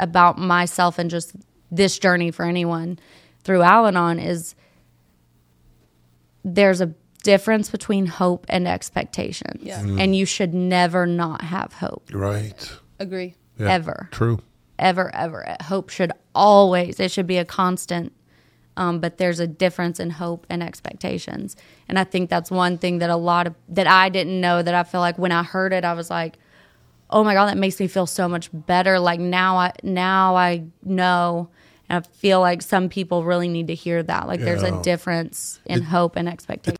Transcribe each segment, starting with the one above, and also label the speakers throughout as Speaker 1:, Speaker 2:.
Speaker 1: about myself and just this journey for anyone through Al Anon is there's a difference between hope and expectations.
Speaker 2: Yeah.
Speaker 1: And you should never not have hope,
Speaker 3: Right.
Speaker 2: Agree.
Speaker 3: Yeah.
Speaker 1: ever,
Speaker 3: True.
Speaker 1: ever, ever. Uh, Hope should always, it should be a constant. Um, but there's a difference in hope and expectations. And I think that's one thing that a lot of, that I didn't know that I feel like when I heard it, I was like, oh my God, that makes me feel so much better. Like now I, now I know. And I feel like some people really need to hear that. Like there's
Speaker 3: Yeah.
Speaker 1: a difference in hope and expectation.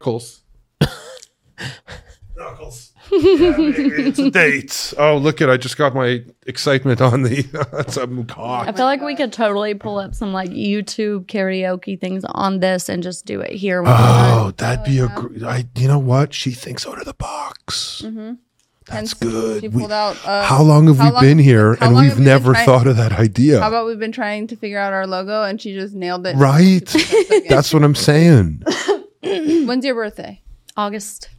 Speaker 4: Knuckles.
Speaker 3: Knuckles. Yeah, baby, it's a date. Oh, look at I just got my excitement on the some
Speaker 1: I
Speaker 3: cock.
Speaker 1: feel like we could totally pull up some like YouTube karaoke things on this and just do it here. when we're done.
Speaker 3: Oh, that'd be a gr- I you know what? She thinks out of the box. That's
Speaker 2: Mm-hmm. Hence,
Speaker 3: good.
Speaker 2: She
Speaker 3: We-
Speaker 2: pulled out. Uh,
Speaker 3: how long have
Speaker 2: how
Speaker 3: we
Speaker 2: long-
Speaker 3: been here
Speaker 2: how
Speaker 3: and
Speaker 2: long
Speaker 3: we've
Speaker 2: have we been
Speaker 3: never
Speaker 2: trying-
Speaker 3: thought of that idea?
Speaker 2: How about we've been trying to figure out our logo and she just nailed it.
Speaker 3: right? That's what I'm saying.
Speaker 2: When's your birthday?
Speaker 1: August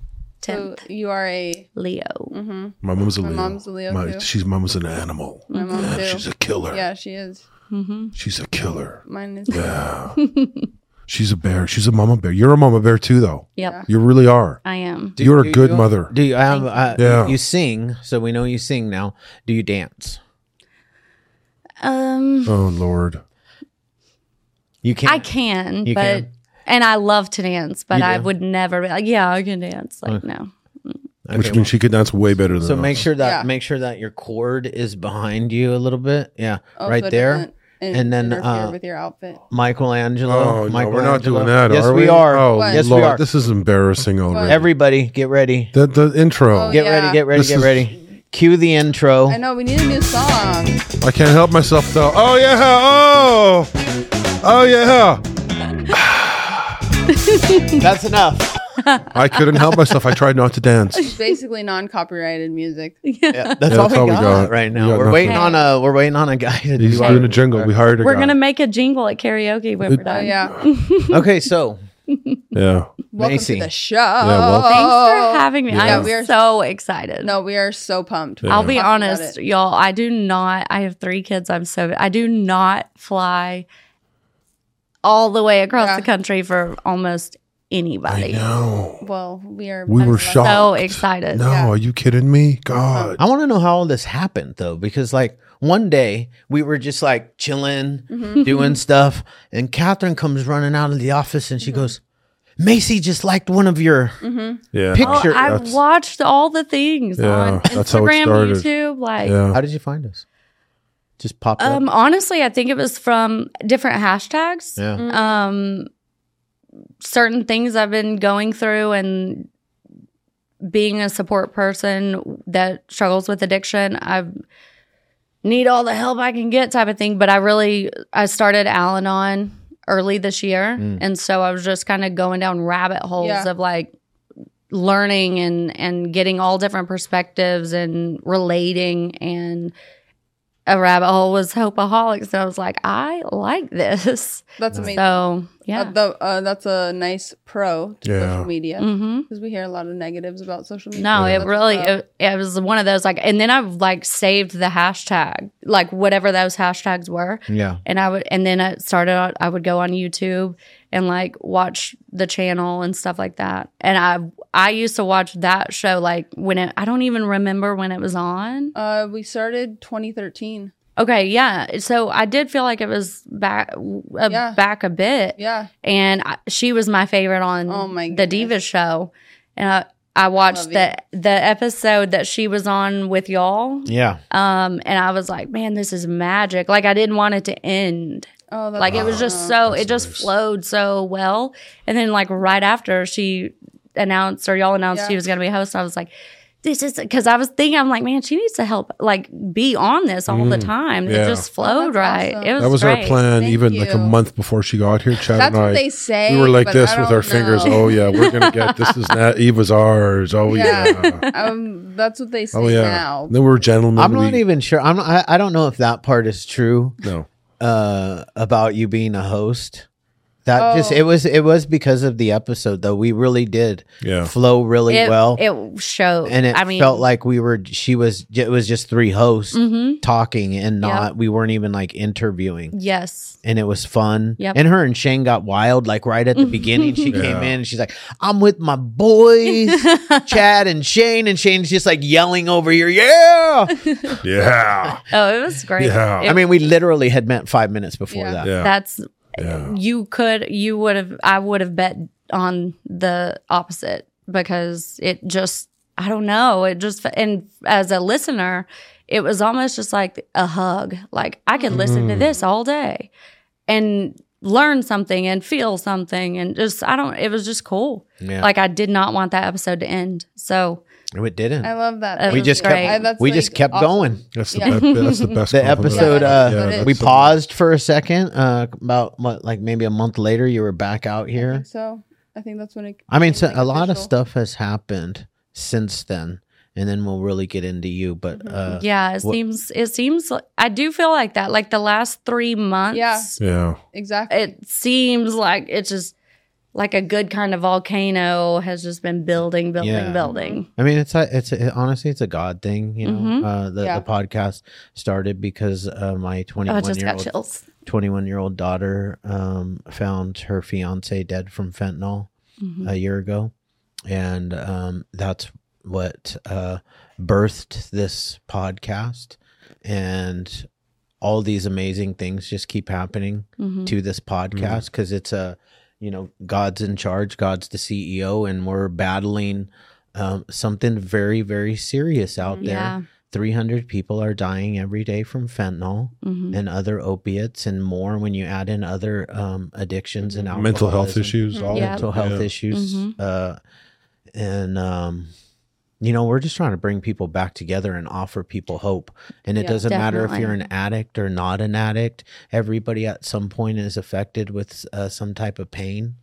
Speaker 2: So
Speaker 1: 10th,
Speaker 2: you are a
Speaker 1: Leo.
Speaker 2: Mm-hmm.
Speaker 3: My mom's a Leo.
Speaker 2: mom's a Leo, too.
Speaker 3: she's mom's an animal.
Speaker 2: my mom too.
Speaker 3: Oh, She's a killer.
Speaker 2: yeah, she is.
Speaker 3: She's a killer.
Speaker 2: Mine is.
Speaker 3: She's a bear. She's a mama bear. You're a mama bear too, though.
Speaker 1: Yep,
Speaker 3: You really are.
Speaker 1: I am.
Speaker 4: Do-
Speaker 3: You're a
Speaker 4: do
Speaker 3: good
Speaker 4: you-
Speaker 3: mother.
Speaker 4: Do you, um, uh,
Speaker 3: Yeah.
Speaker 4: you sing? So we know you sing now. Do you dance?
Speaker 1: Um,
Speaker 3: Oh Lord.
Speaker 4: You can't.
Speaker 1: I can,
Speaker 4: You
Speaker 1: but
Speaker 4: can.
Speaker 1: and I love to dance, but
Speaker 4: You
Speaker 1: I
Speaker 4: do? Uh,
Speaker 1: would never be like, yeah, I can dance. Like no,
Speaker 4: Okay,
Speaker 3: Which means she could dance way better than
Speaker 4: So make
Speaker 3: us.
Speaker 4: sure that
Speaker 2: Yeah.
Speaker 4: make sure that your cord is behind you a little bit. Yeah,
Speaker 2: Oh,
Speaker 4: right
Speaker 2: so it
Speaker 4: there.
Speaker 2: doesn't in-
Speaker 4: And then,
Speaker 2: interfere
Speaker 4: uh,
Speaker 2: with your outfit.
Speaker 4: Michelangelo.
Speaker 3: Oh no,
Speaker 4: Michelangelo.
Speaker 3: we're not doing that,
Speaker 4: yes,
Speaker 3: are we?
Speaker 4: are.
Speaker 3: Oh
Speaker 2: What?
Speaker 4: Yes,
Speaker 3: Lord,
Speaker 4: we are.
Speaker 3: this is embarrassing already.
Speaker 4: Everybody, get ready.
Speaker 3: the the intro.
Speaker 2: Oh,
Speaker 4: Get
Speaker 2: yeah.
Speaker 4: ready. Get ready.
Speaker 3: This
Speaker 4: Get
Speaker 3: is-
Speaker 4: ready. Cue the intro.
Speaker 2: I know we need a new song.
Speaker 3: I can't help myself though. Oh yeah. Oh. Oh yeah.
Speaker 4: That's enough.
Speaker 3: I couldn't help myself. I tried not to dance.
Speaker 2: It's basically non-copyrighted music.
Speaker 4: Yeah, that's,
Speaker 3: Yeah,
Speaker 4: all, we, got right
Speaker 3: We
Speaker 4: now.
Speaker 3: got
Speaker 4: We're waiting on
Speaker 1: nothing.
Speaker 4: a we're waiting on a guy to
Speaker 3: He's
Speaker 4: do
Speaker 3: doing a
Speaker 4: our,
Speaker 3: jingle. We hired a
Speaker 1: we're
Speaker 3: guy.
Speaker 1: gonna make a jingle at karaoke when
Speaker 3: It-
Speaker 4: Uh,
Speaker 1: we're
Speaker 2: Oh
Speaker 1: done.
Speaker 2: yeah.
Speaker 4: Okay, so
Speaker 3: Yeah.
Speaker 2: Welcome
Speaker 4: Macy.
Speaker 2: to the show.
Speaker 3: welcome.
Speaker 1: Thanks for having me.
Speaker 3: Yeah.
Speaker 1: I'm
Speaker 2: Oh. We are-
Speaker 1: so excited.
Speaker 2: No, we are so pumped.
Speaker 3: Yeah.
Speaker 1: I'll be
Speaker 2: Talking about
Speaker 1: honest,
Speaker 2: it.
Speaker 1: y'all. I do not. I have three kids. I'm so. I do not fly all the way across
Speaker 2: Yeah.
Speaker 1: the country for almost
Speaker 3: I
Speaker 1: anybody.
Speaker 3: know.
Speaker 2: Well, we are.
Speaker 3: We
Speaker 2: I'm
Speaker 3: were
Speaker 2: so-
Speaker 3: shocked.
Speaker 1: So excited.
Speaker 3: No,
Speaker 2: Yeah.
Speaker 3: are you kidding me? God.
Speaker 4: I want to know how all this happened though, because like one day we were just like chilling,
Speaker 2: Mm-hmm.
Speaker 4: doing stuff, and Catherine comes running out of the office and she
Speaker 1: Mm-hmm.
Speaker 4: goes, "Macy just liked one of your
Speaker 3: Yeah.
Speaker 1: Oh,
Speaker 4: pictures."
Speaker 1: I
Speaker 3: That's-
Speaker 1: watched all the things
Speaker 3: Yeah,
Speaker 1: on
Speaker 3: that's how it
Speaker 1: Instagram,
Speaker 3: started.
Speaker 1: YouTube. Like,
Speaker 3: Yeah.
Speaker 4: how did you find us? Just popped
Speaker 1: um,
Speaker 4: up.
Speaker 1: honestly, I think it was from different hashtags.
Speaker 4: Yeah.
Speaker 2: Mm-hmm.
Speaker 1: Um, certain things I've been going through and being a support person that struggles with addiction. I need all the help I can get, type of thing. But I really, I started Al Anon early this year,
Speaker 4: Mm.
Speaker 1: and so I was just kind of going down rabbit holes
Speaker 2: Yeah.
Speaker 1: of like learning and and getting all different perspectives and relating and a rabbit hole was hopeaholics and i was like i like this
Speaker 2: That's amazing.
Speaker 1: so yeah
Speaker 2: Uh, the, uh, that's a nice pro to
Speaker 3: Yeah.
Speaker 2: social media
Speaker 1: hmm
Speaker 2: because we hear a lot of negatives about social media.
Speaker 1: no
Speaker 3: Yeah.
Speaker 1: it really
Speaker 2: That's a pro.
Speaker 1: it, it was one of those like and then i like saved the hashtag like whatever those hashtags were
Speaker 4: yeah.
Speaker 1: and i would and then i started out i would go on youtube and like watch the channel and stuff like that and i i used to watch that show like when it i don't even remember when it was on
Speaker 2: Uh, we started 2013.
Speaker 1: Okay, yeah. So I did feel like it was back uh,
Speaker 2: Yeah.
Speaker 1: back a bit,
Speaker 2: Yeah,
Speaker 1: and I, she was my favorite on
Speaker 2: Oh my
Speaker 1: the Diva
Speaker 2: goodness.
Speaker 1: show, and I, I watched the the episode that she was on with y'all,
Speaker 4: Yeah.
Speaker 1: um, and I was like, man, this is magic. Like I didn't want it to end.
Speaker 2: oh, that's
Speaker 1: Like it was just so it just flowed so well, and then like right after she announced or y'all announced
Speaker 2: Yeah.
Speaker 1: she was gonna be a host, I was like. this is because I was thinking, I'm like, man, she needs to help, like, be on this all the time.
Speaker 3: yeah.
Speaker 1: It just flowed
Speaker 2: that's
Speaker 1: right.
Speaker 2: awesome.
Speaker 1: It was
Speaker 3: That was our
Speaker 1: great.
Speaker 3: plan,
Speaker 2: Thank
Speaker 3: even like a
Speaker 2: you.
Speaker 3: month before she got here. Chad
Speaker 2: That's
Speaker 3: and I,
Speaker 2: what they say.
Speaker 3: we were like
Speaker 2: but
Speaker 3: this
Speaker 2: I
Speaker 3: with
Speaker 2: don't
Speaker 3: our fingers.
Speaker 2: know.
Speaker 3: Oh yeah, we're gonna get this. Is that Eva's ours? Oh yeah,
Speaker 2: Yeah. um, that's what they say
Speaker 3: oh yeah.
Speaker 2: now.
Speaker 3: Then we were gentlemen.
Speaker 4: I'm
Speaker 3: we,
Speaker 4: not even sure. I'm not, I, I don't know if that part is true
Speaker 3: no.
Speaker 4: uh, about you being a host. That just
Speaker 2: Oh.
Speaker 4: it was it was because of the episode though. We really did
Speaker 3: Yeah.
Speaker 4: flow really
Speaker 1: It,
Speaker 4: well.
Speaker 1: it showed.
Speaker 4: and it
Speaker 1: I mean, Mm-hmm.
Speaker 4: felt like we were she was it was just three hosts talking and
Speaker 1: Yeah.
Speaker 4: not we weren't even like interviewing
Speaker 1: yes.
Speaker 4: and it was fun
Speaker 1: Yep.
Speaker 4: and her and shane got wild like right at the
Speaker 2: Mm-hmm.
Speaker 4: beginning she came
Speaker 3: Yeah.
Speaker 4: in and she's like i'm with my boys chad and shane and shane's just like yelling over here yeah
Speaker 3: Yeah.
Speaker 1: Oh, it was great.
Speaker 3: Yeah.
Speaker 1: It-
Speaker 4: i mean we literally had met five minutes before
Speaker 2: Yeah.
Speaker 4: that
Speaker 3: Yeah.
Speaker 1: that's
Speaker 3: Yeah.
Speaker 1: you could you would have I would have bet on the opposite because it just I don't know it just and as a listener it was almost just like a hug like I could listen to this all day and learn something and feel something and just I don't it was just cool
Speaker 4: Yeah.
Speaker 1: like I did not want that episode to end so
Speaker 4: No, it didn't
Speaker 2: I love that.
Speaker 1: We
Speaker 4: we
Speaker 1: was
Speaker 4: just
Speaker 1: great.
Speaker 4: kept
Speaker 1: I-
Speaker 2: that's,
Speaker 4: we
Speaker 2: like,
Speaker 4: just kept
Speaker 2: awesome.
Speaker 4: going
Speaker 3: That's the,
Speaker 2: Yeah.
Speaker 3: be- that's the best.
Speaker 4: the
Speaker 3: compliment.
Speaker 4: episode
Speaker 2: Yeah,
Speaker 4: uh
Speaker 2: that's
Speaker 4: we
Speaker 3: the-
Speaker 4: paused for a second uh about what, like maybe a month later you were back out here
Speaker 2: So I think that's when it.
Speaker 4: I mean, so
Speaker 2: became,
Speaker 4: a
Speaker 2: like,
Speaker 4: lot of
Speaker 2: official.
Speaker 4: stuff has happened since then, and then we'll really get into you. But
Speaker 2: Mm-hmm.
Speaker 4: uh,
Speaker 1: yeah it
Speaker 4: What-
Speaker 1: seems it seems like- I do feel like that like the last three months
Speaker 2: Yeah.
Speaker 3: Yeah.
Speaker 2: Exactly.
Speaker 1: it seems like it's just like a good kind of volcano has just been building, building,
Speaker 4: Yeah.
Speaker 1: building.
Speaker 4: I mean, it's a, it's a, honestly, it's a God thing, you know.
Speaker 1: Mhm.
Speaker 4: Uh, the,
Speaker 2: Yeah.
Speaker 4: the podcast started because uh, my
Speaker 1: Oh, I
Speaker 4: twenty-one
Speaker 1: just
Speaker 4: year
Speaker 1: got
Speaker 4: old
Speaker 1: chills.
Speaker 4: twenty-one-year-old daughter um, found her fiance dead from fentanyl
Speaker 1: Mhm.
Speaker 4: a year ago, and um, that's what uh, birthed this podcast, and all these amazing things just keep happening.
Speaker 1: Mhm.
Speaker 4: to this podcast because it's a you know god's in charge god's the ceo and we're battling um, something very very serious out there
Speaker 1: Mm-hmm. Yeah.
Speaker 4: 300 people are dying every day from fentanyl
Speaker 1: Mhm.
Speaker 4: and other opiates and more when you add in other um, addictions and alcoholism,
Speaker 3: Mental health issues. All
Speaker 1: Yeah.
Speaker 4: mental health
Speaker 3: Yeah.
Speaker 4: issues
Speaker 1: Mhm.
Speaker 4: uh, and um, you know we're just trying to bring people back together and offer people hope and it
Speaker 2: Yeah,
Speaker 4: doesn't matter if you're
Speaker 1: definitely.
Speaker 4: an addict or not an addict everybody at some point is affected with uh, some type of pain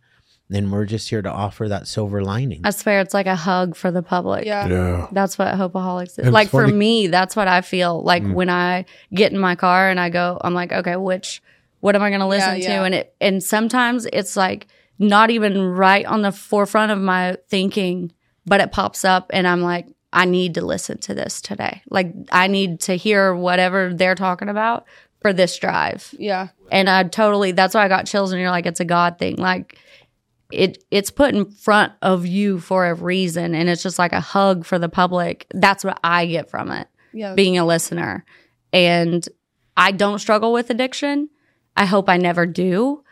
Speaker 4: and we're just here to offer that silver lining
Speaker 1: I swear it's like a hug for the public.
Speaker 2: yeah.
Speaker 3: Yeah.
Speaker 1: That's what Hopeaholics
Speaker 3: And
Speaker 1: is.
Speaker 3: it's
Speaker 1: Like for
Speaker 3: funny-
Speaker 1: me, that's what I feel like when I get in my car and I go, I'm like, okay, which, what am I going to listen
Speaker 2: yeah.
Speaker 1: to? And it, and sometimes it's like not even right on the forefront of my thinking, but it pops up and I'm like, I need to listen to this today. Like I need to hear whatever they're talking about for this drive
Speaker 2: Yeah.
Speaker 1: and I totally that's why I got chills and you're like it's a god thing like it it's put in front of you for a reason and it's just like a hug for the public that's what I get from it
Speaker 2: Yeah.
Speaker 1: being a listener and I don't struggle with addiction I hope I never do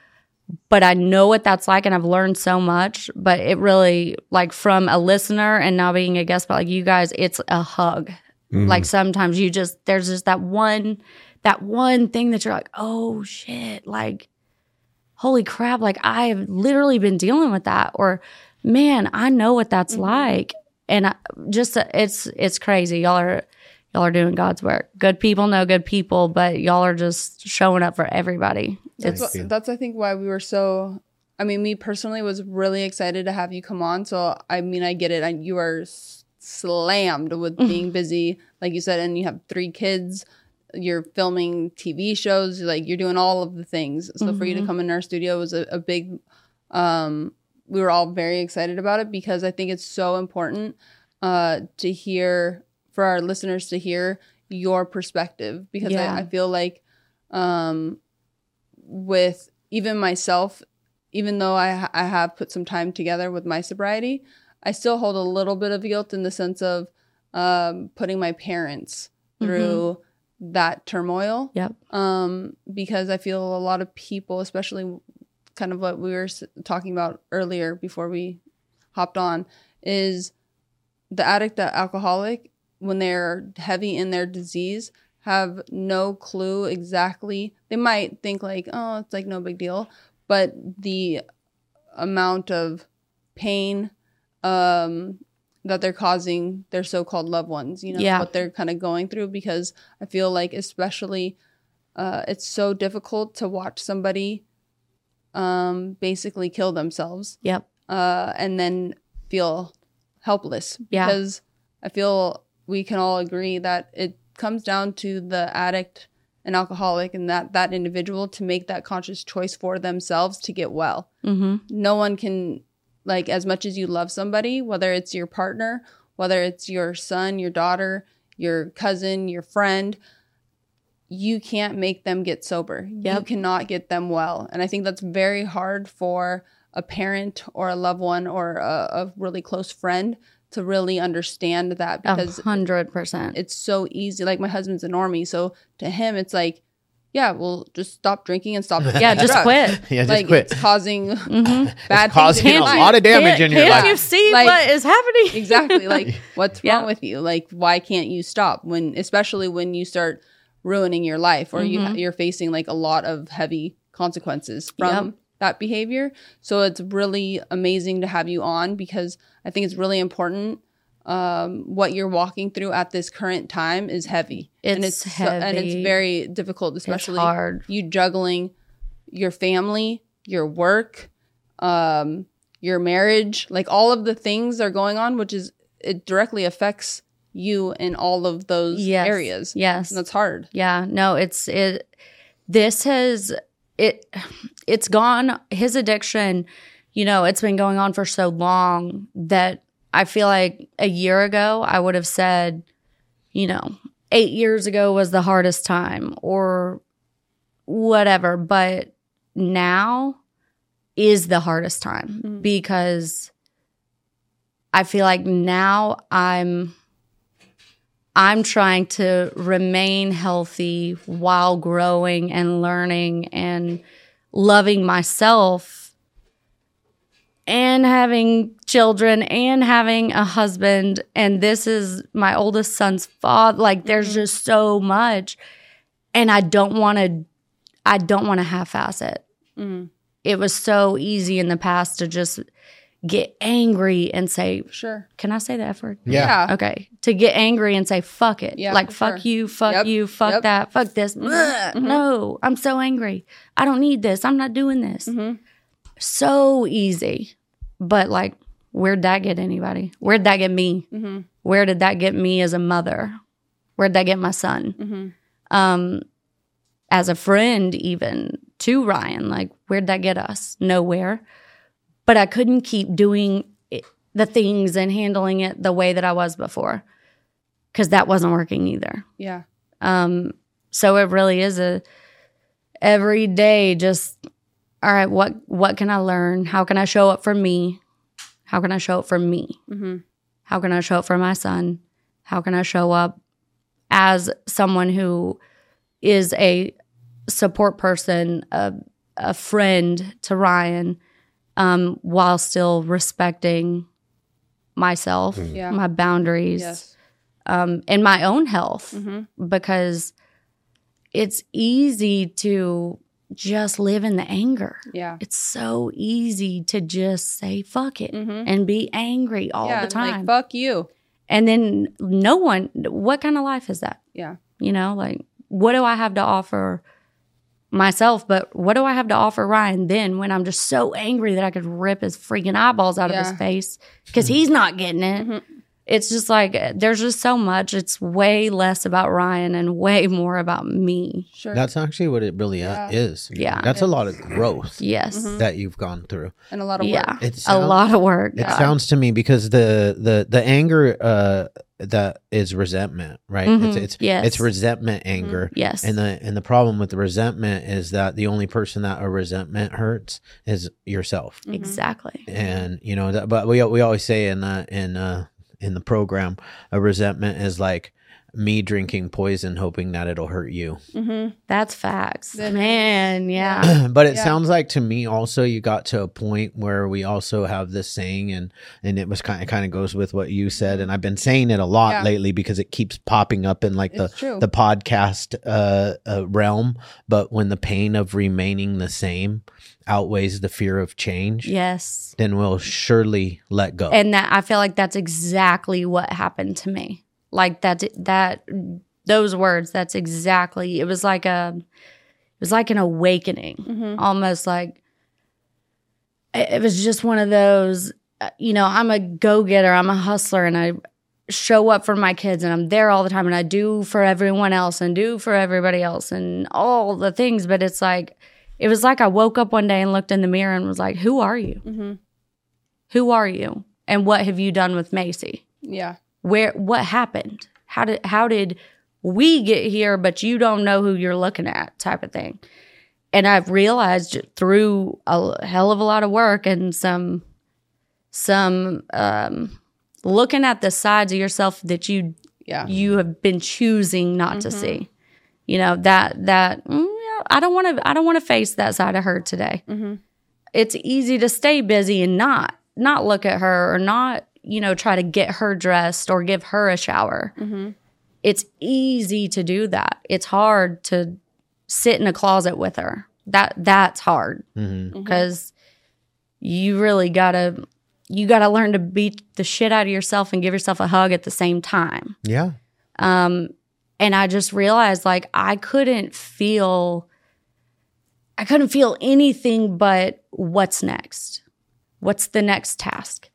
Speaker 1: but I know what that's like and I've learned so much but it really like from a listener and now being a guest but like you guys it's a hug
Speaker 3: Mm.
Speaker 1: like sometimes you just there's just that one that one thing that you're like, "Oh shit, like holy crap, like I've literally been dealing with that or man, I know what
Speaker 2: Mm-hmm.
Speaker 1: that's like." And I, just uh, it's it's crazy. Y'all are y'all are doing God's work. Good people know good people, but y'all are just showing up for everybody.
Speaker 2: That's
Speaker 1: It's
Speaker 4: Thank you.
Speaker 2: what, that's I think why we were so. I mean, me personally was really excited to have you come on. So I mean, I get it. I, you are s- slammed with
Speaker 4: Mm.
Speaker 2: being busy, like you said, and you have three kids. You're filming TV shows, like you're doing all of the things. So for you to
Speaker 4: Mm-hmm.
Speaker 1: Mhm.
Speaker 2: come in our studio was a, a big. Um, we were all very excited about it because I think it's so important uh, to hear for our listeners to hear your perspective because
Speaker 1: Yeah.
Speaker 2: I, I feel like um, with even myself, even though I, I have put some time together with my sobriety, I still hold a little bit of guilt in the sense of um, putting my parents through that turmoil.
Speaker 1: Yep.
Speaker 2: Um, because I feel a lot of people, especially kind of what we were s- talking about earlier before we hopped on, is the addict, the alcoholic, when they're heavy in their disease, have no clue exactly. They might think like, oh, it's like no big deal, but the amount of pain, um, that they're causing their so-called loved ones you know
Speaker 1: Yeah.
Speaker 2: what they're kind of going through because i feel like especially uh, it's so difficult to watch somebody um, basically kill themselves
Speaker 1: Yep.
Speaker 2: uh, and then feel helpless
Speaker 1: Yeah.
Speaker 2: because I feel we can all agree that it comes down to the addict and alcoholic and that that individual to make that conscious choice for themselves to get well.
Speaker 1: Mm-hmm.
Speaker 2: No one can like as much as you love somebody, whether it's your partner, whether it's your son, your daughter, your cousin, your friend, you can't make them get sober. You
Speaker 1: Yep.
Speaker 2: cannot get them well. And I think that's very hard for a parent or a loved one or a, a really close friend to really understand that
Speaker 1: A
Speaker 2: because
Speaker 1: hundred percent.
Speaker 2: it's so easy. Like my husband's a normie, so to him it's like, yeah, well, just stop drinking and stop.
Speaker 1: Yeah, just
Speaker 2: drugs.
Speaker 1: quit.
Speaker 4: Yeah, just
Speaker 2: like
Speaker 4: quit.
Speaker 2: it's causing
Speaker 1: Mm-hmm.
Speaker 2: bad
Speaker 4: causing
Speaker 2: things in
Speaker 4: a
Speaker 2: your life.
Speaker 4: lot of damage in your
Speaker 1: can't
Speaker 4: life.
Speaker 1: you see
Speaker 2: Like-
Speaker 1: what is happening?
Speaker 2: exactly like what's
Speaker 1: Yeah.
Speaker 2: wrong with you like why can't you stop when especially when you start ruining your life or you
Speaker 1: Mhm.
Speaker 2: you're facing like a lot of heavy consequences from
Speaker 1: Yep.
Speaker 2: that behavior so it's really amazing to have you on because i think it's really important um, what you're walking through at this current time is heavy and
Speaker 1: It's
Speaker 2: it's so- and it's
Speaker 1: heavy.
Speaker 2: very difficult especially
Speaker 1: it's hard.
Speaker 2: you juggling your family, your work, um, your marriage, like all of the things are going on, which is it directly affects you in all of those
Speaker 1: Yes.
Speaker 2: areas.
Speaker 1: Yes.
Speaker 2: And that's hard.
Speaker 1: Yeah, no, it's it. This has it. It's gone. His addiction, you know, it's been going on for so long that I feel like a year ago I would have said, you know, eight years ago was the hardest time or whatever, but now is the hardest time
Speaker 2: Mhm.
Speaker 1: because I feel like now I'm I'm trying to remain healthy while growing and learning and loving myself and having children and having a husband. And this is my oldest son's father. Like, there's just so much. And I don't want to, I don't want to half ass it.
Speaker 2: Mm,
Speaker 1: It was so easy in the past to just get angry and say,
Speaker 2: sure.
Speaker 1: Can I say the F word?
Speaker 4: Yeah.
Speaker 1: Okay. To get angry and say, fuck it.
Speaker 2: Yeah,
Speaker 1: like,
Speaker 2: for
Speaker 1: fuck
Speaker 2: sure.
Speaker 1: you, fuck
Speaker 2: Yep,
Speaker 1: you, fuck
Speaker 2: yep.
Speaker 1: that, fuck this. Ugh,
Speaker 2: mhm.
Speaker 1: No, I'm so angry. I don't need this. I'm not doing this.
Speaker 2: Mhm.
Speaker 1: So easy. But like, where'd that get anybody? Where'd that get me?
Speaker 2: Mm-hmm.
Speaker 1: Where did that get me as a mother? Where'd that get my son?
Speaker 2: hmm
Speaker 1: Um, as a friend, even to Ryan, like, where'd that get us? Nowhere. But I couldn't keep doing it, the things and handling it the way that I was before because that wasn't working either.
Speaker 2: Yeah.
Speaker 1: Um, so it really is a every day just all right, what what can I learn? How can I show up for me? How can I show up for me?
Speaker 2: hmm
Speaker 1: How can I show up for my son? How can I show up as someone who is a support person, a, a friend to Ryan, um, while still respecting myself,
Speaker 2: Yeah.
Speaker 1: my boundaries,
Speaker 2: Yes.
Speaker 1: um, and my own health?
Speaker 2: hmm
Speaker 1: because it's easy to just live in the anger.
Speaker 2: Yeah.
Speaker 1: It's so easy to just say fuck it
Speaker 2: Mhm.
Speaker 1: and be angry all the
Speaker 2: yeah, and, like,
Speaker 1: time.
Speaker 2: fuck you.
Speaker 1: and then no one, what kind of life is that?
Speaker 2: Yeah.
Speaker 1: You know, like what do I have to offer myself? But what do I have to offer Ryan then when I'm just so angry that I could rip his freaking eyeballs out of
Speaker 2: Yeah.
Speaker 1: his face because
Speaker 4: Hmm.
Speaker 1: he's not getting it?
Speaker 2: Mhm.
Speaker 1: It's just like uh, there's just so much. It's way less about Ryan and way more about me.
Speaker 2: Sure.
Speaker 4: That's actually what it really
Speaker 2: Yeah.
Speaker 4: uh is.
Speaker 1: Yeah.
Speaker 4: That's a lot of growth
Speaker 1: Yes.
Speaker 2: Mhm.
Speaker 4: that you've gone through.
Speaker 2: and a lot of work.
Speaker 1: Yeah.
Speaker 4: It
Speaker 1: a
Speaker 4: sound-
Speaker 1: lot of work.
Speaker 4: It sounds to me because the the the anger uh that is resentment, right? It's
Speaker 1: Mhm.
Speaker 4: it's
Speaker 1: Yes. Mm-hmm.
Speaker 4: it's resentment anger.
Speaker 1: yes.
Speaker 4: And the and the problem with the resentment is that the only person that a resentment hurts is yourself.
Speaker 2: Mhm.
Speaker 1: exactly.
Speaker 4: and you know that, but we we always say in the in uh in the program a resentment is like me drinking poison, hoping that it'll hurt you.
Speaker 2: Mm-hmm.
Speaker 1: That's facts.
Speaker 2: That is-
Speaker 1: Man, yeah.
Speaker 4: but it
Speaker 2: Yeah.
Speaker 4: sounds like to me also you got to a point where we also have this saying and and it was kind of kind of goes with what you said and I've been saying it a lot
Speaker 2: Yeah.
Speaker 4: lately because it keeps popping up in like the
Speaker 2: It's true.
Speaker 4: the podcast uh, uh realm but when the pain of remaining the same outweighs the fear of change
Speaker 1: Yes.
Speaker 4: then we'll surely let go.
Speaker 1: And that I feel like that's exactly what happened to me. Like that that those words, that's exactly it was like a it was like an awakening.
Speaker 2: Mm-hmm.
Speaker 1: almost like it it was just one of those uh, you know i'm a go-getter i'm a hustler and i show up for my kids and i'm there all the time and i do for everyone else and do for everybody else and all the things but it's like it was like i woke up one day and looked in the mirror and was like who are you
Speaker 2: Mm-hmm.
Speaker 1: who are you and what have you done with macy
Speaker 2: Yeah.
Speaker 1: where what happened how did how did we get here but you don't know who you're looking at type of thing and i've realized through a l- hell of a lot of work and some some um looking at the sides of yourself that you
Speaker 2: Yeah.
Speaker 1: you have been choosing not to
Speaker 2: Mhm.
Speaker 1: see you know that that mm, yeah, i don't want to i don't want to face that side of her today
Speaker 2: Mm-hmm.
Speaker 1: it's easy to stay busy and not not look at her or not you know try to get her dressed or give her a shower
Speaker 2: Mm-hmm.
Speaker 1: it's easy to do that it's hard to sit in a closet with her that that's hard
Speaker 4: Mhm.
Speaker 1: because you really gotta you gotta learn to beat the shit out of yourself and give yourself a hug at the same time
Speaker 4: Yeah.
Speaker 1: um, and I just realized like I couldn't feel, I couldn't feel anything but what's next, what's the next task.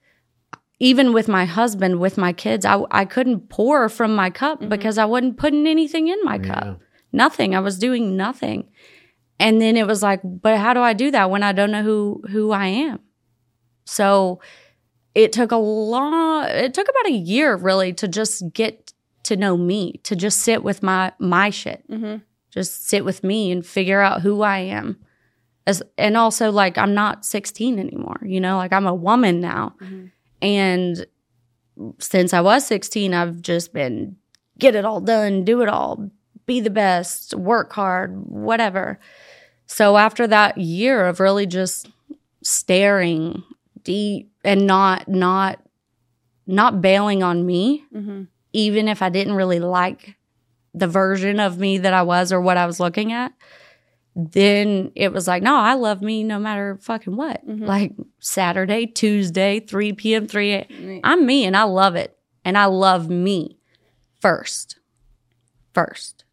Speaker 1: Even with my husband, with my kids, I I couldn't pour from my cup because I wasn't putting anything in my
Speaker 4: Yeah.
Speaker 1: cup. Nothing. I was doing nothing. And then it was like, but how do I do that when I don't know who who I am? So it took a long it took about a year really to just get to know me, to just sit with my my shit.
Speaker 2: Mm-hmm.
Speaker 1: Just sit with me and figure out who I am. As, and also like I'm not 16 anymore, you know, like I'm a woman now.
Speaker 2: Mhm.
Speaker 1: And since I was 16, I've just been get it all done, do it all, be the best, work hard, whatever. So after that year of really just staring deep and not not not bailing on me,
Speaker 2: Mm-hmm.
Speaker 1: even if I didn't really like the version of me that I was or what I was looking at, then it was like, no, I love me no matter fucking what.
Speaker 2: Mhm.
Speaker 1: Like Saturday, Tuesday, 3 p.m., 3 a.m.
Speaker 2: Mm-hmm.
Speaker 1: I'm me and I love it. And I love me first. First.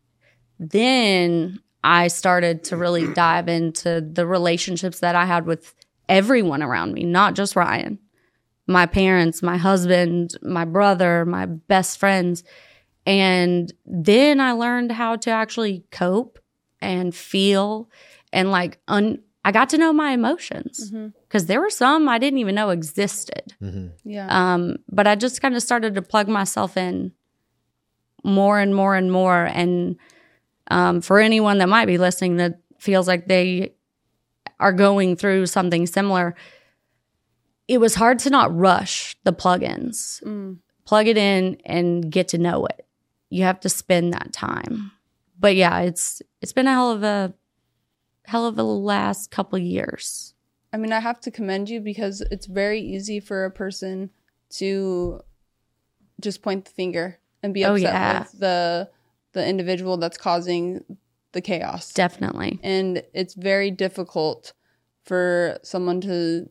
Speaker 1: Then I started to really dive into the relationships that I had with everyone around me, not just Ryan. My parents, my husband, my brother, my best friends. And then I learned how to actually cope and feel and like un- I got to know my emotions
Speaker 2: Mm-hmm.
Speaker 1: because there were some I didn't even know existed.
Speaker 4: Mhm.
Speaker 2: Yeah.
Speaker 1: Um, but I just kind of started to plug myself in more and more and more. And um, for anyone that might be listening that feels like they are going through something similar, it was hard to not rush the plugins.
Speaker 2: Mm.
Speaker 1: Plug it in and get to know it. You have to spend that time. But yeah, it's it's been a hell of a hell of a last couple years.
Speaker 2: I mean, I have to commend you because it's very easy for a person to just point the finger and be
Speaker 1: Oh,
Speaker 2: upset
Speaker 1: yeah.
Speaker 2: with the the individual that's causing the chaos.
Speaker 1: Definitely.
Speaker 2: and it's very difficult for someone to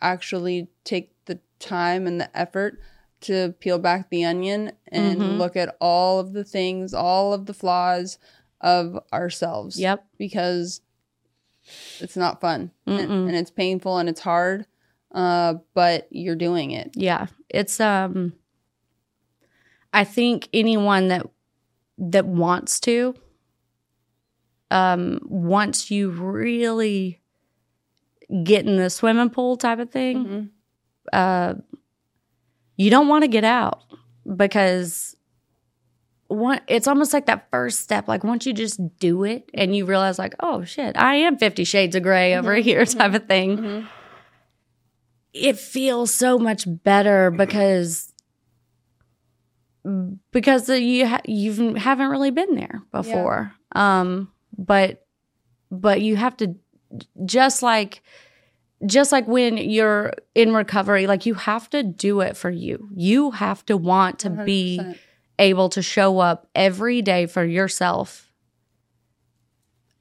Speaker 2: actually take the time and the effort to peel back the onion and
Speaker 1: Mhm.
Speaker 2: look at all of the things, all of the flaws of ourselves
Speaker 1: Yep.
Speaker 2: because it's not fun and,
Speaker 1: Mm-mm.
Speaker 2: and it's painful and it's hard uh but you're doing it
Speaker 1: yeah it's um i think anyone that that wants to um once you really get in the swimming pool type of thing
Speaker 2: Mhm.
Speaker 1: uh you don't want to get out because one it's almost like that first step like once you just do it and you realize like oh shit i am 50 shades of gray over
Speaker 2: Mhm,
Speaker 1: here type of thing
Speaker 2: Mhm.
Speaker 1: it feels so much better because because you ha- you haven't really been there before. Um, but but you have to just like just like when you're in recovery, like you have to do it for you. You have to want to be
Speaker 2: 100%.
Speaker 1: able to show up every day for yourself,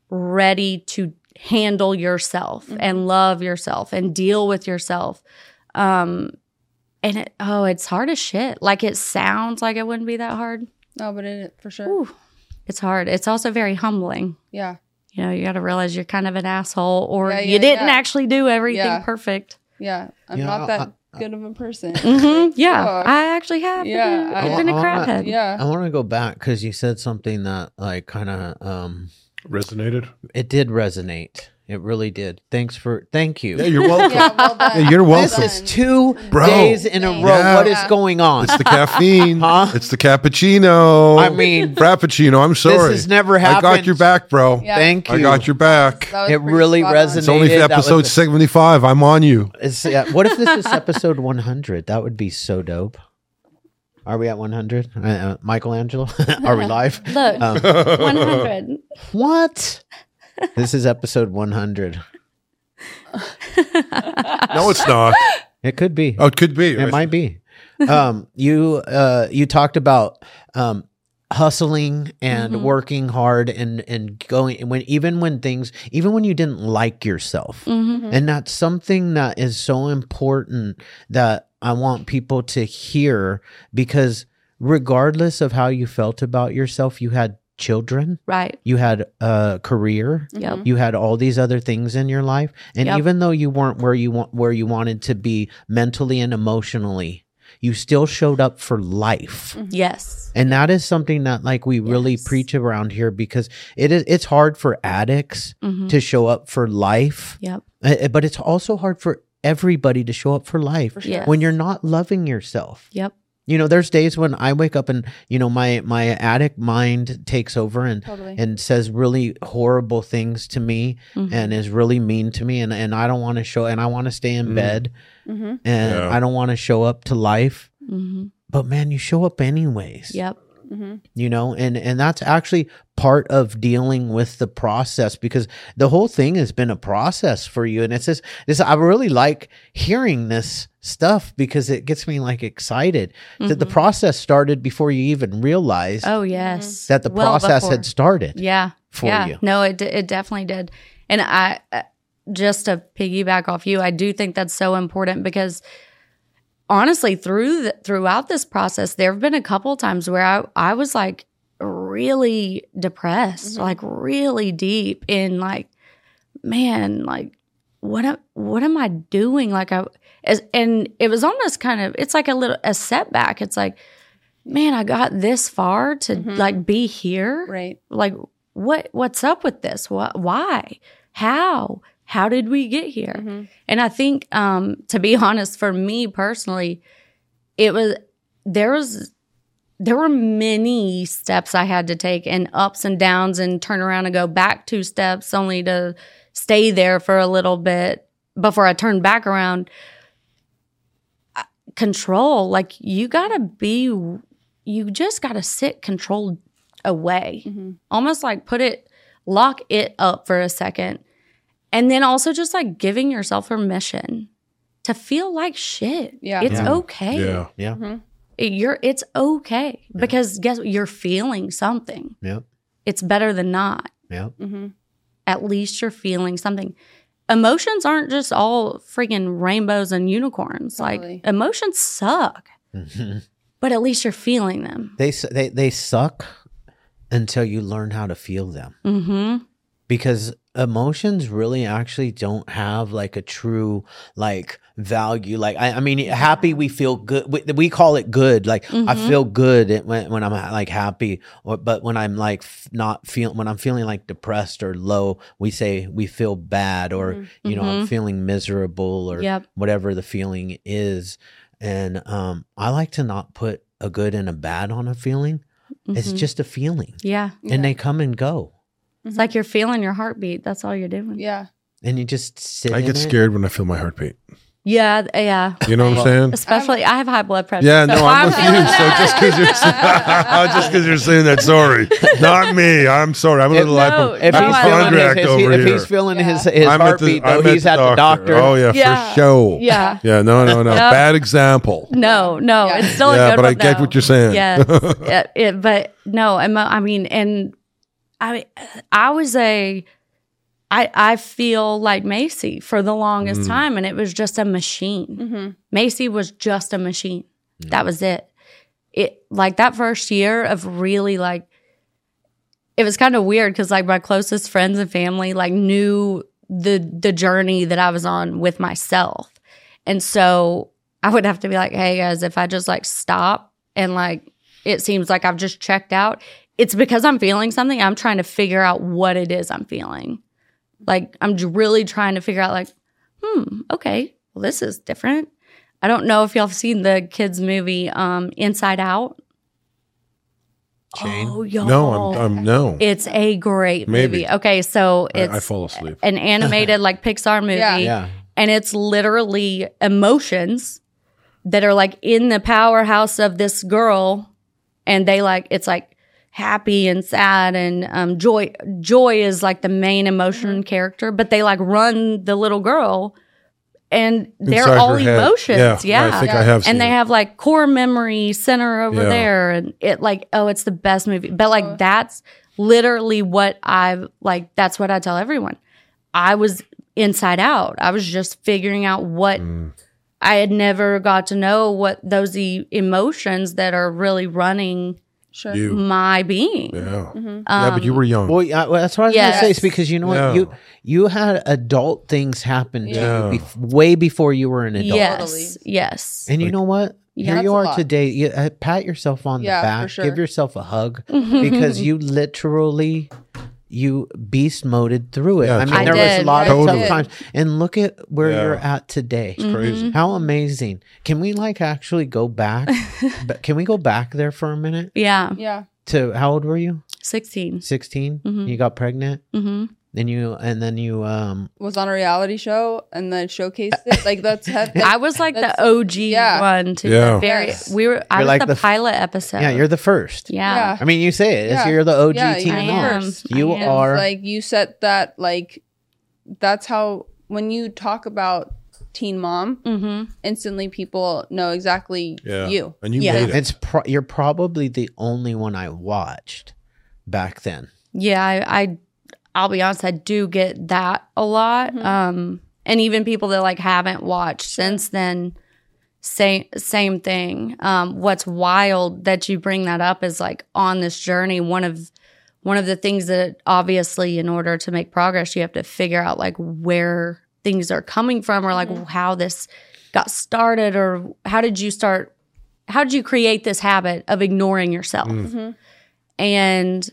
Speaker 1: ready to handle yourself
Speaker 2: Mm-hmm.
Speaker 1: and love yourself and deal with yourself. Um, and it, oh, it's hard as shit. Like it sounds like it wouldn't be that hard.
Speaker 2: No, but it for sure.
Speaker 1: Ooh, it's hard. It's also very humbling.
Speaker 2: Yeah.
Speaker 1: You know, you got to realize you're kind of an asshole, or
Speaker 2: Yeah, yeah,
Speaker 1: you didn't
Speaker 2: yeah.
Speaker 1: actually do everything
Speaker 2: Yeah.
Speaker 1: perfect.
Speaker 2: Yeah. I'm
Speaker 4: You know,
Speaker 2: not
Speaker 4: I-
Speaker 2: that good of a person.
Speaker 1: hmm Yeah,
Speaker 2: Fuck.
Speaker 1: I actually have.
Speaker 2: Oh. Yeah,
Speaker 1: Yeah,
Speaker 2: I-
Speaker 1: I've been a
Speaker 4: Oh, I-
Speaker 1: crabhead.
Speaker 2: yeah.
Speaker 4: I want to go back because you said something that like kind of um
Speaker 3: Resonated.
Speaker 4: it did resonate. It really did. Thanks for thank you.
Speaker 3: Yeah, you're welcome.
Speaker 2: Yeah, well done.
Speaker 3: Yeah, you're
Speaker 4: this
Speaker 3: welcome.
Speaker 4: is two
Speaker 3: Bro.
Speaker 4: days in a row.
Speaker 2: Thanks.
Speaker 3: Yeah.
Speaker 4: What is
Speaker 2: Yeah.
Speaker 4: going on?
Speaker 3: It's the caffeine.
Speaker 4: Huh?
Speaker 3: It's the cappuccino.
Speaker 4: I mean,
Speaker 3: frappuccino. I'm sorry.
Speaker 4: has never
Speaker 3: I
Speaker 4: happened.
Speaker 3: got your back, bro.
Speaker 2: Yeah.
Speaker 4: Thank you.
Speaker 3: I got your back.
Speaker 2: That was
Speaker 4: It
Speaker 2: pretty
Speaker 4: really
Speaker 2: spot on.
Speaker 4: resonates.
Speaker 3: It's only
Speaker 4: That was
Speaker 3: episode
Speaker 4: the-
Speaker 3: 75. I'm on you.
Speaker 4: It's- yeah, what if this is episode 100? That would be so dope. Are we at 100? Uh, uh, Michelangelo? Are we live?
Speaker 1: Look,
Speaker 4: Um,
Speaker 1: one hundred.
Speaker 4: what? This is episode 100.
Speaker 3: No, it's not.
Speaker 4: It could be.
Speaker 3: Oh, it could be.
Speaker 4: It might be. Um, you uh, you talked about um, hustling and
Speaker 1: Mhm.
Speaker 4: working hard and and going and when even when things even when you didn't like yourself.
Speaker 1: Mm-hmm.
Speaker 4: And that's something that is so important that I want people to hear because regardless of how you felt about yourself, you had children,
Speaker 1: Right.
Speaker 4: you had a career,
Speaker 1: Yep.
Speaker 2: Mhm.
Speaker 4: you had all these other things in your life. And
Speaker 1: Yep.
Speaker 4: even though you weren't where you want where you wanted to be mentally and emotionally, you still showed up for life.
Speaker 1: Yes.
Speaker 4: And that is something that like we really
Speaker 1: Yes.
Speaker 4: preach around here because it is it's hard for addicts
Speaker 1: Mhm.
Speaker 4: to show up for life.
Speaker 1: Yep.
Speaker 4: Uh, uh, But it's also hard for everybody to show up for life
Speaker 2: For sure.
Speaker 1: Yes.
Speaker 4: when you're not loving yourself.
Speaker 1: Yep.
Speaker 4: You know, there's days when I wake up and you know my my addict mind takes over and
Speaker 2: Totally.
Speaker 4: and says really horrible things to me
Speaker 1: Mhm.
Speaker 4: and is really mean to me and and I don't want to show and I want to stay in
Speaker 3: Mm.
Speaker 4: bed
Speaker 2: hmm
Speaker 4: and
Speaker 3: Yeah.
Speaker 4: I don't want to show up to life.
Speaker 1: Mhm.
Speaker 4: But man, you show up anyways
Speaker 1: Yep.
Speaker 2: hmm
Speaker 4: you know and and that's actually part of dealing with the process because the whole thing has been a process for you and it's just this i really like hearing this stuff because it gets me like excited that the
Speaker 1: Mhm.
Speaker 4: process started before you even realized
Speaker 1: Oh yes.
Speaker 4: that the
Speaker 1: Well
Speaker 4: process
Speaker 1: before.
Speaker 4: had started
Speaker 1: Yeah.
Speaker 4: for
Speaker 1: yeah.
Speaker 4: you
Speaker 1: No, it d- it definitely did. And I uh, just to piggyback off you, I do think that's so important because honestly, through the, throughout this process, there have been a couple times where I I was like really depressed,
Speaker 4: Mm-hmm.
Speaker 2: Mhm.
Speaker 1: like really deep in like man, like what am, what am I doing? Like I as, and it was almost kind of it's like a little a setback. It's like man, I got this far to
Speaker 4: Mm-hmm.
Speaker 2: Mhm.
Speaker 1: like be here
Speaker 2: Right.
Speaker 1: like what what's up with this what why how how did we get here
Speaker 2: hmm
Speaker 1: and i think um to be honest for me personally it was there was there were many steps i had to take and ups and downs and turn around and go back two steps only to stay there for a little bit before i turned back around I- control like you gotta be you just gotta sit controlled away
Speaker 2: hmm
Speaker 1: almost like put it lock it up for a second and then also just like giving yourself permission to feel like shit
Speaker 2: Yeah.
Speaker 1: it's
Speaker 4: Yeah.
Speaker 1: okay
Speaker 3: Yeah.
Speaker 4: yeah
Speaker 1: It- you're it's okay because guess what you're feeling something
Speaker 4: yeah
Speaker 1: it's better than not
Speaker 4: yeah
Speaker 2: hmm
Speaker 1: at least you're feeling something emotions aren't just all freaking rainbows and unicorns
Speaker 2: Totally.
Speaker 1: like emotions suck
Speaker 4: Mhm.
Speaker 1: but at least you're feeling them
Speaker 4: they su- they they suck until you learn how to feel them
Speaker 1: mm-hmm
Speaker 4: because emotions really actually don't have like a true like value like i, I mean happy we feel good we, we call it good like i
Speaker 1: Mhm.
Speaker 4: feel good at- when, when i'm like happy or, but when i'm like f- not feeling when i'm feeling like depressed or low we say we feel bad or
Speaker 2: Mhm.
Speaker 4: you know i'm
Speaker 1: Mhm.
Speaker 4: feeling miserable or
Speaker 1: yep
Speaker 4: whatever the feeling is and um i like to not put a good and a bad on a feeling it's
Speaker 1: Mhm.
Speaker 4: just a feeling
Speaker 1: yeah
Speaker 2: Yeah.
Speaker 4: and they come and go
Speaker 1: it's like you're feeling your heartbeat that's all you're doing
Speaker 2: Yeah.
Speaker 4: and you just sit.
Speaker 3: I
Speaker 4: in
Speaker 3: get
Speaker 4: it.
Speaker 3: scared when I feel my heartbeat.
Speaker 1: Yeah, th- yeah.
Speaker 3: You know what I'm saying?
Speaker 1: Especially, I have high blood pressure.
Speaker 3: Yeah,
Speaker 1: so
Speaker 3: no,
Speaker 1: if
Speaker 3: I'm with you.
Speaker 1: feeling
Speaker 3: So
Speaker 1: that-
Speaker 3: just because you're Oh, just because you're saying that, sorry, not me. I'm sorry. I'm a little
Speaker 1: no,
Speaker 3: hypo-
Speaker 4: If he's feeling his,
Speaker 3: hypochondriac
Speaker 4: his-
Speaker 3: over
Speaker 4: if
Speaker 3: here.
Speaker 4: he's feeling his,
Speaker 3: I'm at
Speaker 4: his
Speaker 3: the-
Speaker 4: heartbeat, though,
Speaker 3: I'm
Speaker 4: he's at the doctor.
Speaker 3: Oh yeah,
Speaker 1: Yeah.
Speaker 3: for sure.
Speaker 1: Yeah.
Speaker 3: Yeah. No. No. No.
Speaker 1: Yeah.
Speaker 3: Bad example.
Speaker 1: No, no,
Speaker 2: Yeah.
Speaker 1: it's still a
Speaker 3: Yeah,
Speaker 1: good
Speaker 3: but I
Speaker 1: one.
Speaker 3: get
Speaker 1: though.
Speaker 3: what you're saying.
Speaker 1: Yeah, it, Uh, it- but no, I'm, I mean, and I, I was a, I, I feel like Macy for the longest time, and it was just a machine.
Speaker 2: Mm-hmm.
Speaker 1: Macy was just a machine. That was it. It like that first year of really like it was kind of weird because like my closest friends and family like knew the the journey that I was on with myself. And so I would have to be like, hey guys, if I just like stop and like it seems like I've just checked out, it's because I'm feeling something. I'm trying to figure out what it is I'm feeling. Like I'm j- really trying to figure out like, hmm, okay, well this is different. I don't know if y'all have seen the kids movie um Inside Out.
Speaker 4: Jane?
Speaker 1: Oh, y'all.
Speaker 3: No. I'm. I'm no.
Speaker 1: It's a great
Speaker 3: Maybe.
Speaker 1: movie. Okay, so
Speaker 3: I,
Speaker 1: it's
Speaker 3: I fall asleep.
Speaker 1: an animated like Pixar movie,
Speaker 2: Yeah.
Speaker 3: Oh,
Speaker 4: Yeah.
Speaker 1: and it's literally emotions that are like in the powerhouse of this girl, and they like it's like happy and sad and um, joy. Joy is like the main emotion character, but they like run the little girl, and they're
Speaker 3: Inside
Speaker 1: all
Speaker 3: her head.
Speaker 1: emotions. Yeah,
Speaker 3: I think I have. seen
Speaker 1: and they
Speaker 3: it.
Speaker 1: have like core memory center over
Speaker 3: Yeah.
Speaker 1: there and it like oh it's the best movie but like that's literally what i've like that's what i tell everyone i was inside out i was just figuring out what
Speaker 3: Mm.
Speaker 1: i had never got to know what those e- emotions that are really running
Speaker 2: Sure. Mm-hmm.
Speaker 3: you.
Speaker 1: my being Um,
Speaker 3: Yeah. yeah, but you were young.
Speaker 4: Um, Well, yeah, well, that's what I was
Speaker 1: Yes.
Speaker 4: gonna say. It's because you know what
Speaker 3: Yeah.
Speaker 4: you you had adult things happen
Speaker 3: Yeah.
Speaker 4: to you bef- way before you were an adult.
Speaker 1: yes
Speaker 2: Totally.
Speaker 1: yes
Speaker 4: And you know what?
Speaker 2: Yeah,
Speaker 4: Here
Speaker 2: that's
Speaker 4: you
Speaker 2: a
Speaker 4: are
Speaker 2: lot.
Speaker 4: today. You, uh, pat yourself on
Speaker 2: Yeah,
Speaker 4: the
Speaker 2: for
Speaker 4: back.
Speaker 2: sure.
Speaker 4: Give yourself a hug because you literally you beast moded through it.
Speaker 3: Yeah,
Speaker 4: I mean,
Speaker 3: I
Speaker 4: there was
Speaker 1: did. Mm-hmm.
Speaker 4: a lot
Speaker 2: I
Speaker 4: of tough
Speaker 2: did.
Speaker 4: times. And look at where
Speaker 3: Yeah.
Speaker 4: you're at today.
Speaker 3: Crazy.
Speaker 4: How amazing. Can we like actually go back? but can we go back there for a minute
Speaker 1: yeah
Speaker 2: Yeah.
Speaker 4: to how old were you?
Speaker 1: 16
Speaker 4: 16?
Speaker 1: Mhm.
Speaker 4: You got pregnant?
Speaker 1: hmm
Speaker 4: And you and then you um
Speaker 2: Was on a reality show and then showcased it. Like that's hefty.
Speaker 1: i was like the
Speaker 2: That's-
Speaker 1: og
Speaker 2: yeah.
Speaker 1: one to
Speaker 3: Yeah.
Speaker 1: the very
Speaker 2: Yes.
Speaker 1: we were i
Speaker 4: You're
Speaker 1: was
Speaker 4: like
Speaker 1: the,
Speaker 4: the f-
Speaker 1: pilot episode
Speaker 4: yeah, you're the first.
Speaker 1: yeah.
Speaker 4: I mean, you say it. It's
Speaker 2: Yeah.
Speaker 4: You're the OG
Speaker 2: Yeah,
Speaker 4: team.
Speaker 1: I
Speaker 2: you
Speaker 4: on.
Speaker 1: am.
Speaker 2: first.
Speaker 4: You
Speaker 1: I am.
Speaker 4: are
Speaker 2: like you set that like that's how when you talk about teen mom
Speaker 1: Mm-hmm.
Speaker 2: instantly people know exactly
Speaker 3: Yeah.
Speaker 2: you
Speaker 3: And you
Speaker 1: Yeah.
Speaker 3: made it.
Speaker 4: It's pro- you're probably the only one I watched back then.
Speaker 1: Yeah, I, I I'll be honest, I do get that a lot. Um and even people that like haven't watched since then same same thing. Um what's wild that you bring that up is like on this journey one of one of the things that obviously in order to make progress you have to figure out like where things are coming from or like how this got started or how did you start how did you create this habit of ignoring yourself?
Speaker 2: Mm-hmm.
Speaker 1: And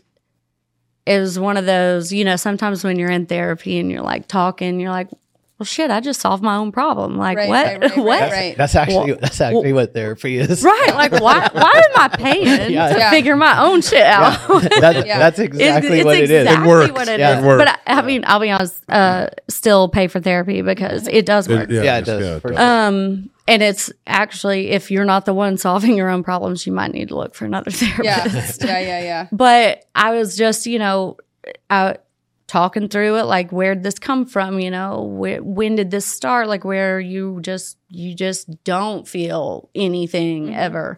Speaker 1: it was one of those, you know, sometimes when you're in therapy and you're like talking, you're like, well, shit, I just solved my own problem. Like,
Speaker 2: Right,
Speaker 1: what?
Speaker 2: right, right, right,
Speaker 1: what?
Speaker 2: right.
Speaker 1: Right.
Speaker 4: That's actually that's actually what therapy is.
Speaker 1: Like, why, why am I paying
Speaker 4: Yeah.
Speaker 1: to
Speaker 2: Yeah.
Speaker 1: figure my own shit out?
Speaker 4: That-
Speaker 2: Yeah.
Speaker 4: That's exactly what it is.
Speaker 1: exactly
Speaker 3: It works.
Speaker 1: what it
Speaker 4: Yeah.
Speaker 1: is.
Speaker 3: It works.
Speaker 1: But I, I mean, I'll be honest, uh, still pay for therapy because it does work.
Speaker 3: It- yeah,
Speaker 4: Yeah, it
Speaker 3: it's-
Speaker 4: does.
Speaker 3: yeah, it
Speaker 4: For
Speaker 3: does.
Speaker 4: sure.
Speaker 1: Um, and it's actually, if you're not the one solving your own problems, you might need to look for another therapist.
Speaker 2: yeah yeah yeah yeah
Speaker 1: but I was just, you know, out talking through it, like where'd this come from? You know, where, when did this start? Like where you just you just don't feel anything ever,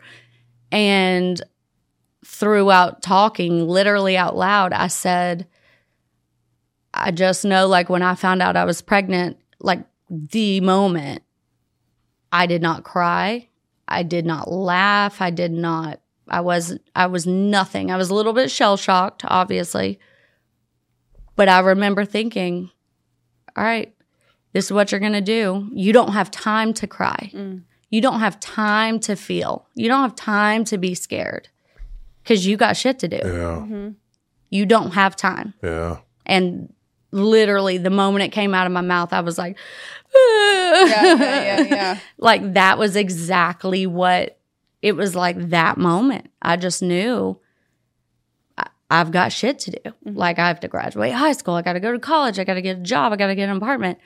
Speaker 1: and throughout talking, literally out loud, I said, I just know, like when I found out I was pregnant, like the moment I did not cry. I did not laugh. I did not I was I was nothing. I was a little bit shell shocked, obviously. But I remember thinking, all right, this is what you're going to do. You don't have time to cry. You don't have time to feel. You don't have time to be scared cuz you got shit to do.
Speaker 3: Yeah.
Speaker 2: Mm-hmm.
Speaker 1: You don't have time.
Speaker 3: Yeah.
Speaker 1: And literally the moment it came out of my mouth, I was like
Speaker 2: yeah yeah yeah, yeah.
Speaker 1: like that was exactly what it was like that moment i just knew I, i've got shit to do like i have to graduate high school i gotta go to college i gotta get a job i gotta get an apartment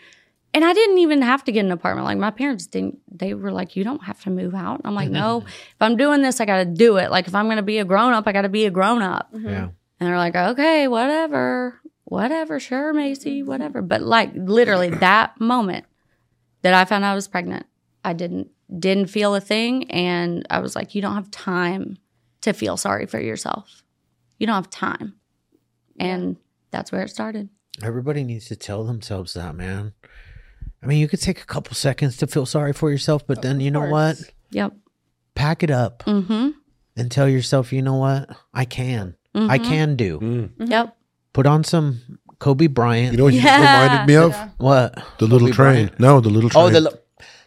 Speaker 1: and I didn't even have to get an apartment. Like my parents didn't. They were like, "You don't have to move out." And I'm like, "No. if I'm doing this, I got to do it. Like if I'm going to be a grown up, I got to be a grown up."
Speaker 2: Mm-hmm.
Speaker 4: Yeah.
Speaker 1: And they're like, okay, whatever, whatever, sure, Macy, whatever. But like literally that moment that I found out I was pregnant, I didn't didn't feel a thing, and I was like, you don't have time to feel sorry for yourself. You don't have time, and that's where it started.
Speaker 4: Everybody needs to tell themselves that, man. I mean, you could take a couple seconds to feel sorry for yourself, but then you know what?
Speaker 2: course.
Speaker 1: Yep.
Speaker 4: Pack it up
Speaker 1: Mm-hmm.
Speaker 4: and tell yourself, you know what? I can. I can do.
Speaker 1: Yep.
Speaker 4: Put on some Kobe Bryant.
Speaker 3: Mm. You know what you just
Speaker 1: Yeah.
Speaker 3: reminded me of?
Speaker 4: what?
Speaker 3: The little
Speaker 4: Kobe
Speaker 3: train.
Speaker 4: Bryant.
Speaker 3: No, the little train.
Speaker 4: Oh, the li-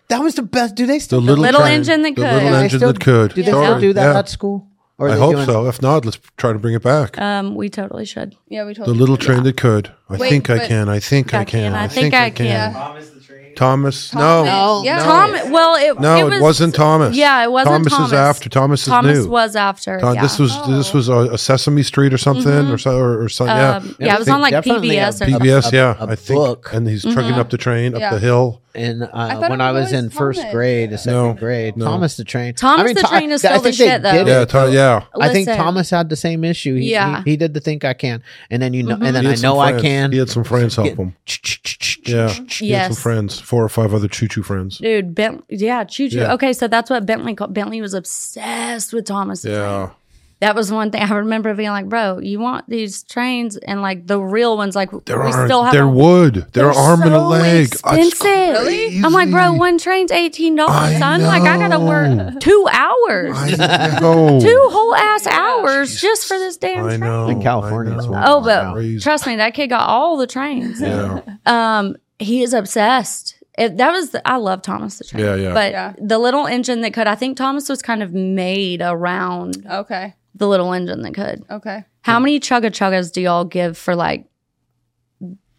Speaker 4: that was the best. Do they
Speaker 3: the
Speaker 4: still do-
Speaker 3: little,
Speaker 1: little
Speaker 3: train.
Speaker 1: engine that
Speaker 3: the
Speaker 1: could.
Speaker 3: little
Speaker 1: Yeah, they
Speaker 3: engine
Speaker 4: still-
Speaker 3: that could.
Speaker 4: do they
Speaker 3: Sorry.
Speaker 4: still do that
Speaker 3: Yeah.
Speaker 4: at school? Or are
Speaker 3: I
Speaker 4: they
Speaker 3: hope
Speaker 4: doing-
Speaker 3: so. If not, let's try to bring it back.
Speaker 1: Um, we totally should.
Speaker 2: Yeah, we told
Speaker 3: the
Speaker 2: you.
Speaker 3: little train that could. I
Speaker 2: Wait,
Speaker 3: think I
Speaker 2: but-
Speaker 3: can. I think I can. I think I can. Thomas. No.
Speaker 2: No. Yeah.
Speaker 1: Tom. Well, it
Speaker 3: No,
Speaker 1: it, was,
Speaker 3: it, was, not Thomas.
Speaker 1: Yeah, it wasn't
Speaker 3: Thomas.
Speaker 1: Thomas.
Speaker 3: is after. Thomas is
Speaker 1: Thomas
Speaker 3: new.
Speaker 1: was after.
Speaker 3: Tom-
Speaker 1: yeah.
Speaker 3: Uh,
Speaker 1: Mm-hmm.
Speaker 3: This was this was uh, a, a Sesame Street or something or so or, or something. Yeah.
Speaker 1: Um, yeah, it was
Speaker 4: They
Speaker 1: on like
Speaker 4: definitely
Speaker 1: PBS
Speaker 4: have
Speaker 1: or something.
Speaker 3: PBS.
Speaker 4: a-
Speaker 3: yeah,
Speaker 4: a
Speaker 3: I think.
Speaker 4: book.
Speaker 3: And he's
Speaker 1: Mm-hmm.
Speaker 3: trucking up the train
Speaker 2: Yeah.
Speaker 3: up the hill.
Speaker 4: And uh,
Speaker 2: thought
Speaker 4: when
Speaker 2: it
Speaker 4: I
Speaker 2: was
Speaker 4: was in
Speaker 2: always
Speaker 4: first
Speaker 2: Thomas.
Speaker 4: grade, a second
Speaker 3: No,
Speaker 4: grade,
Speaker 3: no.
Speaker 4: Thomas the Train.
Speaker 1: Thomas the
Speaker 4: Tho-
Speaker 1: Train is
Speaker 4: I
Speaker 1: still the
Speaker 4: think they
Speaker 1: shit, though.
Speaker 4: did it,
Speaker 3: Yeah, Tom, yeah.
Speaker 4: I think
Speaker 1: Listen.
Speaker 4: Thomas had the same issue. He,
Speaker 1: Yeah.
Speaker 4: he, he did the think I can, and then you know, and then
Speaker 3: He
Speaker 4: I
Speaker 3: had some
Speaker 4: know I
Speaker 3: friends.
Speaker 4: can.
Speaker 3: He had some friends help him. Yeah, he had some
Speaker 1: Yes.
Speaker 3: friends, four or five other choo choo friends.
Speaker 1: Dude, Bentley. Yeah, Choo Choo.
Speaker 3: Yeah.
Speaker 1: Okay, so that's what Bentley called. Bentley was obsessed with Thomas. the Train.
Speaker 3: Yeah,
Speaker 1: That was one thing I remember being like, bro, you want these trains and like the real ones, like
Speaker 3: there
Speaker 1: we
Speaker 3: are
Speaker 1: still have.
Speaker 3: there
Speaker 1: a-
Speaker 3: would there
Speaker 1: they're
Speaker 3: are arm and a
Speaker 1: so
Speaker 3: leg. It's
Speaker 1: Expensive. Oh I'm like, bro,
Speaker 3: crazy.
Speaker 1: one train's $18,
Speaker 3: I
Speaker 1: son. Like, I got to
Speaker 3: know.
Speaker 1: work two hours,
Speaker 3: I know.
Speaker 1: two whole ass hours just for this damn
Speaker 3: I
Speaker 1: train.
Speaker 3: know.
Speaker 4: In California,
Speaker 3: I
Speaker 4: it's
Speaker 3: know.
Speaker 4: one.
Speaker 1: Oh, but
Speaker 3: Crazy.
Speaker 1: trust me, that kid got all the trains.
Speaker 3: Yeah.
Speaker 1: Um, he is obsessed. It, that was the, I love Thomas the Train.
Speaker 3: Yeah, yeah.
Speaker 1: But
Speaker 2: Yeah.
Speaker 1: the little engine that could, I think Thomas was kind of made around
Speaker 2: Okay.
Speaker 1: the little engine that could.
Speaker 2: Okay.
Speaker 1: How many chugga chuggas do y'all give for like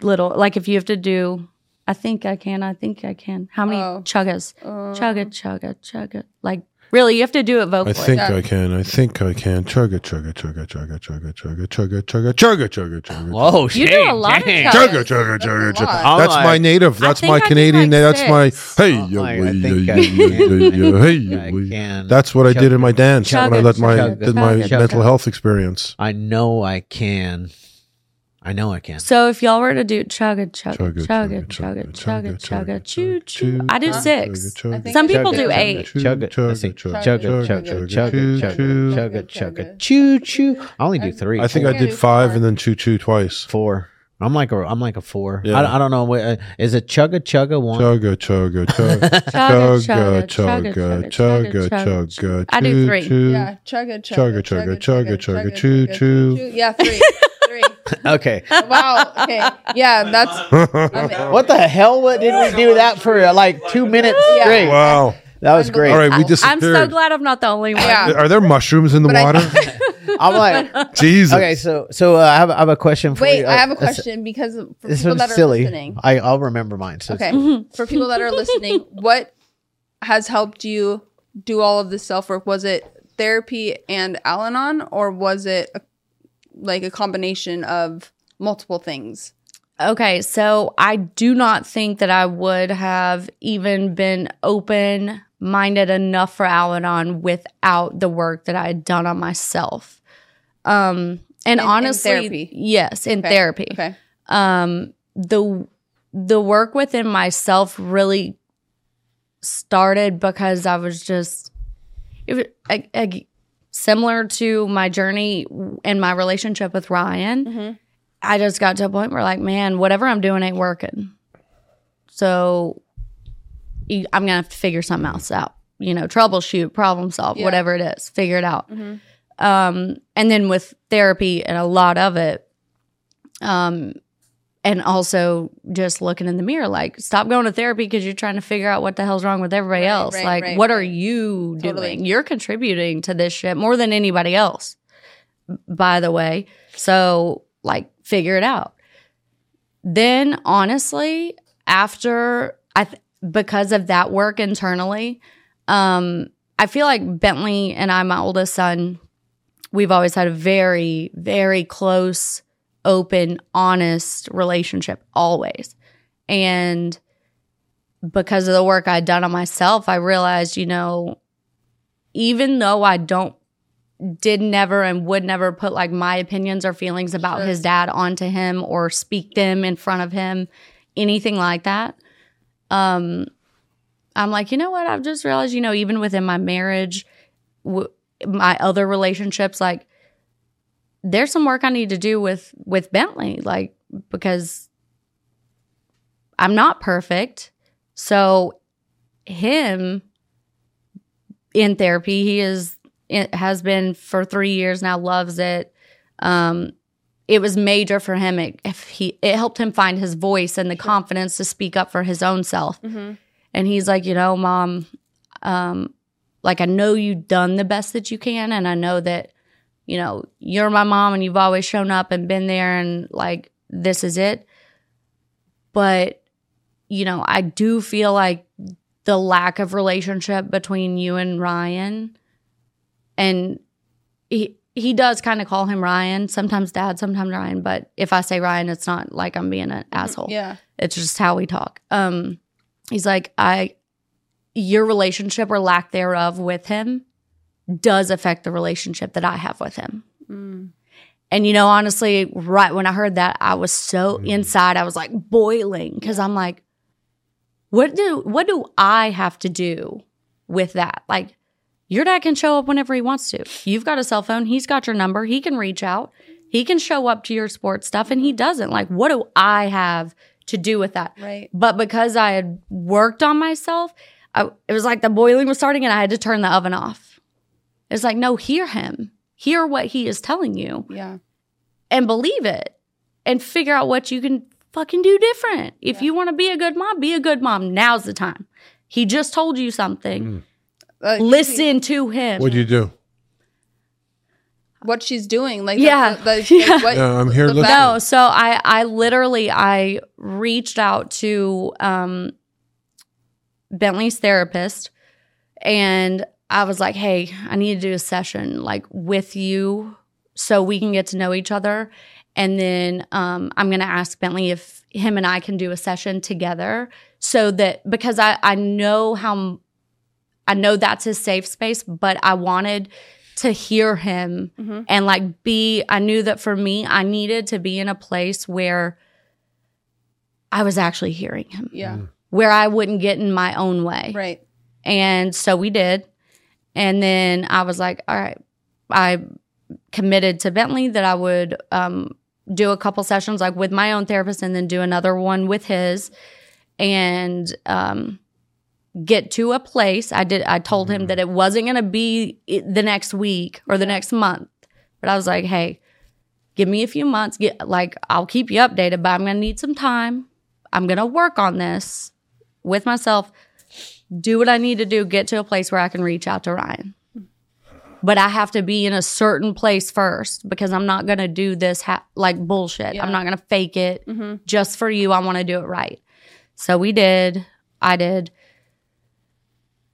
Speaker 1: little? Like if you have to do, I think I can. I think I can. How many
Speaker 2: Oh.
Speaker 1: chuggas?
Speaker 2: Uh,
Speaker 1: Chugga chugga chugga. Like really, you have to do it
Speaker 3: I
Speaker 1: vocally.
Speaker 3: think
Speaker 2: Yeah.
Speaker 3: I can. I think I can. Chugga chugga chugga chugga chugga chugga chugga chugga chugga chugga chugga.
Speaker 4: Whoa,
Speaker 1: you do a lot
Speaker 4: dang.
Speaker 1: of chuggas.
Speaker 3: Chugga chugga
Speaker 2: That's
Speaker 3: chugga
Speaker 2: a
Speaker 3: chugga.
Speaker 2: lot.
Speaker 4: I'm
Speaker 3: That's my
Speaker 4: like-
Speaker 3: native. That's
Speaker 1: think
Speaker 3: my
Speaker 1: I do
Speaker 3: Canadian.
Speaker 1: like
Speaker 3: That's my
Speaker 1: six.
Speaker 3: hey.
Speaker 4: Oh,
Speaker 3: yo,
Speaker 4: I- I
Speaker 3: wee,
Speaker 4: think
Speaker 3: yo,
Speaker 4: I
Speaker 3: wee,
Speaker 4: can.
Speaker 3: yo, yo, Hey. yo,
Speaker 4: I
Speaker 3: wee.
Speaker 4: can.
Speaker 3: That's what I did
Speaker 4: Chugga,
Speaker 3: in my dance when I
Speaker 1: chugga,
Speaker 3: let my
Speaker 1: chugga,
Speaker 3: did my
Speaker 1: chugga.
Speaker 3: mental health experience.
Speaker 4: I know I can. I know I can.
Speaker 1: So if y'all were to do chugga chugga
Speaker 3: Chugga
Speaker 1: chugga chugga chugga chugga choo choo, I do
Speaker 2: Huh?
Speaker 1: six.
Speaker 3: chugga,
Speaker 2: I think
Speaker 1: Some
Speaker 2: I
Speaker 1: people
Speaker 2: did
Speaker 1: do
Speaker 2: that.
Speaker 1: eight.
Speaker 4: Chugga,
Speaker 3: Chugga,
Speaker 4: let's see.
Speaker 3: chugga,
Speaker 4: Chugga,
Speaker 2: chugga,
Speaker 4: chugga, chugga,
Speaker 3: choo,
Speaker 4: chugga,
Speaker 2: choo.
Speaker 4: chugga, choo, choo. I only do three.
Speaker 3: I think
Speaker 4: four.
Speaker 3: I did five and then choo choo twice.
Speaker 4: four. I'm like a I'm like a four.
Speaker 3: Yeah.
Speaker 4: I, I don't know. What, uh, is it chugga chugga one?
Speaker 3: Chugga chugga chugga
Speaker 1: Chugga,
Speaker 3: chugga chugga
Speaker 1: chugga,
Speaker 3: chugga
Speaker 1: chugga,
Speaker 3: chugga.
Speaker 1: chugga. I do
Speaker 3: choo,
Speaker 1: three.
Speaker 3: choo.
Speaker 2: Yeah. Chugga
Speaker 3: Chugga,
Speaker 2: chugga
Speaker 3: chugga, chugga, chugga, choo, choo.
Speaker 2: Yeah. Three. Three.
Speaker 4: Okay.
Speaker 2: Wow. Okay. Yeah. That's. I mean,
Speaker 4: What the hell? What did we do that for? uh, Like two minutes
Speaker 2: Yeah.
Speaker 4: straight.
Speaker 3: Wow.
Speaker 4: That was great.
Speaker 3: All right, we
Speaker 1: I'm
Speaker 3: disappeared.
Speaker 1: so glad I'm not the only one.
Speaker 2: Yeah.
Speaker 3: Are there mushrooms in the
Speaker 2: But I-
Speaker 3: water?
Speaker 4: I'm like,
Speaker 3: Jesus.
Speaker 4: okay. So so uh, I have I have a question for
Speaker 2: Wait.
Speaker 4: you.
Speaker 2: I have a
Speaker 4: Uh, this-
Speaker 2: question because for
Speaker 4: This
Speaker 2: people that
Speaker 4: one's
Speaker 2: are
Speaker 4: silly.
Speaker 2: listening.
Speaker 4: I I'll remember mine. So it's-
Speaker 2: Okay.
Speaker 1: Mm-hmm.
Speaker 2: For people that are listening, what has helped you do all of this self work? Was it therapy and Al Anon, or was it a, like a combination of multiple things?
Speaker 1: Okay, so I do not think that I would have even been open minded enough for Al Anon without the work that I had done on myself. Um, and
Speaker 2: In- in
Speaker 1: honestly,
Speaker 2: therapy?
Speaker 1: yes, in
Speaker 2: Okay,
Speaker 1: therapy.
Speaker 2: Okay.
Speaker 1: Um, the the work within myself really started because I was just it was, I, I- similar to my journey and my relationship with Ryan. I just got to a point where like, man, whatever I'm doing ain't working. So you- I'm gonna have to figure something else out. You know, troubleshoot, problem solve,
Speaker 2: Yeah.
Speaker 1: whatever it is, figure it out.
Speaker 2: Mm-hmm.
Speaker 1: Um, and then with therapy and a lot of it, um, and also just looking in the mirror, like stop going to therapy because you're trying to figure out what the hell's wrong with everybody
Speaker 2: Right,
Speaker 1: else.
Speaker 2: right,
Speaker 1: like,
Speaker 2: right,
Speaker 1: what are
Speaker 2: right.
Speaker 1: you
Speaker 2: Totally.
Speaker 1: doing? You're contributing to this shit more than anybody else, by the way. So, like, figure it out. Then, honestly, after I, th- because of that work internally, um, I feel like Bentley and I, my oldest son, we've always had a very, very close, open, honest relationship, always. And because of the work I'd done on myself, I realized, you know, even though I don't did never and would never put like my opinions or feelings about
Speaker 2: Sure.
Speaker 1: his dad onto him or speak them in front of him, anything like that. Um, I'm like, you know what? I've just realized, you know, even within my marriage, w- my other relationships, like there's some work I need to do with with Bentley, like because I'm not perfect. So him in therapy, he is it has been for three years now, loves it. Um, it was major for him. It, if he it helped him find his voice and the confidence to speak up for his own self.
Speaker 2: Mm-hmm.
Speaker 1: And he's like, you know, mom, um, like I know you've done the best that you can, and I know that, you know, you're my mom and you've always shown up and been there, and like this is it. But, you know, I do feel like the lack of relationship between you and Ryan, and he. He does kind of call him Ryan, sometimes dad, sometimes Ryan, but if I say Ryan, it's not like I'm being an asshole
Speaker 2: Yeah.
Speaker 1: it's just how we talk um he's like i your relationship or lack thereof with him does affect the relationship that i have with him
Speaker 2: Mm.
Speaker 1: and you know honestly right when i heard that i was so inside i was like boiling cuz i'm like what do what do i have to do with that like your dad can show up whenever he wants to you've got a cell phone he's got your number he can reach out he can show up to your sports stuff and he doesn't like what do i have to do with that
Speaker 2: Right.
Speaker 1: but because I had worked on myself, I, it was like the boiling was starting and I had to turn the oven off. It's like, no, hear him, hear what he is telling you,
Speaker 2: Yeah.
Speaker 1: and believe it, and figure out what you can fucking do different. If
Speaker 2: Yeah.
Speaker 1: you want to be a good mom, be a good mom. Now's the time. He just told you something.
Speaker 3: Mm.
Speaker 2: Like,
Speaker 1: Listen to him.
Speaker 3: What do you do?
Speaker 2: What she's doing. Like,
Speaker 1: Yeah.
Speaker 2: That's, that's,
Speaker 1: Yeah.
Speaker 2: what,
Speaker 3: Yeah, I'm here
Speaker 2: the
Speaker 3: listening.
Speaker 2: fact-
Speaker 1: No, so I I literally I reached out to um Bentley's therapist and I was like, "Hey, I need to do a session like with you so we can get to know each other and then um I'm going to ask Bentley if him and I can do a session together so that because I I know how I know that's his safe space, but I wanted to hear him
Speaker 2: Mhm.
Speaker 1: and like be I knew that for me I needed to be in a place where I was actually hearing him,
Speaker 2: Yeah.
Speaker 1: where I wouldn't get in my own way.
Speaker 2: Right.
Speaker 1: And so we did. And then I was like, all right, I committed to Bentley that I would um, do a couple sessions like with my own therapist and then do another one with his and um, get to a place. I did, I told him that it wasn't going to be it- the next week or the next month, but I was like, hey, give me a few months. Get like, I'll keep you updated, but I'm going to need some time. I'm going to work on this with myself do what I need to do, get to a place where I can reach out to Ryan. But I have to be in a certain place first because I'm not going to do this ha- like bullshit.
Speaker 2: Yeah.
Speaker 1: I'm not going to fake it
Speaker 2: Mhm.
Speaker 1: just for you. I want to do it right. So we did. I did.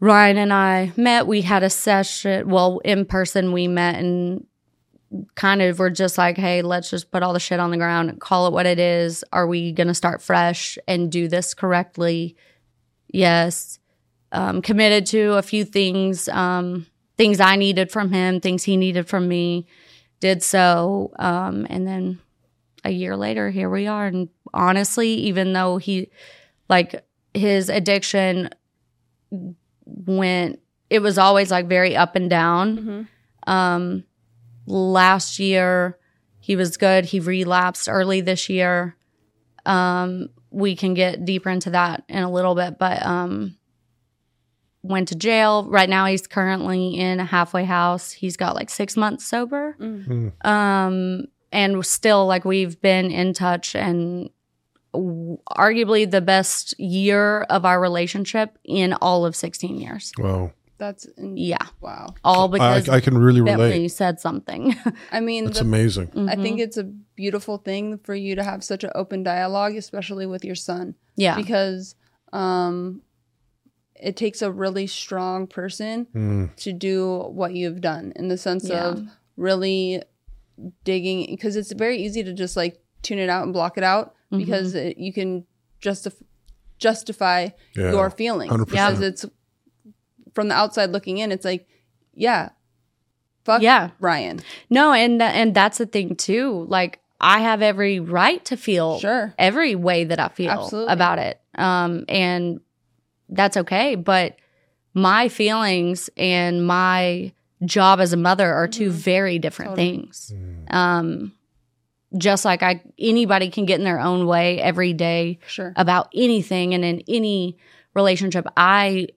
Speaker 1: Ryan and I met. We had a session. Well, in person, we met and kind of were just like, hey, let's just put all the shit on the ground, and call it what it is. Are we going to start fresh and do this correctly? Yes um, committed to a few things, um, things I needed from him, things he needed from me, did so. Um, and then a year later, here we are. And honestly, even though he, like, his addiction went, it was always like very up and down.
Speaker 2: Mhm.
Speaker 1: Um, last year, he was good. He relapsed early this year. Um, we can get deeper into that in a little bit, but um, went to jail. Right now, he's currently in a halfway house. He's got like six months sober.
Speaker 2: Mm.
Speaker 3: Mm.
Speaker 1: Um, and still, like, we've been in touch and w- arguably the best year of our relationship in all of 16 years.
Speaker 3: Wow.
Speaker 2: That's in-
Speaker 1: Yeah.
Speaker 2: wow.
Speaker 1: All
Speaker 3: I,
Speaker 1: because
Speaker 3: I can really relate.
Speaker 1: Bentley said something.
Speaker 2: I mean,
Speaker 3: That's
Speaker 2: the
Speaker 3: amazing.
Speaker 1: Mm,
Speaker 2: I
Speaker 1: Mm-hmm.
Speaker 2: think it's a beautiful thing for you to have such an open dialogue, especially with your son,
Speaker 1: yeah.
Speaker 2: because um, it takes a really strong person
Speaker 3: Mm.
Speaker 2: to do what you've done in the sense
Speaker 1: Yeah.
Speaker 2: of really digging, because
Speaker 1: Mm-hmm.
Speaker 2: it's very easy to just like tune it out and block it out because it, you can justify justify
Speaker 3: Yeah,
Speaker 2: your feelings
Speaker 3: 100%.
Speaker 2: because it's from the outside looking in. It's like, yeah, fuck
Speaker 1: Yeah.
Speaker 2: Ryan.
Speaker 1: Uh, No, and tha- and that's the thing too. Like I have every right to feel
Speaker 2: Sure.
Speaker 1: every way that I feel
Speaker 2: Absolutely.
Speaker 1: about it. Um and that's okay, but my feelings and my job as a mother are two very different
Speaker 2: Mm-hmm. Totally.
Speaker 1: things.
Speaker 3: Mm,
Speaker 1: Um just like I anybody can get in their own way every day
Speaker 2: Sure.
Speaker 1: about anything and in any relationship i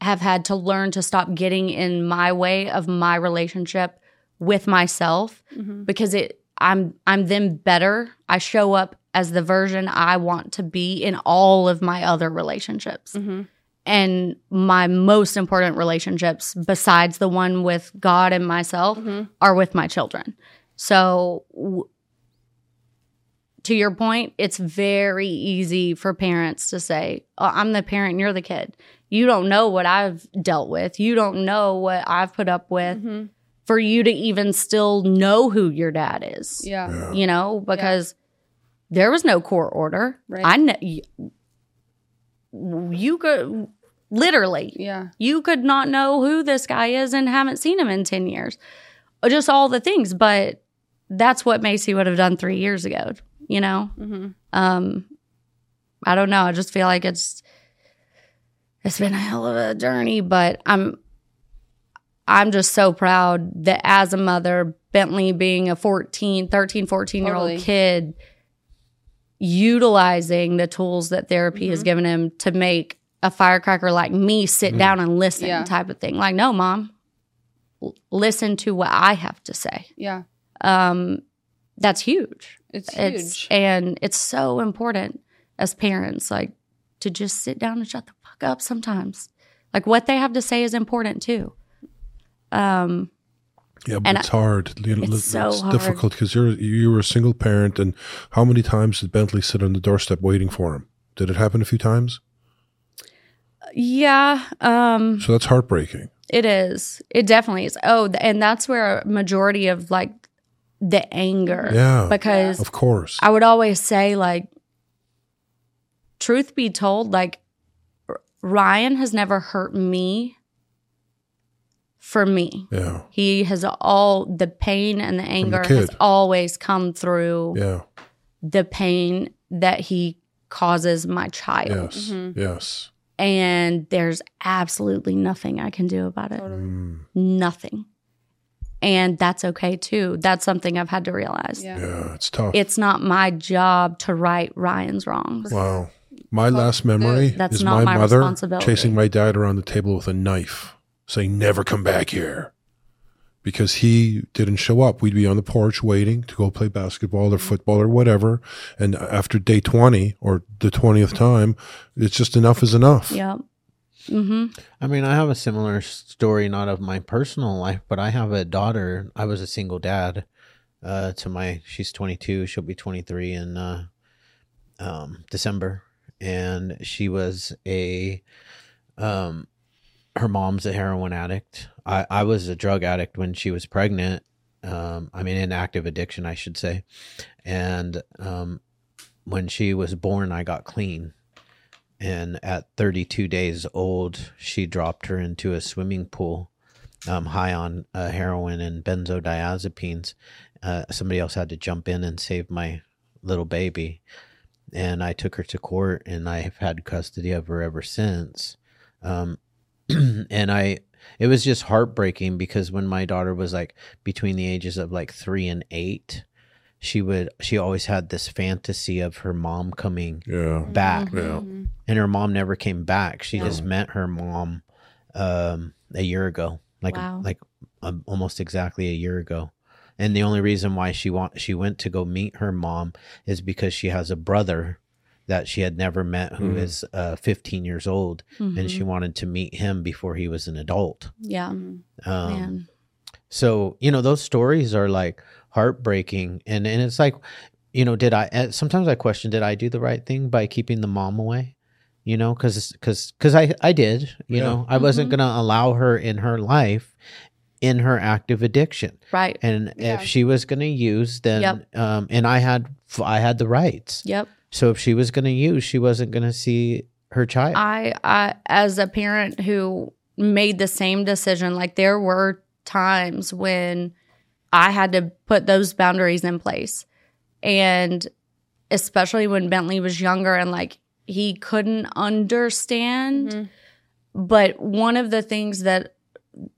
Speaker 1: have had to learn to stop getting in my way of my relationship with myself
Speaker 2: Mhm.
Speaker 1: because it i'm i'm then better i show up as the version i want to be in all of my other relationships
Speaker 2: Mhm.
Speaker 1: and my most important relationships besides the one with god and myself
Speaker 2: Mhm.
Speaker 1: are with my children so w- to your point it's very easy for parents to say oh, i'm the parent and you're the kid you don't know what i've dealt with you don't know what i've put up with
Speaker 2: Mhm.
Speaker 1: for you to even still know who your dad is
Speaker 2: Yeah.
Speaker 3: Yeah.
Speaker 1: you know because there was no court order
Speaker 2: Right.
Speaker 1: i know you, you could literally
Speaker 2: Yeah.
Speaker 1: you could not know who this guy is and haven't seen him in 10 years. Just all the things. But that's what Macy would have done three years ago, you know?
Speaker 2: Mhm.
Speaker 1: Um, I don't know. I just feel like it's it's been a hell of a journey, but I'm I'm just so proud that as a mother, Bentley being a 14, 13, 14 year
Speaker 2: Totally.
Speaker 1: old kid, utilizing the tools that therapy
Speaker 2: Mm-hmm.
Speaker 1: has given him to make a firecracker like me sit down and listen
Speaker 2: Yeah.
Speaker 1: type of thing. Like, no, mom, l- listen to what I have to say.
Speaker 2: Yeah.
Speaker 1: Um, that's huge
Speaker 2: It's huge.
Speaker 1: it's and it's so important as parents like to just sit down and shut the fuck up sometimes like what they have to say is important too um
Speaker 3: Yeah, but
Speaker 1: And
Speaker 3: it's hard. You know,
Speaker 1: it's
Speaker 3: it's
Speaker 1: so hard.
Speaker 3: difficult because you're you were a single parent, and how many times did Bentley sit on the doorstep waiting for him? Did it happen a few times?
Speaker 1: Mm-hmm. yeah um
Speaker 3: So that's heartbreaking.
Speaker 1: it is it definitely is oh th- and that's where a majority of like the anger
Speaker 3: Yeah,
Speaker 1: because
Speaker 3: of course.
Speaker 1: I would always say, like, truth be told, like, R- Ryan has never hurt me for me.
Speaker 3: yeah,
Speaker 1: He has all the pain and the anger has
Speaker 3: kid.
Speaker 1: always come through
Speaker 3: yeah,
Speaker 1: the pain that he causes my child.
Speaker 3: yes, yes.
Speaker 1: And there's absolutely nothing I can do about it.
Speaker 2: Totally.
Speaker 3: Mm,
Speaker 1: Nothing. And that's okay too. That's something I've had to realize.
Speaker 2: Yeah.
Speaker 3: yeah, it's tough.
Speaker 1: It's not my job to right Ryan's wrongs.
Speaker 3: wow. My last memory
Speaker 1: That's
Speaker 3: is
Speaker 1: not
Speaker 3: my,
Speaker 1: my
Speaker 3: mother
Speaker 1: responsibility.
Speaker 3: chasing my dad around the table with a knife, saying, Never come back here. Because he didn't show up. We'd be on the porch waiting to go play basketball or football or whatever. And after day 20 or the 20th time, it's just enough is enough.
Speaker 1: Yep. Mm-hmm.
Speaker 4: I mean, I have a similar story, not of my personal life, but I have a daughter. I was a single dad uh, to my. She's 22. She'll be 23 in uh, um, December, and she was a. Um, her mom's a heroin addict. I I was a drug addict when she was pregnant. Um, I mean, in active addiction, I should say, and um, when she was born, I got clean and at 32 days old, she dropped her into a swimming pool, um, high on uh, heroin and benzodiazepines. Uh, somebody else had to jump in and save my little baby, and I took her to court, and I have had custody of her ever since. Um, and I, it was just heartbreaking because when my daughter was like between the ages of like three and eight, she would she always had this fantasy of her mom coming
Speaker 3: Yeah.
Speaker 4: back
Speaker 3: Yeah.
Speaker 2: Mhm.
Speaker 4: and her mom never came back. She
Speaker 1: Yeah.
Speaker 4: just met her mom um, a year ago, like
Speaker 1: Wow.
Speaker 4: like um, almost exactly a year ago. And the only reason why she want she went to go meet her mom is because she has a brother that she had never met who
Speaker 3: Mhm.
Speaker 1: Mm-hmm.
Speaker 4: is uh, 15 years old, and she wanted to meet him before he was an adult.
Speaker 1: Mm-hmm. yeah,
Speaker 2: Mhm.
Speaker 4: Um,
Speaker 1: man.
Speaker 4: so you know those stories are like heartbreaking, and and it's like, you know, did I? eh, Sometimes I question, did I do the right thing by keeping the mom away? You know, because because because I I did. You
Speaker 3: Yeah.
Speaker 4: know, I wasn't
Speaker 2: Mm-hmm.
Speaker 4: gonna allow her in her life, in her active addiction,
Speaker 1: Right.
Speaker 4: and
Speaker 2: Yeah.
Speaker 4: if she was gonna use, then
Speaker 1: Yep.
Speaker 4: um, and I had I had the rights.
Speaker 1: Yep.
Speaker 4: So if she was going to use, she wasn't going to see her child.
Speaker 1: I, I as a parent who made the same decision, like there were times when I had to put those boundaries in place. And especially when Bentley was younger and like he couldn't understand.
Speaker 2: Mhm.
Speaker 1: But one of the things that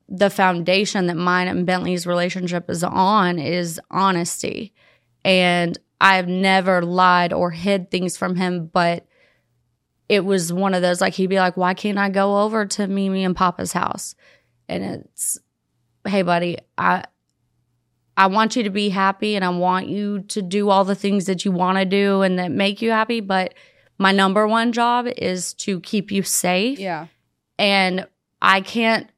Speaker 1: the foundation that mine and Bentley's relationship is on is honesty. And I've never lied or hid things from him, but it was one of those like he'd be like, "Why can't I go over to Mimi and Papa's house?" And it's, "Hey, buddy, I." I want you to be happy and I want you to do all the things that you want to do and that make you happy. But my number one job is to keep you safe
Speaker 2: Yeah.
Speaker 1: and I can't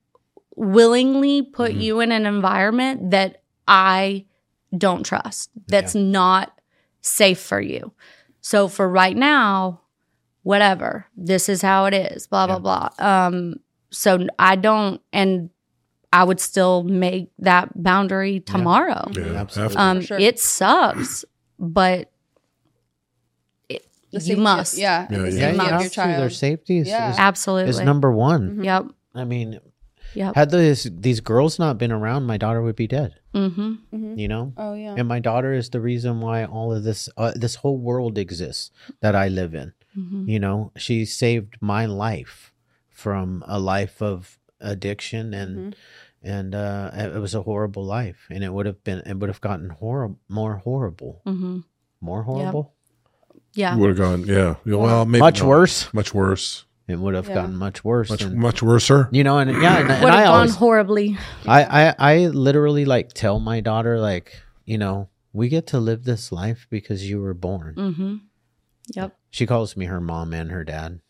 Speaker 1: willingly put
Speaker 4: Mhm.
Speaker 1: you in an environment that I don't trust, that's not safe for you. So for right now, whatever, this is how it is, blah, blah, blah. Um, so I don't, and I would still make that boundary tomorrow.
Speaker 3: Yeah,
Speaker 4: Absolutely.
Speaker 3: after-
Speaker 1: Um,
Speaker 2: Sure.
Speaker 1: It sucks, but it,
Speaker 2: The
Speaker 1: you
Speaker 2: safety-
Speaker 1: must.
Speaker 2: Yeah.
Speaker 3: Yeah,
Speaker 2: the
Speaker 3: yeah.
Speaker 2: safety
Speaker 4: yeah,
Speaker 2: of
Speaker 4: you
Speaker 1: not
Speaker 4: have
Speaker 2: your
Speaker 4: to. Their
Speaker 2: child.
Speaker 4: safety is,
Speaker 2: Yeah. Mm-hmm.
Speaker 4: is-
Speaker 1: Absolutely.
Speaker 4: is number one.
Speaker 1: Yep.
Speaker 4: I mean,
Speaker 1: Yep.
Speaker 4: had those these girls not been around, my daughter would be dead.
Speaker 1: Mm-hmm.
Speaker 4: You know,
Speaker 2: Oh yeah.
Speaker 4: and my daughter is the reason why all of this uh, this whole world exists that I live in.
Speaker 1: hmm
Speaker 4: You know, she saved my life from a life of addiction and
Speaker 1: Mm-hmm.
Speaker 2: Mm-hmm.
Speaker 4: and uh, it it was a horrible life, and it would have been it would have gotten horrible, more horrible,
Speaker 1: hmm
Speaker 4: more horrible,
Speaker 1: Yeah.
Speaker 3: would have gone. Yeah, well, maybe
Speaker 4: much
Speaker 3: not.
Speaker 4: worse.
Speaker 3: Much worse.
Speaker 4: It would have
Speaker 2: Yeah.
Speaker 4: gotten much worse.
Speaker 3: Much
Speaker 4: and-
Speaker 3: much worser.
Speaker 4: you know, and yeah, and, and
Speaker 1: Would
Speaker 4: I
Speaker 1: have gone
Speaker 4: always
Speaker 1: horribly.
Speaker 4: I, I I literally like tell my daughter like you know we get to live this life because you were born.
Speaker 1: Mm-hmm. Yep.
Speaker 4: She calls me her mom and her dad,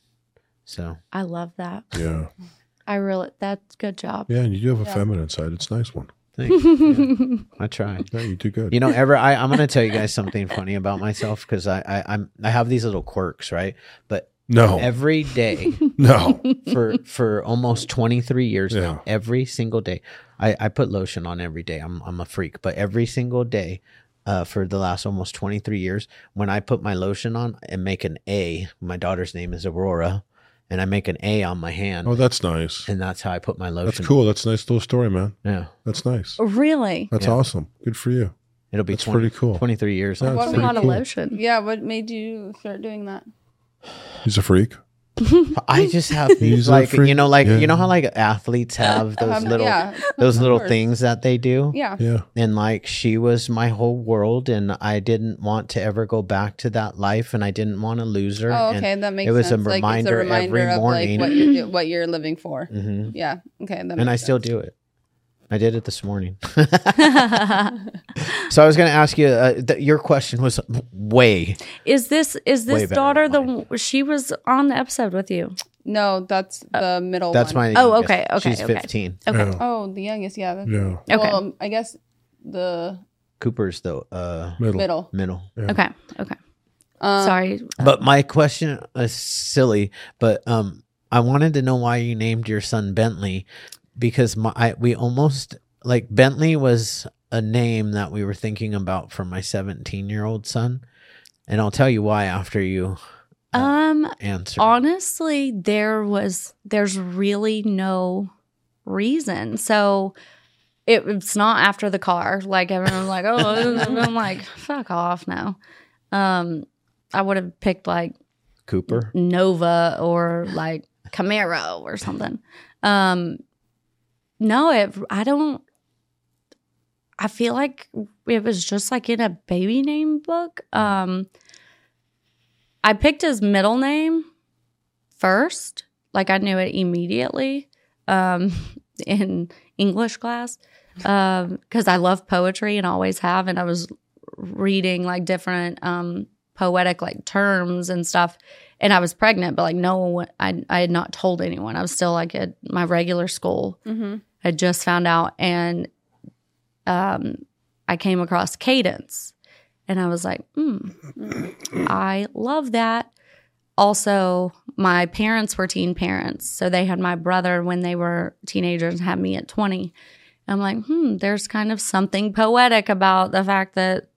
Speaker 4: so
Speaker 1: I love that.
Speaker 3: Yeah,
Speaker 1: I really, that's good job.
Speaker 3: yeah, and you do have a feminine side. It's a nice one.
Speaker 4: thanks. Yeah. I try.
Speaker 3: Yeah, you do good.
Speaker 4: You know, ever I, I'm gonna tell you guys something funny about myself because I, I I'm I have these little quirks, right? But
Speaker 3: no,
Speaker 4: every day
Speaker 3: no.
Speaker 4: for for almost 23 years
Speaker 3: Yeah.
Speaker 4: now every single day I, I put lotion on every day i'm, I'm a freak but every single day uh, for the last almost 23 years when i put my lotion on and make an a my daughter's name is aurora and i make an a on my hand
Speaker 3: Oh, that's nice.
Speaker 4: and that's how i put my
Speaker 3: That's
Speaker 4: lotion
Speaker 3: cool. That's a nice little story, man.
Speaker 4: yeah
Speaker 3: That's nice.
Speaker 1: Really?
Speaker 3: That's
Speaker 4: Yeah.
Speaker 3: awesome. Good for you.
Speaker 4: it'll be
Speaker 3: That's
Speaker 4: 20,
Speaker 3: pretty cool.
Speaker 4: 23 years
Speaker 3: Yeah,
Speaker 4: on
Speaker 3: it's
Speaker 1: What a
Speaker 3: pretty
Speaker 1: lot of
Speaker 3: cool.
Speaker 1: lotion.
Speaker 2: Yeah. What made you start doing that?
Speaker 3: He's a freak.
Speaker 4: i just have these
Speaker 3: He's a
Speaker 4: like
Speaker 3: freak.
Speaker 4: you know like
Speaker 3: Yeah.
Speaker 4: you know how like athletes have those
Speaker 2: Um,
Speaker 4: little
Speaker 2: yeah.
Speaker 4: those
Speaker 2: of
Speaker 4: little
Speaker 2: course.
Speaker 4: things that they do
Speaker 2: Yeah.
Speaker 3: Yeah.
Speaker 4: and like she was my whole world and i didn't want to ever go back to that life and i didn't want to lose her
Speaker 2: Oh,
Speaker 4: and-
Speaker 2: okay. That makes
Speaker 4: it was a
Speaker 2: sense. like it's a
Speaker 4: reminder every
Speaker 2: reminder of
Speaker 4: morning.
Speaker 2: like what you're do- what you're living for.
Speaker 4: Mhm.
Speaker 2: Yeah. Okay. That
Speaker 4: and
Speaker 2: makes
Speaker 4: i still
Speaker 2: sense.
Speaker 4: do it i did it this morning so i was going to ask you uh, th- your question was way
Speaker 1: Is this is
Speaker 4: Way
Speaker 1: this
Speaker 4: better
Speaker 1: daughter the
Speaker 4: than
Speaker 1: one- she was on the episode with you?
Speaker 2: No, that's the middle.
Speaker 4: Uh, that's
Speaker 2: one.
Speaker 4: my
Speaker 1: Oh,
Speaker 4: youngest.
Speaker 1: okay, okay,
Speaker 4: she's
Speaker 1: okay.
Speaker 4: 15
Speaker 1: Okay.
Speaker 3: Yeah.
Speaker 2: Oh, the youngest. Yeah. That's,
Speaker 3: yeah.
Speaker 1: Okay.
Speaker 2: Well, um, I guess the
Speaker 4: cooper's the uh,
Speaker 3: Middle.
Speaker 2: middle.
Speaker 4: middle
Speaker 1: Okay. Okay.
Speaker 2: Um,
Speaker 1: Sorry.
Speaker 4: but my question is silly but um i wanted to know why you named your son bentley because my I, we almost like bentley was a name that we were thinking about for my 17 year old son and i'll tell you why after you
Speaker 1: Um
Speaker 4: answer
Speaker 1: honestly there was there's really no reason. So it, it's not after the car. Like everyone's like, oh I'm like, fuck off no. Um I would have picked like
Speaker 4: cooper
Speaker 1: Nova or like Camaro or something. Um no, it I don't I feel like it was just like in a baby name book. Um I picked his middle name first, like I knew it immediately um in English class um cuz I love poetry and always have and I was reading like different um poetic like terms and stuff and I was pregnant, but like no one, I, I had not told anyone. I was still like at my regular school.
Speaker 2: hmm
Speaker 1: I just found out, and um, I came across Cadence, and I was like, hmm,
Speaker 2: Mm.
Speaker 1: I love that. Also, my parents were teen parents, so they had my brother when they were teenagers, and had me at twenty. I'm like, hmm, there's kind of something poetic about the fact that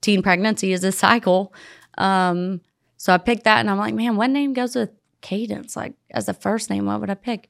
Speaker 1: teen pregnancy is a cycle. Um, So I picked that and I'm like, man, what name goes with cadence? Like, as a first name, what would I pick?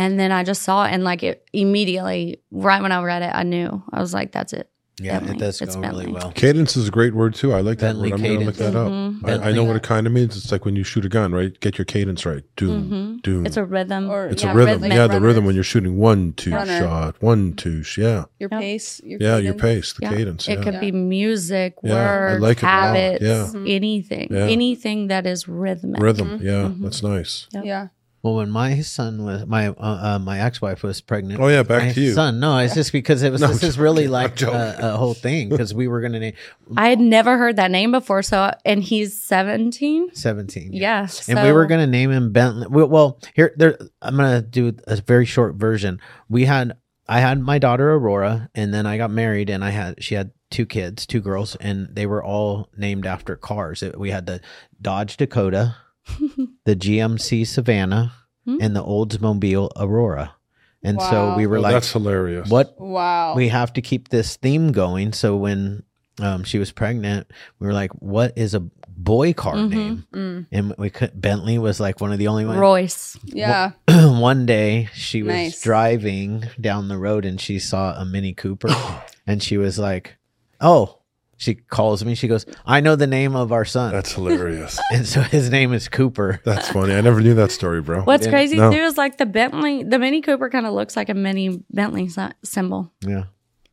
Speaker 1: And then I just saw it and like it immediately, right when I read it, I knew. I was like, that's it.
Speaker 4: Yeah,
Speaker 1: Bentley.
Speaker 4: it does
Speaker 1: It's
Speaker 4: go really
Speaker 1: Bentley.
Speaker 4: well.
Speaker 3: Cadence is a great word too. I like that
Speaker 4: Bentley
Speaker 3: word. I'm going to look that
Speaker 4: cadence. Mm-hmm.
Speaker 1: Mhm.
Speaker 3: up. I, I know
Speaker 4: Bentley.
Speaker 3: what it kind of means. It's like when you shoot a gun, right? Get your cadence right. Doom,
Speaker 1: Mhm.
Speaker 3: doom.
Speaker 1: It's a rhythm.
Speaker 2: Or-
Speaker 3: Mm-hmm. It's
Speaker 2: yeah,
Speaker 3: a rhythm.
Speaker 2: rhythm.
Speaker 3: yeah, the
Speaker 2: Runner.
Speaker 3: rhythm when you're shooting one, two
Speaker 2: Runner.
Speaker 3: shot, one, two. Sh- yeah,
Speaker 2: Your
Speaker 1: Yep.
Speaker 2: pace, your
Speaker 3: yeah, your
Speaker 2: cadence.
Speaker 3: pace, the
Speaker 1: Yeah.
Speaker 3: cadence.
Speaker 1: It
Speaker 3: yeah.
Speaker 1: could
Speaker 2: Yeah.
Speaker 1: be music,
Speaker 3: Yeah, I
Speaker 1: words,
Speaker 3: like it a lot.
Speaker 1: habits,
Speaker 3: Yeah.
Speaker 2: Mhm.
Speaker 1: anything,
Speaker 3: Yeah.
Speaker 1: anything that is rhythmic.
Speaker 3: Rhythm.
Speaker 2: Mhm.
Speaker 3: Yeah,
Speaker 4: Mm-hmm.
Speaker 1: Mhm.
Speaker 3: that's nice.
Speaker 1: Yep.
Speaker 2: Yeah.
Speaker 4: Well, when my son was my uh, uh, my ex wife was pregnant.
Speaker 3: Oh yeah, back
Speaker 4: my
Speaker 3: to you.
Speaker 4: Son, no, it's just because it was.
Speaker 3: No,
Speaker 4: this
Speaker 3: I'm
Speaker 4: is really
Speaker 3: joking.
Speaker 4: like
Speaker 3: I'm
Speaker 4: a,
Speaker 3: joking.
Speaker 4: a whole thing because we were gonna name
Speaker 1: I had never heard that name before. So, and he's 17.
Speaker 4: seventeen.
Speaker 1: Yeah.
Speaker 4: And we were
Speaker 1: so-
Speaker 4: gonna name him Bentley. Well, well, here, there. I'm gonna do a very short version. We had, I had my daughter Aurora, and then I got married, and I had, she had two kids, two girls, and they were all named after cars. It- we had the Dodge Dakota, the GMC Savannah,
Speaker 1: Hmm.
Speaker 4: and the Oldsmobile Aurora. And so
Speaker 2: Wow.
Speaker 4: we were
Speaker 3: Oh,
Speaker 4: like,
Speaker 3: that's hilarious.
Speaker 4: what
Speaker 2: Wow.
Speaker 4: we have to keep this theme going. So when um, she was pregnant, we were like, "What is a boy car
Speaker 1: Mhm.
Speaker 4: name?"
Speaker 2: Mm.
Speaker 4: And we could Bentley was like one of the only ones.
Speaker 1: Royce.
Speaker 2: Yeah.
Speaker 4: one day she was
Speaker 2: Nice.
Speaker 4: driving down the road and she saw a Mini Cooper, and she was like, "Oh." She calls me. She goes, "I know the name of our son,
Speaker 3: That's hilarious.
Speaker 4: and so his name is Cooper."
Speaker 3: that's funny. I never knew that story, bro.
Speaker 1: What's
Speaker 4: didn't
Speaker 1: crazy
Speaker 3: know.
Speaker 1: too is like the Bentley, the Mini Cooper kind of looks like a mini Bentley sy- symbol.
Speaker 4: Yeah,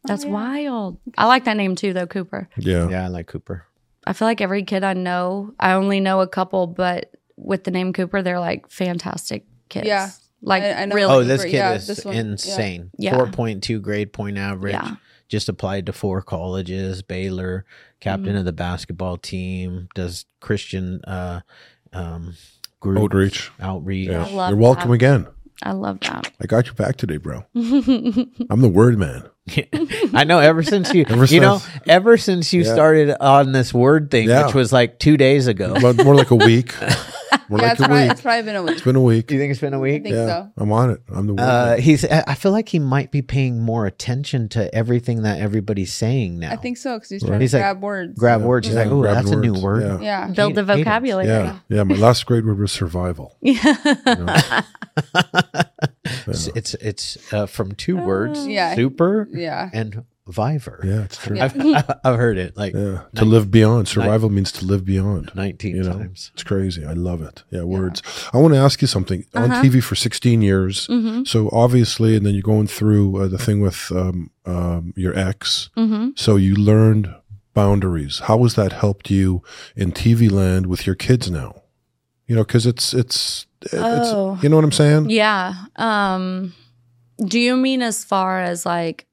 Speaker 1: That's
Speaker 2: Oh, yeah.
Speaker 1: wild. I like that name too, though, Cooper.
Speaker 3: Yeah.
Speaker 4: yeah, I like Cooper.
Speaker 1: I feel like every kid I know, I only know a couple, but with the name Cooper, they're like fantastic kids.
Speaker 2: Yeah.
Speaker 1: Like,
Speaker 2: I- I know.
Speaker 1: really.
Speaker 4: Oh,
Speaker 2: like
Speaker 4: this
Speaker 2: Cooper.
Speaker 4: kid
Speaker 2: Yeah,
Speaker 4: is
Speaker 2: this one. Yeah.
Speaker 4: insane.
Speaker 1: Yeah.
Speaker 4: Four point two grade point average.
Speaker 1: Yeah.
Speaker 4: Just applied to four colleges. Baylor, captain
Speaker 2: Mm.
Speaker 4: of the basketball team. Does Christian uh, um, group
Speaker 3: Outreach.
Speaker 4: outreach.
Speaker 3: Yeah.
Speaker 1: I love
Speaker 3: You're welcome
Speaker 1: that.
Speaker 3: again.
Speaker 1: I love that.
Speaker 3: I got your back today, bro. I'm the word man.
Speaker 4: I know. Ever since you,
Speaker 3: Ever
Speaker 4: you know,
Speaker 3: since-
Speaker 4: ever since you
Speaker 3: Yeah.
Speaker 4: started on this word thing,
Speaker 3: Yeah.
Speaker 4: which was like two days ago.
Speaker 3: About- More like a week. More
Speaker 2: Yeah,
Speaker 3: like
Speaker 2: it's,
Speaker 3: a
Speaker 2: probably,
Speaker 3: week.
Speaker 2: it's probably been a week.
Speaker 3: It's been a week.
Speaker 4: Do you think it's been a
Speaker 2: I
Speaker 4: week?
Speaker 2: think
Speaker 3: Yeah,
Speaker 2: so.
Speaker 3: I'm on it. I'm the word.
Speaker 4: Uh,
Speaker 3: man.
Speaker 4: he's. I I feel like he might be paying more attention to everything that everybody's saying now.
Speaker 2: I think so because he's trying
Speaker 4: He's
Speaker 2: to
Speaker 4: like,
Speaker 2: grab words.
Speaker 4: grab
Speaker 3: Yeah,
Speaker 4: words. He's
Speaker 3: yeah,
Speaker 4: like, oh,
Speaker 3: grabbed
Speaker 4: that's a new
Speaker 3: words,
Speaker 4: word.
Speaker 2: yeah.
Speaker 3: yeah.
Speaker 1: Build the
Speaker 4: Cadence.
Speaker 1: vocabulary.
Speaker 3: yeah, yeah. My last grade word was survival.
Speaker 1: Yeah.
Speaker 4: It's it's, it's uh, from two words.
Speaker 2: Yeah.
Speaker 4: Super
Speaker 2: Yeah.
Speaker 4: and viver.
Speaker 3: Yeah, it's true. Yeah,
Speaker 4: I've, I've I've heard it like
Speaker 3: to live beyond. Survival means to live beyond.
Speaker 4: 19
Speaker 3: You know,
Speaker 4: times.
Speaker 3: it's crazy. I love it. Yeah, words. I want to ask you something. On TV for 16 years,
Speaker 1: Mm-hmm,
Speaker 3: so obviously, and then you're going through uh, the thing with um, um, your ex.
Speaker 1: Mhm.
Speaker 3: So you learned boundaries. How has that helped you in TV land with your kids now? You know, because it's it's it's
Speaker 1: Oh.
Speaker 3: you know what I'm saying.
Speaker 1: yeah. Um, do you mean as far as like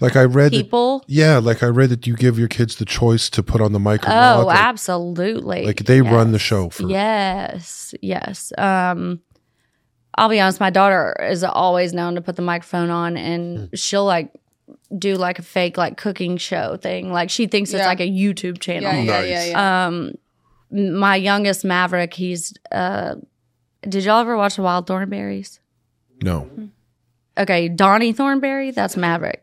Speaker 3: Like I read that
Speaker 1: people?
Speaker 3: Yeah, like I read that you give your kids the choice to put on the mic or not.
Speaker 1: Oh,
Speaker 3: Like,
Speaker 1: absolutely.
Speaker 3: like they run the
Speaker 1: Yes.
Speaker 3: show for
Speaker 1: Yes, yes. Um, I'll be honest. My daughter is always known to put the microphone on, and
Speaker 3: Hmm.
Speaker 1: she'll like do like a fake like cooking show thing. Like she thinks it's
Speaker 2: Yeah.
Speaker 1: like a YouTube channel.
Speaker 2: Yeah. Yeah.
Speaker 3: Nice.
Speaker 2: Yeah. Yeah.
Speaker 1: Um, m- my youngest Maverick, he's uh, did y'all ever watch the Wild Thornberries?
Speaker 3: no.
Speaker 1: Okay, Donnie Thornberry, that's Maverick.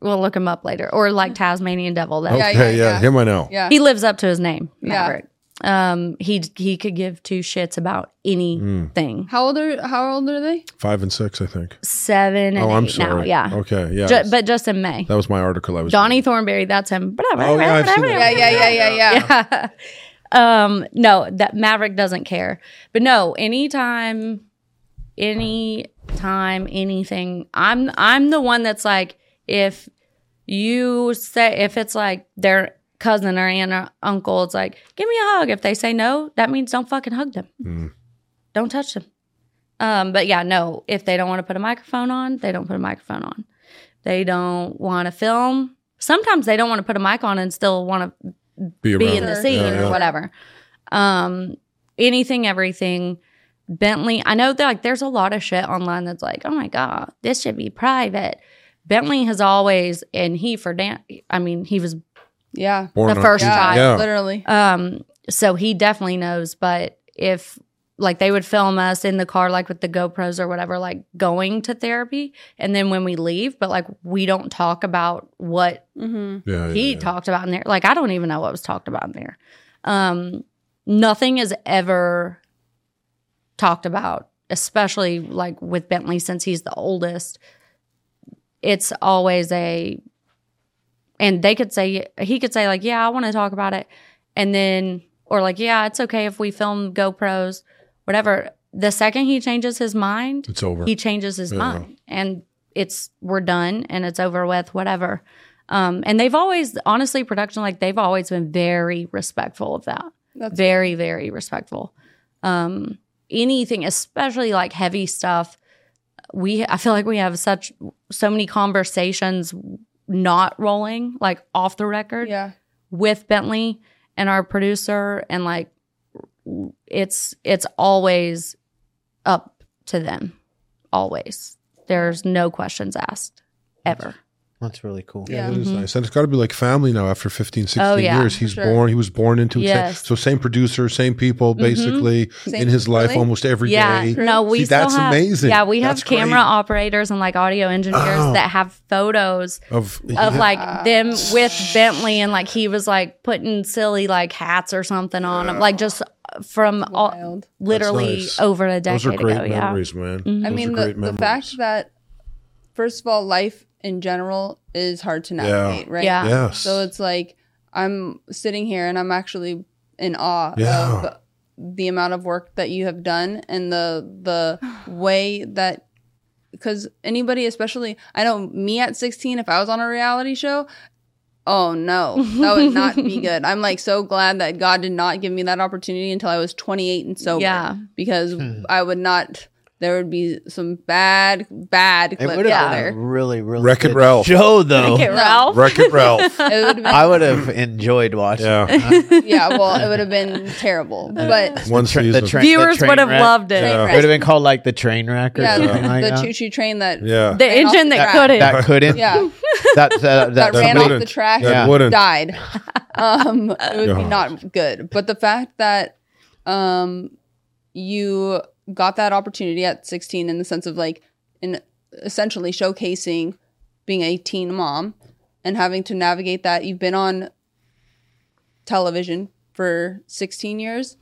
Speaker 1: We'll look him up later, or like Tasmanian Devil. That
Speaker 3: Okay, yeah,
Speaker 2: yeah, yeah.
Speaker 3: him I know.
Speaker 2: Yeah.
Speaker 1: he lives up to his name,
Speaker 2: Yeah.
Speaker 1: Maverick. Um, he he could give two shits about anything.
Speaker 2: How old are How old are they?
Speaker 3: Five and six, I think.
Speaker 1: Seven and
Speaker 3: oh, I'm
Speaker 1: eight now,
Speaker 3: sorry.
Speaker 1: yeah.
Speaker 3: Okay, yeah.
Speaker 1: Ju- but just in May,
Speaker 3: that was my article I was
Speaker 1: Donnie Thornberry, that's him.
Speaker 3: Oh, yeah, I've seen that.
Speaker 2: Yeah. Yeah. Yeah. Yeah. Yeah.
Speaker 1: yeah. Um, no, that Maverick doesn't care. But no, anytime, anytime, anything, I'm I'm the one that's like, if you say if it's like their cousin or aunt or uncle, it's like, give me a hug. If they say no, that means don't fucking hug them.
Speaker 3: Mm.
Speaker 1: Don't touch them. Um, but yeah, no, if they don't want to put a microphone on, they don't put a microphone on. They don't want to film. Sometimes they don't want to put a mic on and still want to
Speaker 3: be,
Speaker 1: be
Speaker 3: around.
Speaker 1: in the
Speaker 2: Sure.
Speaker 1: scene
Speaker 3: Yeah, yeah.
Speaker 1: or whatever. Um, anything, everything. Bentley, I know that like there's a lot of shit online that's like, oh my god, this should be private. Bentley has always, and he for Dan, I mean, he was,
Speaker 2: Yeah.
Speaker 3: Born
Speaker 1: the
Speaker 3: on
Speaker 1: first
Speaker 3: TV.
Speaker 1: time.
Speaker 3: Yeah.
Speaker 2: Literally.
Speaker 1: um, so he definitely knows. But if like they would film us in the car, like with the GoPros or whatever, like going to therapy, and then when we leave, but like we don't talk about what
Speaker 2: Mm-hmm.
Speaker 3: Yeah, yeah,
Speaker 1: he
Speaker 3: yeah.
Speaker 1: talked about in there. Like I don't even know what was talked about in there. Um, nothing is ever talked about, especially like with Bentley since he's the oldest. It's always a and they could say he could say like, "Yeah, I want to talk about it." And then or like, "Yeah, it's okay if we film GoPros, whatever." The second he changes his mind,
Speaker 3: It's over.
Speaker 1: he changes his
Speaker 3: Yeah.
Speaker 1: mind and it's we're done and it's over with whatever um and they've always honestly production like they've always been very respectful of that
Speaker 2: That's-
Speaker 1: very very respectful um anything especially like heavy stuff we i feel like we have such so many conversations not rolling like off the record
Speaker 2: yeah.
Speaker 1: with Bentley and our producer and like it's it's always up to them always there's no questions asked ever
Speaker 4: That's really cool.
Speaker 3: Yeah,
Speaker 2: Yeah.
Speaker 3: that is
Speaker 1: Mhm.
Speaker 3: nice. And it's got to be like family now after 15, 16
Speaker 1: Oh, yeah,
Speaker 3: years. He's
Speaker 2: sure.
Speaker 3: born, he was born into it.
Speaker 1: Yes.
Speaker 3: So, same producer, same people, basically in
Speaker 2: Same-
Speaker 3: his life
Speaker 2: really?
Speaker 3: almost every day.
Speaker 1: yeah no we
Speaker 3: See,
Speaker 1: still
Speaker 3: that's
Speaker 1: have,
Speaker 3: amazing.
Speaker 1: yeah we have
Speaker 3: That's
Speaker 1: camera
Speaker 3: great.
Speaker 1: operators and like audio engineers
Speaker 3: Oh.
Speaker 1: that have photos
Speaker 3: Of,
Speaker 1: of
Speaker 3: Yeah.
Speaker 1: like them with Bentley and like he was like putting silly like hats or something on him like just from all,
Speaker 2: Wild.
Speaker 1: literally
Speaker 3: nice.
Speaker 1: over a decade
Speaker 3: those are great
Speaker 1: ago yeah
Speaker 3: memories,
Speaker 2: I
Speaker 3: man. Those
Speaker 2: mean,
Speaker 3: are
Speaker 2: the,
Speaker 3: great
Speaker 2: the
Speaker 3: memories.
Speaker 2: fact that, first of all, life in general is hard to navigate, right?
Speaker 1: Yeah.
Speaker 3: Yes.
Speaker 2: So it's like I'm sitting here and I'm actually in awe
Speaker 3: Yeah.
Speaker 2: of the amount of work that you have done and the the way that because anybody especially I know me at 16 if I was on a reality show oh no that would not be good I'm like so glad that God did not give me that opportunity until I was 28 and sober
Speaker 1: Yeah.
Speaker 2: because
Speaker 4: Hmm.
Speaker 2: I would not there would be some bad bad
Speaker 4: It
Speaker 2: clips
Speaker 4: would have
Speaker 2: out
Speaker 4: been a
Speaker 2: there
Speaker 4: really, really
Speaker 3: Wreck-It
Speaker 4: good
Speaker 3: Ralph.
Speaker 4: show, though.
Speaker 1: Okay, Ralph.
Speaker 3: Wreck It Ralph.
Speaker 2: it would have been
Speaker 4: I would have enjoyed watching.
Speaker 3: yeah.
Speaker 2: yeah, well, it would have been terrible. But
Speaker 3: One
Speaker 4: Tra-
Speaker 3: season.
Speaker 4: train-
Speaker 1: viewers
Speaker 4: train
Speaker 1: would have
Speaker 4: wreck.
Speaker 1: loved it
Speaker 3: Yeah.
Speaker 4: It would have been called like the train wreck or
Speaker 2: yeah,
Speaker 4: something like
Speaker 2: the,
Speaker 4: that.
Speaker 2: choo choo train that
Speaker 3: yeah.
Speaker 1: the
Speaker 2: Ran off
Speaker 1: engine
Speaker 2: the
Speaker 1: that
Speaker 2: track.
Speaker 1: couldn't
Speaker 4: that couldn't.
Speaker 2: yeah
Speaker 4: That that, that,
Speaker 2: that ran off
Speaker 3: wouldn't-
Speaker 2: the track
Speaker 3: that wouldn't.
Speaker 2: died. Um, it would be
Speaker 3: Yeah.
Speaker 2: not good. But the fact that um you got that opportunity at 16 in the sense of like in essentially showcasing being a teen mom and having to navigate that you've been on television for 16 years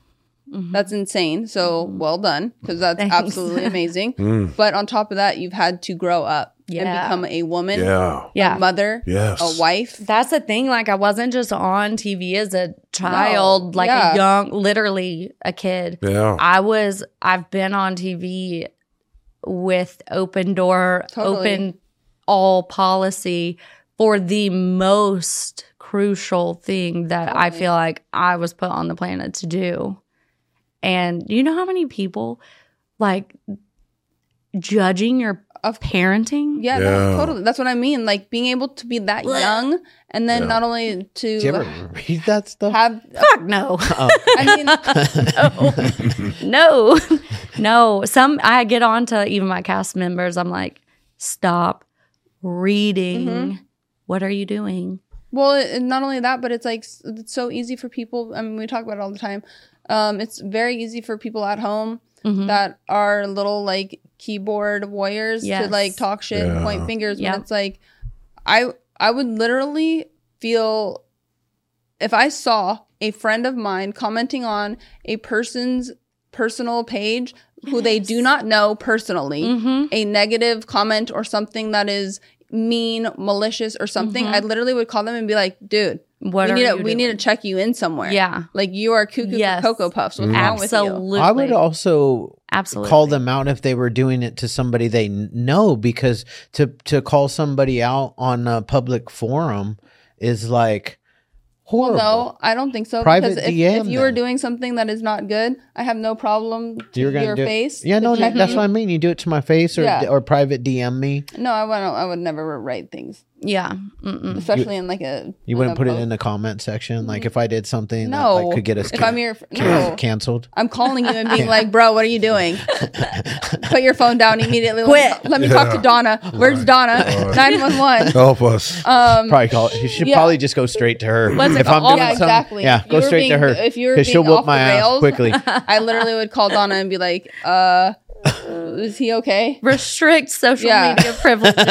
Speaker 2: that's insane so well done because that's
Speaker 1: Mm-hmm. Thanks.
Speaker 2: absolutely amazing
Speaker 3: Mm.
Speaker 2: but on top of that you've had to grow up
Speaker 1: Yeah.
Speaker 2: and become a woman
Speaker 3: Yeah.
Speaker 1: yeah
Speaker 2: a mother
Speaker 3: Yes.
Speaker 2: a wife
Speaker 1: that's the thing like i wasn't just on tv as a child like
Speaker 2: yeah.
Speaker 1: a young literally a kid
Speaker 3: Yeah.
Speaker 1: i was i've been on tv with open door
Speaker 2: Totally.
Speaker 1: open all policy for the most crucial thing that i
Speaker 2: Totally.
Speaker 1: feel like i was put on the planet to do and you know how many people like judging your
Speaker 2: Of-
Speaker 1: parenting
Speaker 2: yeah, no,
Speaker 3: Yeah.
Speaker 2: totally that's what i mean like being able to be that
Speaker 1: Blech.
Speaker 2: young and then
Speaker 3: Yeah.
Speaker 2: not only to
Speaker 4: Did you ever read that stuff?
Speaker 2: uh, have
Speaker 1: fuck no
Speaker 4: Oh.
Speaker 2: i mean
Speaker 1: no, no, no. Some I get on to even my cast members. I'm like, stop reading. What are you doing?
Speaker 2: Well, and not only that, but it's like s- it's so easy for people. I mean, we talk about it all the time. Um, it's very easy for people at home
Speaker 1: Mhm.
Speaker 2: that are little like keyboard warriors to
Speaker 1: Yes.
Speaker 2: like talk shit and
Speaker 3: Yeah.
Speaker 2: point fingers.
Speaker 1: Yeah.
Speaker 2: When it's like, I I would literally feel if I saw a friend of mine commenting on a person's personal page who they do not know personally
Speaker 1: Mm-hmm.
Speaker 2: a negative comment or something that is mean, malicious, or something, I literally would call them and be like, "Dude,
Speaker 1: Mm-hmm. What
Speaker 2: we
Speaker 1: are
Speaker 2: need
Speaker 1: you
Speaker 2: to, we
Speaker 1: doing?
Speaker 2: need to check you in somewhere.
Speaker 1: Yeah,
Speaker 2: like you are cuckoo
Speaker 1: Yes.
Speaker 2: for cocoa puffs. What's
Speaker 1: Mm-hmm.
Speaker 2: wrong with you?
Speaker 1: absolutely.
Speaker 4: I would also
Speaker 1: absolutely
Speaker 4: call them out if they were doing it to somebody they kn- know because to to call somebody out on a public forum is like horrible.
Speaker 2: No, I don't think so.
Speaker 4: Private
Speaker 2: because if,
Speaker 4: DM
Speaker 2: if you are
Speaker 4: then.
Speaker 2: doing something that is not good, I have no problem to
Speaker 4: You're gonna
Speaker 2: your
Speaker 4: do it-
Speaker 2: face.
Speaker 4: Yeah, no,
Speaker 2: to
Speaker 4: that-
Speaker 2: check
Speaker 4: that's
Speaker 2: you.
Speaker 4: what I mean. You do it to my face or
Speaker 2: Yeah.
Speaker 4: or private DM me.
Speaker 2: No, I would I would never write things,
Speaker 1: Yeah. Mm-mm.
Speaker 2: especially in like a.
Speaker 4: You wouldn't
Speaker 2: a
Speaker 4: put it
Speaker 2: post.
Speaker 4: in the comment section. Like if I did something
Speaker 2: Mm-hmm. No,
Speaker 4: that like, could get us
Speaker 2: if
Speaker 4: can-
Speaker 2: I'm your no.
Speaker 4: canceled.
Speaker 2: I'm calling you and being like, bro, what are you doing? Put your phone down immediately. Let
Speaker 1: Quit.
Speaker 2: me, let me talk to
Speaker 3: Yeah.
Speaker 2: Donna. Where's Donna?
Speaker 3: Lord.
Speaker 2: 911.
Speaker 3: Help us.
Speaker 2: Um,
Speaker 4: Probably call. You should
Speaker 2: yeah.
Speaker 4: probably just go straight to her.
Speaker 1: What's it
Speaker 4: if I'm
Speaker 1: called?
Speaker 4: doing
Speaker 2: yeah,
Speaker 4: something,
Speaker 2: exactly.
Speaker 4: yeah,
Speaker 2: If
Speaker 4: go
Speaker 2: you were
Speaker 4: straight to
Speaker 2: being-
Speaker 4: her
Speaker 2: If you're
Speaker 4: because she'll
Speaker 2: being
Speaker 4: whoop
Speaker 2: off
Speaker 4: my
Speaker 2: the rails,
Speaker 4: ass quickly.
Speaker 2: I literally would call Donna and be like, uh, Is he okay?
Speaker 1: Restrict social
Speaker 2: Yeah.
Speaker 1: media privileges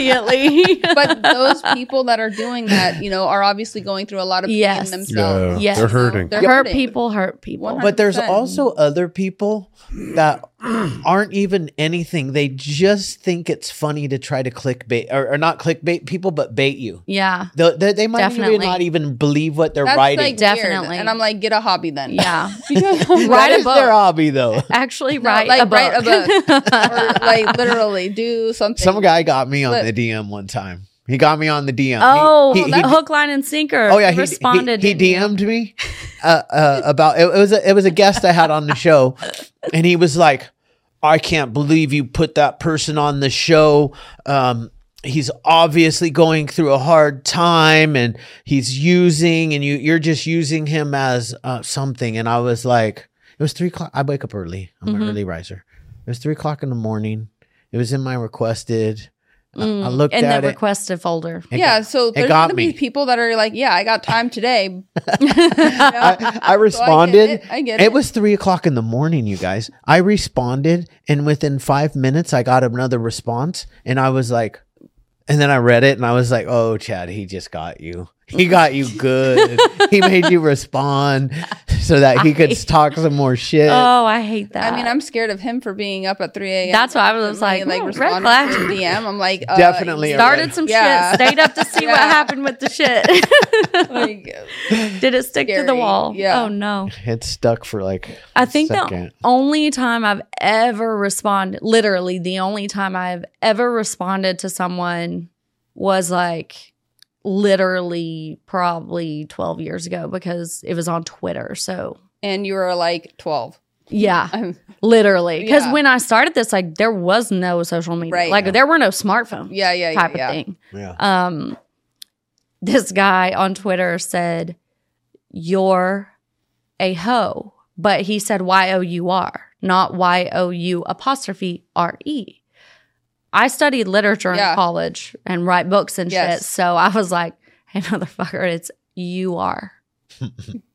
Speaker 1: immediately.
Speaker 2: But those people that are doing that, you know, are obviously going through a lot of pain
Speaker 1: Yes.
Speaker 2: themselves.
Speaker 3: Yeah,
Speaker 1: Yes.
Speaker 3: they're hurting.
Speaker 2: They're
Speaker 1: hurt
Speaker 2: hurting.
Speaker 1: people hurt people.
Speaker 2: 100.
Speaker 4: But there's
Speaker 2: 100%.
Speaker 4: also other people that aren't even anything. They just think it's funny to try to clickbait or, or not clickbait people, but bait you.
Speaker 1: Yeah.
Speaker 4: They, they, they might even
Speaker 1: Definitely.
Speaker 4: not even believe what they're
Speaker 2: That's
Speaker 4: writing.
Speaker 2: like definitely.
Speaker 1: Definitely.
Speaker 2: And I'm like, get a hobby then.
Speaker 1: Yeah.
Speaker 2: because
Speaker 1: write
Speaker 4: That
Speaker 1: a
Speaker 4: is their
Speaker 1: book.
Speaker 4: hobby, though.
Speaker 1: Actually,
Speaker 2: No,
Speaker 1: write,
Speaker 2: like,
Speaker 1: a book.
Speaker 2: write a book. or like literally do something.
Speaker 4: Some guy got me on
Speaker 2: Look.
Speaker 4: the DM one time. He got me on the DM. He-
Speaker 1: oh,
Speaker 4: he- he-
Speaker 1: that hook, line, and sinker.
Speaker 4: Oh yeah,
Speaker 1: he
Speaker 4: he
Speaker 1: responded.
Speaker 4: He, he
Speaker 1: didn't you?
Speaker 4: DM'd me uh, uh, about it, it was a, it was a guest I had on the show, and he was like, "I can't believe you put that person on the show. Um, he's obviously going through a hard time, and he's using, and you you're just using him as uh, something." And I was like, "It was three o'clock. I wake up early. I'm
Speaker 1: Mm-hmm.
Speaker 4: an early riser. It was three o'clock in the morning. It was in my requested. I- I looked
Speaker 1: Mm. in
Speaker 4: at
Speaker 1: the
Speaker 4: it.
Speaker 1: requested folder.
Speaker 4: It
Speaker 2: yeah,
Speaker 4: got-
Speaker 2: so there's
Speaker 4: got
Speaker 2: gonna be
Speaker 4: me.
Speaker 2: people that are like, yeah, I got time today. You
Speaker 1: Oh,
Speaker 2: know?
Speaker 4: I, I responded.
Speaker 2: it. I get
Speaker 4: it.
Speaker 2: it.
Speaker 4: was three o'clock in the morning, you guys. I responded, and within five minutes, I got another response, and I was like, and then I read it, and I was like, oh, Chad, he just got you. He got you good. he made you respond so that he could talk some more shit.
Speaker 1: Oh, I hate that.
Speaker 2: I mean, I'm scared of him for being up at 3 a.m.
Speaker 1: That's why I was like,
Speaker 2: like
Speaker 1: "Ooh, red
Speaker 2: responding
Speaker 1: flag."
Speaker 2: to the DM. I'm like, uh,
Speaker 4: Definitely a
Speaker 1: started
Speaker 4: red-
Speaker 1: some
Speaker 2: Yeah.
Speaker 1: shit, stayed up to see what
Speaker 2: Yeah.
Speaker 1: happened with the shit.
Speaker 2: like,
Speaker 1: Did it stick to the
Speaker 2: Scary.
Speaker 1: wall?
Speaker 2: Yeah.
Speaker 1: Oh no.
Speaker 4: It stuck for like.
Speaker 1: I think
Speaker 4: second.
Speaker 1: the only time I've ever responded, literally the only time I've ever responded to someone was like literally probably 12 years ago because it was on Twitter. So,
Speaker 2: and you were like 12.
Speaker 1: yeah,
Speaker 2: I'm,
Speaker 1: literally. Because
Speaker 2: Yeah.
Speaker 1: when I started this, like there was no social media,
Speaker 2: Right.
Speaker 1: like there were no smartphones
Speaker 2: yeah, yeah, yeah.
Speaker 1: type
Speaker 2: yeah.
Speaker 1: of thing.
Speaker 4: Yeah.
Speaker 1: um, this guy on Twitter said, You're a hoe. But he said Y O U R, not Y O U apostrophe R E. I studied literature in
Speaker 2: Yeah.
Speaker 1: college and write books and shit.
Speaker 2: Yes.
Speaker 1: So I was like, Hey, motherfucker, it's you are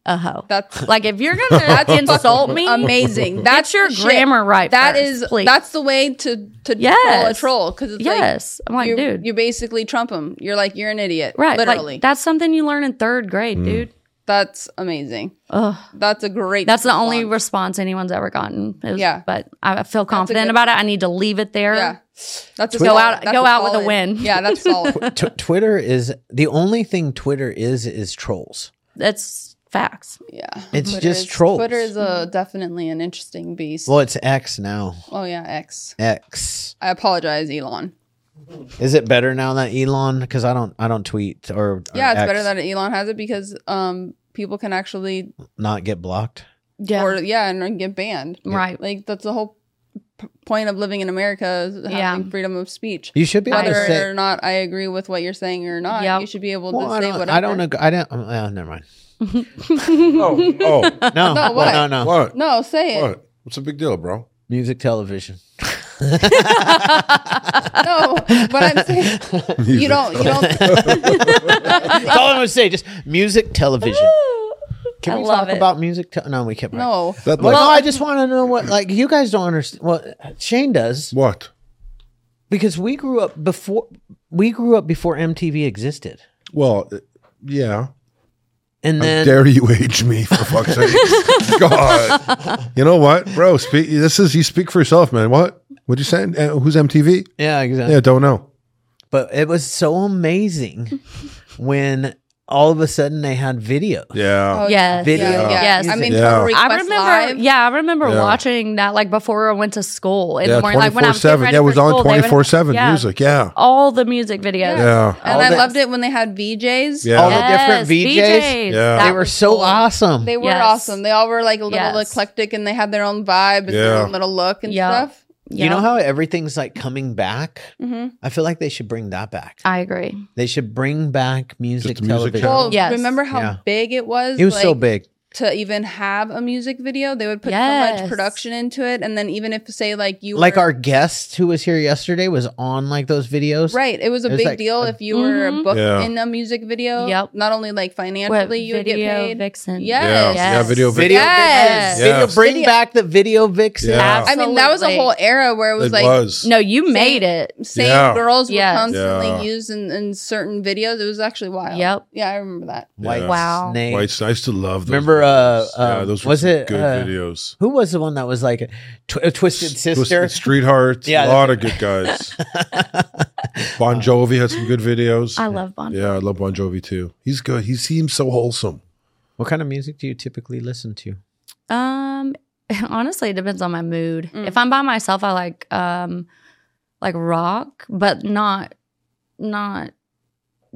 Speaker 1: a hoe.
Speaker 2: That's
Speaker 1: Like, if you're going to insult me,
Speaker 2: amazing. That's
Speaker 1: that's your
Speaker 2: shit.
Speaker 1: grammar right.
Speaker 2: That
Speaker 1: first,
Speaker 2: is
Speaker 1: please.
Speaker 2: that's the way to to troll a
Speaker 1: Yes.
Speaker 2: troll because it's like
Speaker 1: yes. I'm like,
Speaker 2: you're,
Speaker 1: dude.
Speaker 2: you basically trump them. You're like you're an idiot,
Speaker 1: right.
Speaker 2: Literally,
Speaker 1: Like, that's something you learn in third grade,
Speaker 3: Mm.
Speaker 1: dude.
Speaker 2: that's amazing.
Speaker 1: Ugh.
Speaker 2: That's a great.
Speaker 1: That's the only
Speaker 2: response.
Speaker 1: response anyone's ever gotten. It was-
Speaker 2: Yeah.
Speaker 1: but I feel confident
Speaker 2: good
Speaker 1: about it. I need to leave it there.
Speaker 2: yeah. That's a
Speaker 1: Go
Speaker 2: solid-
Speaker 1: out-
Speaker 2: that's
Speaker 1: go out with a
Speaker 2: solid-
Speaker 1: win.
Speaker 2: Yeah, that's solid.
Speaker 4: Tw- Twitter is the only thing Twitter is is trolls.
Speaker 1: that's facts.
Speaker 2: yeah,
Speaker 4: It's
Speaker 2: Twitter
Speaker 4: just
Speaker 2: is-
Speaker 4: trolls.
Speaker 2: Twitter is a definitely an interesting beast.
Speaker 4: Well, it's X now.
Speaker 2: oh yeah, X.
Speaker 4: X.
Speaker 2: I apologize, Elon.
Speaker 4: Is it better now that Elon? Because I don't, I don't tweet or, or
Speaker 2: Yeah, it's
Speaker 4: Uh, X
Speaker 2: better that Elon has it because um people can actually
Speaker 4: not get blocked.
Speaker 1: Yeah.
Speaker 2: or yeah and get banned.
Speaker 1: right.
Speaker 2: Like that's the whole p- point of living in America is having
Speaker 1: Yeah.
Speaker 2: freedom of speech.
Speaker 4: You should be able to
Speaker 2: Whether
Speaker 4: say.
Speaker 2: or not I agree with what you're saying or not,
Speaker 1: Yep.
Speaker 2: you should be able to
Speaker 4: Well, I
Speaker 2: say
Speaker 4: don't.
Speaker 2: whatever.
Speaker 4: I don't. Ag- I don't. oh, Uh, never mind.
Speaker 3: Oh, oh,
Speaker 4: No.
Speaker 2: No, what?
Speaker 4: No. No.
Speaker 3: what?
Speaker 2: No, say it.
Speaker 3: What? What's the big deal, bro?
Speaker 4: Music television.
Speaker 2: No, but I'm saying you don't. You don't.
Speaker 4: That's all I'm gonna say. Just music television. Can
Speaker 1: I
Speaker 4: we
Speaker 1: love
Speaker 4: talk
Speaker 1: it.
Speaker 4: about music? Te- no, we can't.
Speaker 2: No.
Speaker 3: That
Speaker 4: Well,
Speaker 3: like
Speaker 4: no, I just want to know what like you guys don't understand. Well, Shane does
Speaker 3: what?
Speaker 4: because we grew up before we grew up before MTV existed,
Speaker 3: Well, uh, yeah.
Speaker 4: and
Speaker 3: How
Speaker 4: then
Speaker 3: dare you age me for fuck's sake? God, you know what, bro? Speak. This is you speak for yourself, man. What? What you saying? Uh, who's MTV?
Speaker 4: yeah, exactly.
Speaker 1: Uh,
Speaker 3: Yeah, don't know.
Speaker 4: But it was so amazing when all of a sudden they had video.
Speaker 3: Yeah,
Speaker 1: Yes.
Speaker 4: Video.
Speaker 2: Oh, Yeah, yeah.
Speaker 1: Yes.
Speaker 2: I mean,
Speaker 3: Yeah.
Speaker 2: Total Request
Speaker 1: I remember,
Speaker 2: Live.
Speaker 1: yeah, I remember
Speaker 3: Yeah.
Speaker 1: watching that like before I went to school in
Speaker 3: yeah,
Speaker 1: the morning, like when I
Speaker 3: twenty-four
Speaker 1: was getting
Speaker 3: seven.
Speaker 1: ready
Speaker 3: Yeah, it was
Speaker 1: for
Speaker 3: on
Speaker 1: school, they would-
Speaker 3: twenty-four seven
Speaker 1: yeah, Oh,
Speaker 3: music. Yeah,
Speaker 1: All the music videos.
Speaker 3: yeah,
Speaker 2: And
Speaker 4: All
Speaker 2: I
Speaker 4: that-
Speaker 2: loved it when they had VJs.
Speaker 3: yeah.
Speaker 4: All the
Speaker 1: Yes,
Speaker 4: different VJs.
Speaker 3: Yeah.
Speaker 1: That
Speaker 4: They were
Speaker 1: was
Speaker 4: so
Speaker 1: cool.
Speaker 4: awesome.
Speaker 2: They were
Speaker 1: Yes.
Speaker 2: awesome. They all were like a little
Speaker 1: Yes.
Speaker 2: eclectic and they had their own vibe and their
Speaker 3: Yeah.
Speaker 2: own little look and
Speaker 1: Yeah.
Speaker 2: stuff.
Speaker 1: Yeah.
Speaker 4: You know how everything's like coming back?
Speaker 1: Mm-hmm.
Speaker 2: hmm
Speaker 4: I feel like they should bring that back.
Speaker 1: I agree.
Speaker 4: They should bring back music
Speaker 3: music
Speaker 4: television.
Speaker 3: channel.
Speaker 2: Well,
Speaker 1: Yes.
Speaker 2: remember how
Speaker 4: Yeah.
Speaker 2: big it was?
Speaker 4: it was so
Speaker 2: Like,
Speaker 4: big.
Speaker 2: to even have a music video. They would put so
Speaker 1: Yes.
Speaker 2: much production into it, and then even if say like you
Speaker 4: Like
Speaker 2: were,
Speaker 4: our guest who was here yesterday was on like those videos.
Speaker 2: right, it was a
Speaker 4: It was
Speaker 2: big
Speaker 4: like
Speaker 2: deal
Speaker 4: a-
Speaker 2: if you were
Speaker 1: Mhm.
Speaker 2: booked
Speaker 3: Yeah.
Speaker 2: in a music video.
Speaker 1: Yep.
Speaker 2: Not only like
Speaker 1: What,
Speaker 2: financially you would get
Speaker 1: video
Speaker 2: paid.
Speaker 1: vixen.
Speaker 2: Yes.
Speaker 3: Yeah, yeah, video
Speaker 4: Video
Speaker 2: Yes.
Speaker 4: Video,
Speaker 3: Yes.
Speaker 4: bring
Speaker 2: Video-
Speaker 4: back the video vixen.
Speaker 3: Yeah.
Speaker 2: I mean, that was a
Speaker 1: Absolutely.
Speaker 2: whole era where it was
Speaker 3: It
Speaker 2: like
Speaker 3: was.
Speaker 1: No, you made it.
Speaker 2: same
Speaker 3: Yeah.
Speaker 2: girls were
Speaker 1: Yes.
Speaker 2: constantly
Speaker 3: Yeah.
Speaker 2: used in, in certain videos. It was actually wild.
Speaker 1: Yep.
Speaker 2: Yeah, I remember that.
Speaker 4: White
Speaker 3: Yeah.
Speaker 1: Wow.
Speaker 4: snake.
Speaker 3: White, I used to love those. videos.
Speaker 4: Remember, uh, uh,
Speaker 3: yeah, those were
Speaker 4: was
Speaker 3: some
Speaker 4: it,
Speaker 3: good
Speaker 4: uh,
Speaker 3: videos.
Speaker 4: Who was the one that was like a tw- a twisted sister?
Speaker 3: Twisted Street Hearts, a
Speaker 4: Yeah,
Speaker 3: lot of good guys. bon Jovi had some good videos.
Speaker 1: I love Bon.
Speaker 3: yeah, I love Bon Jovi too. He's good. He seems so wholesome.
Speaker 4: what kind of music do you typically listen to?
Speaker 1: Um, honestly, it depends on my mood.
Speaker 2: Mm.
Speaker 1: If I'm by myself, I like um, like rock, but not not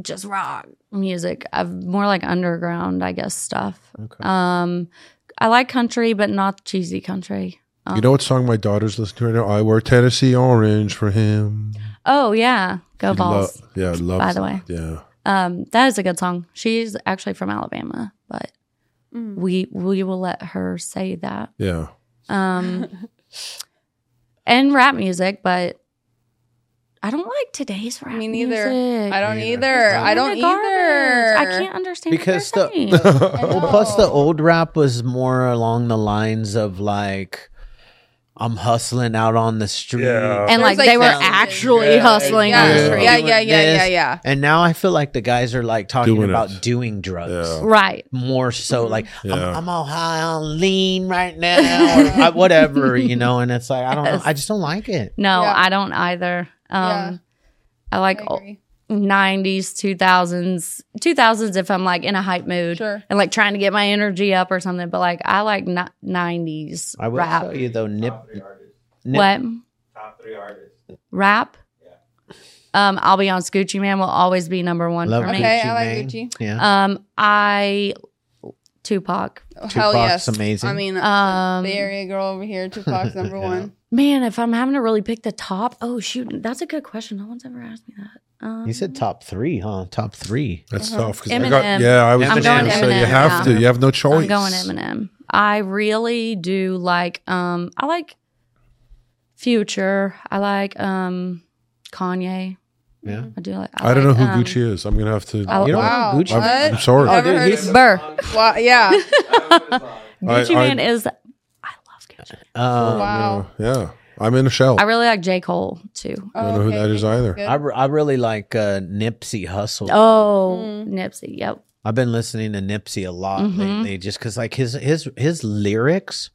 Speaker 1: just rock music. I've more like underground, I guess, stuff.
Speaker 4: Okay.
Speaker 1: Um, I like country, but not cheesy country. Um,
Speaker 3: You know what song my daughter's listening to right now? I wear Tennessee orange for him.
Speaker 1: Oh yeah, go
Speaker 3: She lo-
Speaker 1: balls.
Speaker 3: yeah, I love.
Speaker 1: By the way,
Speaker 3: yeah,
Speaker 1: um, that is a good song. She's actually from Alabama, but
Speaker 2: Mm.
Speaker 1: we we will let her say that.
Speaker 3: yeah.
Speaker 1: um, and rap music, but I don't like today's rap.
Speaker 2: Me neither.
Speaker 1: Music.
Speaker 2: I don't
Speaker 4: Yeah.
Speaker 2: either. I don't
Speaker 1: It's all
Speaker 2: either.
Speaker 1: garbage. I can't understand
Speaker 4: Because
Speaker 1: because
Speaker 4: the-
Speaker 1: what they're saying.
Speaker 2: know.
Speaker 3: yeah,
Speaker 4: Well, plus the old rap was more along the lines of like, I'm hustling out on the street.
Speaker 3: Yeah.
Speaker 1: and like,
Speaker 2: There's, like,
Speaker 1: they were
Speaker 2: sounds.
Speaker 1: actually
Speaker 4: Yeah.
Speaker 1: hustling.
Speaker 2: Yeah,
Speaker 1: on the
Speaker 3: Yeah.
Speaker 1: street.
Speaker 2: yeah, yeah, yeah, yeah,
Speaker 4: This-
Speaker 2: yeah.
Speaker 4: And now I feel like the guys are like talking
Speaker 3: Doing
Speaker 4: about
Speaker 3: it.
Speaker 4: doing drugs.
Speaker 3: Yeah.
Speaker 1: Right.
Speaker 4: More
Speaker 1: Mm-hmm.
Speaker 4: so, like I'm,
Speaker 3: Yeah.
Speaker 4: I'm all high on lean right now, or I- whatever you know. And it's like I don't know.
Speaker 1: Yes.
Speaker 4: I just don't like it.
Speaker 1: No,
Speaker 2: Yeah.
Speaker 1: I don't either. Um,
Speaker 2: Yeah.
Speaker 1: I like oh,
Speaker 2: I
Speaker 1: ol-
Speaker 2: agree.
Speaker 1: 90s, 2000s, 2000s if I'm like in a hype mood
Speaker 2: Sure.
Speaker 1: and like trying to get my energy up or something. But like I like ni- 90s
Speaker 4: I will
Speaker 1: rap.
Speaker 4: tell you though, nip. nip
Speaker 1: What? Top three artists. Rap. Um, I'll be on Scoochie Man will always be number one
Speaker 4: Love
Speaker 1: for me.
Speaker 2: Okay,
Speaker 4: Gucci
Speaker 2: I like
Speaker 4: Mane.
Speaker 2: Gucci.
Speaker 4: Yeah,
Speaker 1: Um, I Tupac.
Speaker 2: Hell
Speaker 4: Tupac's
Speaker 2: yes.
Speaker 4: amazing.
Speaker 2: I mean,
Speaker 1: Um,
Speaker 2: Bay Area girl over here, Tupac's number one.
Speaker 1: Man, if I'm having to really pick the top, oh shoot, that's a good question. No one's ever asked me that. Um,
Speaker 4: you said top three, huh? Top three.
Speaker 3: that's
Speaker 2: Uh-huh.
Speaker 3: tough. 'cause I got,
Speaker 1: Eminem.
Speaker 3: yeah, I was
Speaker 4: I'm
Speaker 3: just
Speaker 4: going
Speaker 3: gonna say you
Speaker 1: Eminem,
Speaker 3: have to.
Speaker 1: yeah.
Speaker 3: You have no choice.
Speaker 1: I'm going Eminem. I really do like. Um, I like Future. I like um, Kanye.
Speaker 4: Yeah.
Speaker 1: I do like.
Speaker 3: I don't know
Speaker 1: like,
Speaker 3: who
Speaker 1: um,
Speaker 3: Gucci is. I'm gonna have to.
Speaker 1: I-
Speaker 4: You don't
Speaker 2: Wow.
Speaker 4: know Gucci.
Speaker 3: I'm,
Speaker 2: What?
Speaker 3: I'm sorry.
Speaker 2: Never
Speaker 4: dude,
Speaker 2: heard
Speaker 4: he's-
Speaker 2: of
Speaker 1: Burr.
Speaker 2: Wow, yeah.
Speaker 1: Gucci
Speaker 3: I-
Speaker 1: Man is. I love Gucci. Man.
Speaker 4: Um,
Speaker 2: Wow.
Speaker 3: Yeah, I'm in a shell.
Speaker 1: I
Speaker 3: I
Speaker 1: really like J. Cole too.
Speaker 3: don't
Speaker 2: Oh,
Speaker 3: know who that is either.
Speaker 4: I, re- I really like uh, Nipsey Hussle.
Speaker 1: Oh,
Speaker 2: Mm.
Speaker 1: Nipsey. Yep.
Speaker 4: I've been listening to Nipsey a lot
Speaker 1: Mhm.
Speaker 4: lately, just because like his his his lyrics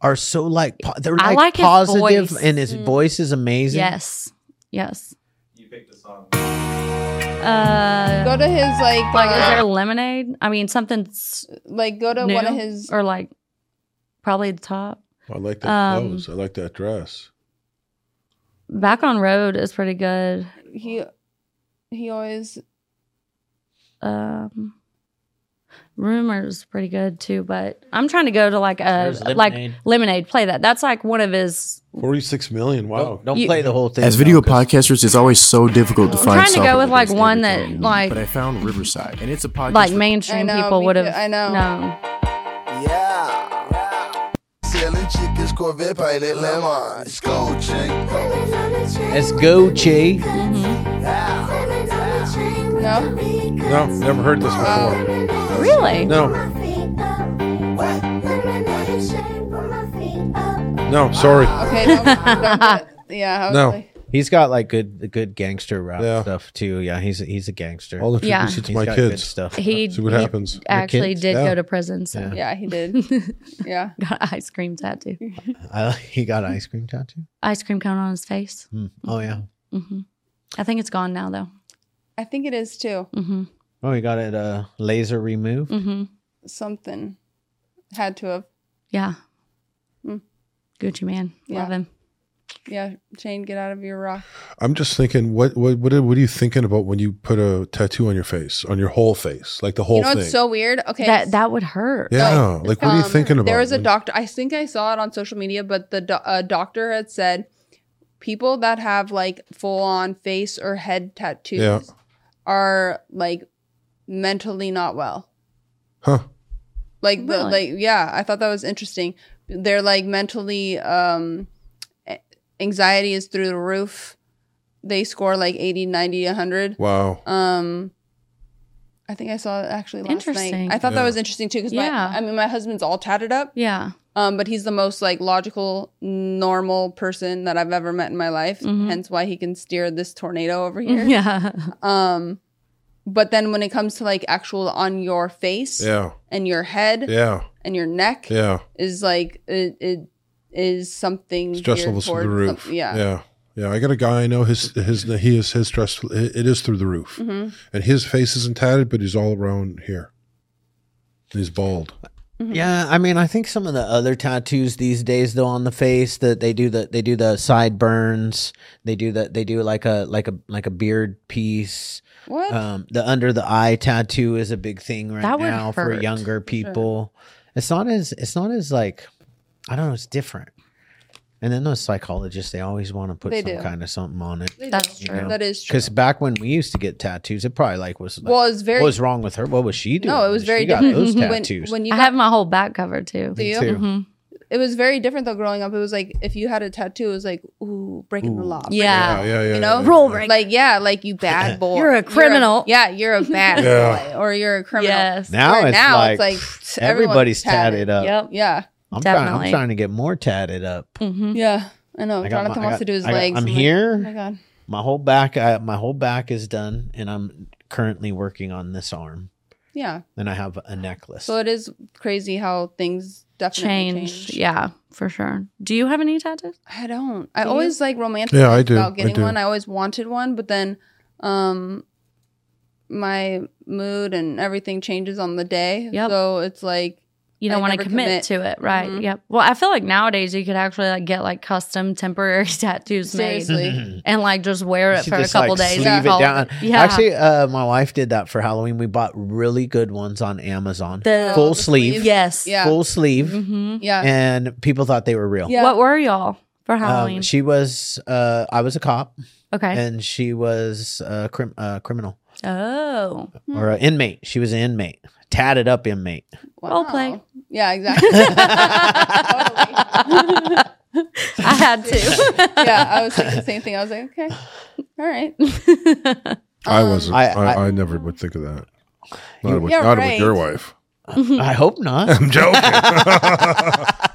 Speaker 4: are so like po- they're
Speaker 1: I
Speaker 4: like,
Speaker 1: like his
Speaker 4: positive
Speaker 1: voice.
Speaker 4: and his
Speaker 2: Mm.
Speaker 4: voice is amazing.
Speaker 1: Yes. Yes.
Speaker 5: You picked a song.
Speaker 1: Uh,
Speaker 2: Go to his like,
Speaker 1: like, is
Speaker 2: uh,
Speaker 1: there lemonade? I mean, something s-
Speaker 2: like go to
Speaker 1: new
Speaker 2: one of his.
Speaker 1: or like probably the top.
Speaker 3: like that
Speaker 1: Um,
Speaker 3: clothes. I like that dress.
Speaker 1: Back on road is pretty good.
Speaker 2: He he always
Speaker 1: Um, rumors pretty good too, but I'm trying to go to like a
Speaker 4: There's
Speaker 1: like
Speaker 4: Lemonade.
Speaker 1: lemonade. Play that. That's like one of his.
Speaker 3: Forty-six million. Wow.
Speaker 4: Don't, don't
Speaker 1: You-
Speaker 4: play the whole thing.
Speaker 6: As video
Speaker 4: though, 'cause
Speaker 6: podcasters, it's always so difficult to
Speaker 1: I'm
Speaker 6: find.
Speaker 1: trying to go
Speaker 6: something
Speaker 1: with, like,
Speaker 6: can stand
Speaker 1: one
Speaker 6: the
Speaker 1: that,
Speaker 6: tone.
Speaker 1: like-
Speaker 6: But I found Riverside, and it's a podcast.
Speaker 1: Like
Speaker 6: that-
Speaker 1: mainstream
Speaker 2: I know,
Speaker 1: people
Speaker 2: me
Speaker 1: would have.
Speaker 2: too. I know.
Speaker 1: known.
Speaker 7: Yeah. Sailing chickens, Corvette pilot, lemon. School chick.
Speaker 4: It's Gucci.
Speaker 2: no.
Speaker 3: No, never heard this before.
Speaker 1: Really?
Speaker 3: No, no, sorry.
Speaker 2: Okay. Don't, don't do it. Yeah. I was
Speaker 3: No.
Speaker 2: like-
Speaker 4: He's got like good good gangster rap
Speaker 3: Yeah.
Speaker 4: stuff too. Yeah, he's he's a gangster.
Speaker 3: I'll introduce
Speaker 1: Yeah.
Speaker 3: it to
Speaker 4: He's
Speaker 3: my
Speaker 4: got good
Speaker 3: kids.
Speaker 4: stuff.
Speaker 1: He
Speaker 3: See what
Speaker 1: he
Speaker 3: happens.
Speaker 1: actually
Speaker 4: kids?
Speaker 1: did
Speaker 3: Yeah.
Speaker 1: go to prison. So
Speaker 2: yeah, he did. Yeah.
Speaker 1: got an ice cream tattoo.
Speaker 4: I, he got an ice cream tattoo.
Speaker 1: ice cream cone on his face.
Speaker 4: Hmm. Oh yeah.
Speaker 1: hmm I think it's gone now though.
Speaker 2: I think it is too.
Speaker 1: hmm
Speaker 4: Oh, he got it uh, laser removed.
Speaker 1: hmm
Speaker 2: Something had to have.
Speaker 1: Yeah.
Speaker 2: Mm.
Speaker 1: Gucci man,
Speaker 2: Yeah.
Speaker 1: love him.
Speaker 2: Yeah. Shane, get out of your rock.
Speaker 3: I'm just thinking, what what what are, what are you thinking about when you put a tattoo on your face, on your whole face, like the whole
Speaker 2: you know
Speaker 3: thing?
Speaker 2: what's so weird? Okay.
Speaker 1: That that would hurt.
Speaker 3: yeah,
Speaker 2: No,
Speaker 3: like what are you
Speaker 2: um,
Speaker 3: thinking about?
Speaker 2: There was a
Speaker 3: when-
Speaker 2: doctor. I think I saw it on social media, but the do- uh, doctor had said people that have like full on face or head tattoos
Speaker 3: Yeah.
Speaker 2: are like mentally not well.
Speaker 3: Huh?
Speaker 2: like the,
Speaker 1: Really?
Speaker 2: like yeah i thought that was interesting they're like mentally um a- anxiety is through the roof they score like 80 90 100
Speaker 3: Wow.
Speaker 2: um i think i saw it actually last
Speaker 1: Interesting.
Speaker 2: night i thought that
Speaker 3: Yeah.
Speaker 2: was interesting too because
Speaker 1: Yeah.
Speaker 2: i mean my husband's all tatted up
Speaker 1: Yeah.
Speaker 2: um, but he's the most like logical, normal person that I've ever met in my life.
Speaker 1: Mhm.
Speaker 2: Hence why he can steer this tornado over here.
Speaker 1: Mm-hmm. Yeah.
Speaker 2: Um, but then when it comes to like actual on your face
Speaker 3: Yeah.
Speaker 2: and your head
Speaker 3: Yeah.
Speaker 2: and your neck
Speaker 3: Yeah.
Speaker 2: is like it, it is something
Speaker 3: Stress
Speaker 2: geared
Speaker 3: levels through the
Speaker 2: towards
Speaker 3: roof.
Speaker 2: some- yeah.
Speaker 3: Yeah. Yeah. I got a guy I know. His his he is his stress. It is through the roof,
Speaker 2: Mhm.
Speaker 3: and his face isn't tatted, but he's all around here. And he's bald.
Speaker 4: Yeah, I mean, I think some of the other tattoos these days, though, on the face that they do the they do the sideburns, they do the they do like a like a like a beard piece.
Speaker 2: What?
Speaker 1: Uh,
Speaker 4: Um, the under the eye tattoo is a big thing right
Speaker 1: That would
Speaker 4: now for
Speaker 1: hurt.
Speaker 4: younger people. It's not as it's not as like I don't know. It's different. And then those psychologists, they always want to put
Speaker 2: They
Speaker 4: some
Speaker 2: do.
Speaker 4: kind of something on it.
Speaker 1: That's true.
Speaker 2: That is true.
Speaker 4: Because back when we used to get tattoos, it probably like was like,
Speaker 2: Well, it's very
Speaker 4: what was wrong with her? What was she doing?
Speaker 2: no, it
Speaker 4: when
Speaker 2: was
Speaker 4: she
Speaker 2: very
Speaker 4: got
Speaker 2: different
Speaker 4: Those
Speaker 2: when
Speaker 4: tattoos.
Speaker 2: when you
Speaker 1: I
Speaker 2: got
Speaker 1: have my whole back covered too.
Speaker 2: Do you?
Speaker 4: too.
Speaker 1: Mhm.
Speaker 2: It was very different though growing up. It was like if you had a tattoo, it was like ooh, breaking the law.
Speaker 1: Yeah.
Speaker 3: yeah. Yeah.
Speaker 2: you know,
Speaker 3: yeah.
Speaker 1: Rule breaker.
Speaker 2: Like yeah, like you bad boy.
Speaker 1: You're a criminal.
Speaker 2: yeah, you're a bad
Speaker 3: Yeah.
Speaker 2: boy, or you're a criminal.
Speaker 1: Yes.
Speaker 4: Now
Speaker 2: Where
Speaker 4: it's
Speaker 2: now
Speaker 4: like,
Speaker 2: it's like,
Speaker 4: pff,
Speaker 2: everyone's
Speaker 4: everybody's
Speaker 2: tatted.
Speaker 4: tatted up.
Speaker 1: Yep.
Speaker 2: Yeah,
Speaker 4: I'm, trying, I'm
Speaker 1: Definitely.
Speaker 4: trying to get more tatted up.
Speaker 1: hmm
Speaker 2: yeah. I know.
Speaker 4: I got
Speaker 2: Jonathan
Speaker 4: my- I
Speaker 2: wants
Speaker 4: got-
Speaker 2: to do his
Speaker 4: I got-
Speaker 2: legs.
Speaker 4: I'm
Speaker 2: like,
Speaker 4: here.
Speaker 2: oh my god.
Speaker 4: My whole back, I, my whole back is done, and I'm currently working on this arm.
Speaker 2: Yeah.
Speaker 4: And I have a necklace.
Speaker 2: So it is crazy how things definitely change.
Speaker 1: Changed. Yeah, for sure. Do you have any tattoos?
Speaker 2: I don't. I
Speaker 1: Do you?
Speaker 2: always like romantic
Speaker 3: Yeah, I do.
Speaker 2: about
Speaker 3: I
Speaker 2: getting
Speaker 3: do.
Speaker 2: one. I always wanted one, but then um my mood and everything changes on the day.
Speaker 1: Yep.
Speaker 2: So it's like
Speaker 1: You
Speaker 2: I
Speaker 1: don't want to
Speaker 2: never
Speaker 1: commit,
Speaker 2: commit.
Speaker 1: to it, right?
Speaker 2: Mhm.
Speaker 1: Yep. Well, I feel like nowadays you could actually like get like custom temporary tattoos made
Speaker 2: seriously.
Speaker 1: and like just wear
Speaker 4: You
Speaker 1: it
Speaker 4: should
Speaker 1: for a
Speaker 4: just,
Speaker 1: couple
Speaker 4: like,
Speaker 1: days.
Speaker 4: Sleeve
Speaker 1: and
Speaker 4: it
Speaker 1: call
Speaker 4: down.
Speaker 1: Yeah.
Speaker 4: Actually, uh, my wife did that for Halloween. We bought really good ones on Amazon,
Speaker 1: The-
Speaker 4: full
Speaker 2: the
Speaker 4: sleeve,
Speaker 2: sleeve.
Speaker 1: yes.
Speaker 2: Yeah.
Speaker 4: full sleeve,
Speaker 1: hmm
Speaker 2: yeah.
Speaker 4: and people thought they were real.
Speaker 2: yeah.
Speaker 1: What were y'all for
Speaker 4: Um,
Speaker 1: Halloween?
Speaker 4: she was, uh, I was a cop,
Speaker 1: okay.
Speaker 4: and she was a crim- uh, criminal.
Speaker 1: oh.
Speaker 4: or an inmate. She was an inmate, tatted up inmate.
Speaker 1: Role play.
Speaker 2: Yeah, exactly. Totally.
Speaker 1: I had to.
Speaker 2: yeah, I was thinking the same thing. I was like, okay, all right.
Speaker 3: I wasn't.
Speaker 4: I-
Speaker 3: I, I,
Speaker 4: I-
Speaker 3: never would think of that. Not,
Speaker 4: You-
Speaker 3: with,
Speaker 2: You're
Speaker 3: not
Speaker 2: right.
Speaker 3: with your wife.
Speaker 4: I hope not.
Speaker 3: I'm joking.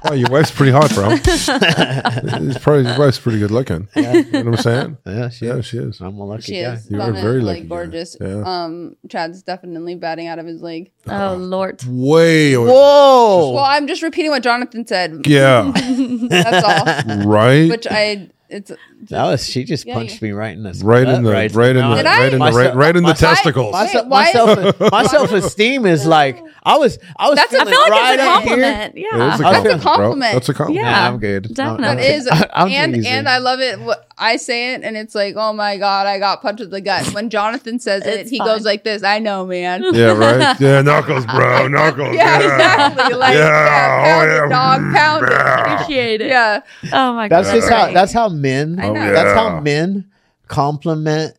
Speaker 3: oh, your wife's pretty hot, bro. It's probably your wife's pretty good looking. You know what I'm saying?
Speaker 4: yeah, she
Speaker 3: Yeah,
Speaker 4: is.
Speaker 3: she is.
Speaker 4: I'm a lucky
Speaker 2: She
Speaker 4: guy.
Speaker 2: is
Speaker 3: You are
Speaker 2: stunning,
Speaker 3: very lucky
Speaker 2: like
Speaker 3: guy.
Speaker 2: gorgeous.
Speaker 3: Yeah.
Speaker 2: Um, Chad's definitely batting out of his league.
Speaker 1: oh Lord.
Speaker 3: Way over.
Speaker 4: Whoa!
Speaker 2: Well, I'm just repeating what Jonathan said.
Speaker 3: Yeah.
Speaker 2: That's all.
Speaker 3: Right.
Speaker 2: Which I, it's
Speaker 4: that was she just
Speaker 2: Yeah,
Speaker 4: punched me right in the
Speaker 3: right in the
Speaker 4: right,
Speaker 3: right, in the
Speaker 4: now.
Speaker 2: Did
Speaker 3: right in the
Speaker 4: I?
Speaker 3: right, right in the
Speaker 4: My-
Speaker 3: testicles.
Speaker 4: My, se-
Speaker 2: Wait, why
Speaker 4: my,
Speaker 2: is-
Speaker 4: self, my self-esteem is like I was. I was.
Speaker 2: That's a-
Speaker 4: feeling
Speaker 1: I feel like
Speaker 4: right
Speaker 1: it's a
Speaker 4: up
Speaker 1: compliment. Yeah.
Speaker 3: It is
Speaker 4: That's a
Speaker 3: bro.
Speaker 2: compliment.
Speaker 3: That's a compliment.
Speaker 1: Yeah.
Speaker 4: Yeah, I'm good. I'm- I'm
Speaker 1: That
Speaker 2: that
Speaker 4: good.
Speaker 2: is,
Speaker 4: I'm
Speaker 2: and
Speaker 4: teasing.
Speaker 2: and I love it. wh- I say it, and it's like, oh my god, I got punched in the gut. When Jonathan says it,
Speaker 1: It's
Speaker 2: he
Speaker 1: fine.
Speaker 2: goes like this. I know, man.
Speaker 4: Oh,
Speaker 3: Yeah, right. Yeah, knuckles, bro. Knuckles.
Speaker 2: Yeah, exactly. Like, yeah, pound
Speaker 3: Yeah.
Speaker 4: oh,
Speaker 2: it, dog, pound it.
Speaker 1: Appreciate it.
Speaker 2: Yeah,
Speaker 1: Oh my god.
Speaker 4: That's just how. That's how men.
Speaker 2: I know. Oh,
Speaker 4: That's how
Speaker 3: yeah.
Speaker 4: men compliment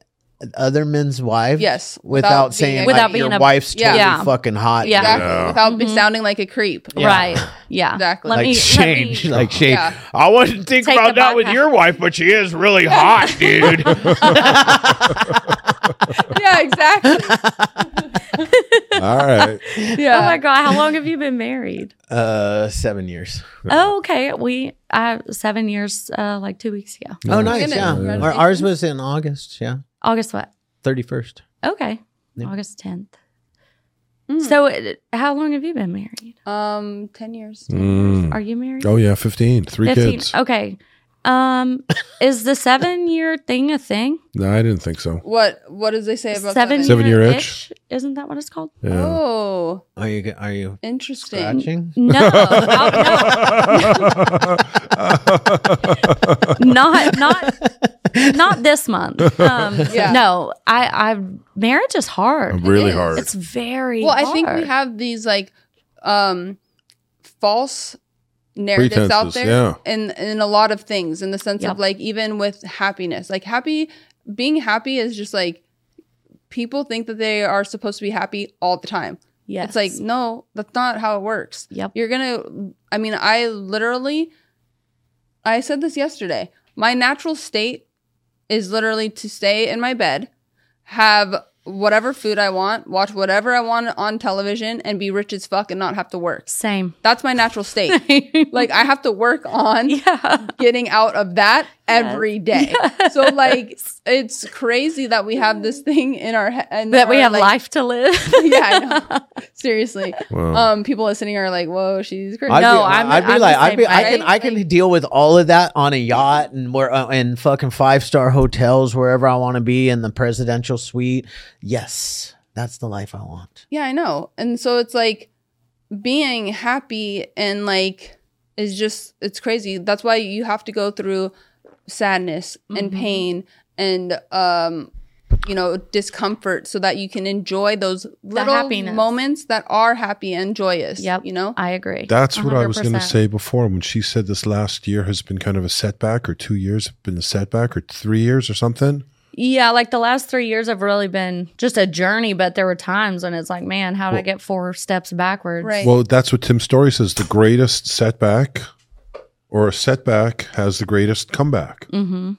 Speaker 4: other men's wives.
Speaker 2: Yes,
Speaker 4: without,
Speaker 2: without
Speaker 4: saying
Speaker 2: being
Speaker 4: like,
Speaker 1: a- Without being
Speaker 4: your
Speaker 1: a- Mm-hmm.
Speaker 4: wife's
Speaker 2: Yeah.
Speaker 4: totally
Speaker 1: Yeah.
Speaker 4: fucking hot.
Speaker 1: Yeah.
Speaker 2: exactly.
Speaker 3: Yeah.
Speaker 2: Without be sounding like a creep.
Speaker 4: Yeah.
Speaker 1: Right. Yeah.
Speaker 2: Exactly.
Speaker 1: Let
Speaker 4: like
Speaker 1: me- let
Speaker 4: shade,
Speaker 1: me-
Speaker 4: like shade.
Speaker 2: Yeah.
Speaker 4: I wasn't thinking
Speaker 1: Take the
Speaker 4: about that with
Speaker 1: vodka.
Speaker 4: your wife, but she is really hot, dude.
Speaker 2: Yeah, exactly.
Speaker 3: All right.
Speaker 1: Oh my
Speaker 2: Yeah.
Speaker 1: god, how long have you been married?
Speaker 4: uh, seven years.
Speaker 1: Oh, okay. We I seven years, uh, like two weeks ago.
Speaker 4: Oh, nice.
Speaker 2: Goodness.
Speaker 4: Yeah,
Speaker 2: Congratulations.
Speaker 4: Our- ours was in August. Yeah,
Speaker 1: August what?
Speaker 4: thirty first.
Speaker 1: Okay,
Speaker 4: Yeah.
Speaker 1: August tenth.
Speaker 2: Mm.
Speaker 1: So, it, how long have you been married?
Speaker 2: um, ten years.
Speaker 3: Mm.
Speaker 1: Are you married?
Speaker 3: Oh yeah, 15, three kids.
Speaker 1: Okay. Um, is the seven year thing a thing?
Speaker 3: No, I didn't think so.
Speaker 2: What What does they say about
Speaker 1: Seven,
Speaker 2: seven?
Speaker 3: Seven year itch?
Speaker 1: itch? Isn't that what it's called?
Speaker 3: Yeah.
Speaker 2: Oh,
Speaker 4: Are you? Are you
Speaker 2: interesting.
Speaker 4: scratching?
Speaker 1: No, Oh, no. not not not this month. Um,
Speaker 2: Yeah.
Speaker 1: No, I I marriage is hard.
Speaker 3: really
Speaker 2: is.
Speaker 3: hard.
Speaker 1: It's very
Speaker 2: Well, I think we
Speaker 1: hard.
Speaker 2: have these like um false narratives out
Speaker 3: Pretenses,
Speaker 2: there
Speaker 3: yeah.
Speaker 2: in in a lot of things in the sense
Speaker 1: Yep.
Speaker 2: of like even with happiness. Like happy being happy is just like people think that they are supposed to be happy all the time.
Speaker 1: Yes.
Speaker 2: It's like, no, that's not how it works.
Speaker 1: Yep.
Speaker 2: You're going to, I mean, I literally, I said this yesterday. My natural state is literally to stay in my bed, have whatever food I want, watch whatever I want on television, and be rich as fuck and not have to work.
Speaker 1: same.
Speaker 2: That's my natural state. like, I have to work on
Speaker 1: yeah.
Speaker 2: getting out of that every day. So, like, it's crazy that we have this thing in our head. and
Speaker 1: That we
Speaker 2: our,
Speaker 1: have
Speaker 2: like-
Speaker 1: life to live.
Speaker 2: yeah, I know. Seriously.
Speaker 3: Wow.
Speaker 1: Oh,
Speaker 2: Um, people listening are like, "Whoa, she's crazy."
Speaker 4: I'd
Speaker 1: No,
Speaker 4: be,
Speaker 1: I'm-
Speaker 4: I'd be
Speaker 1: I'm the
Speaker 4: like, I'd
Speaker 1: same
Speaker 4: be, I
Speaker 1: way.
Speaker 4: can, I can deal with all of that on a yacht and where uh, in fucking five star hotels wherever I want to be in the presidential suite. Yes, that's the life I want.
Speaker 2: yeah, I know. And so it's like being happy and like is just it's crazy. That's why you have to go through sadness and
Speaker 1: Mm-hmm.
Speaker 2: pain and um you know discomfort so that you can enjoy those little
Speaker 1: happiness.
Speaker 2: moments that are happy and joyous.
Speaker 1: Yep.
Speaker 2: You know.
Speaker 1: I agree.
Speaker 3: That's what I was going to
Speaker 1: 100%.
Speaker 3: say before when she said this last year has been kind of a setback, or two years have been a setback, or three years or something.
Speaker 1: Yeah, like the last three years have really been just a journey, but there were times when it's like, man, how did I get four steps backwards?
Speaker 2: Right.
Speaker 3: Well, that's what Tim Story says. The greatest setback or a setback has the greatest comeback. Mm-hmm.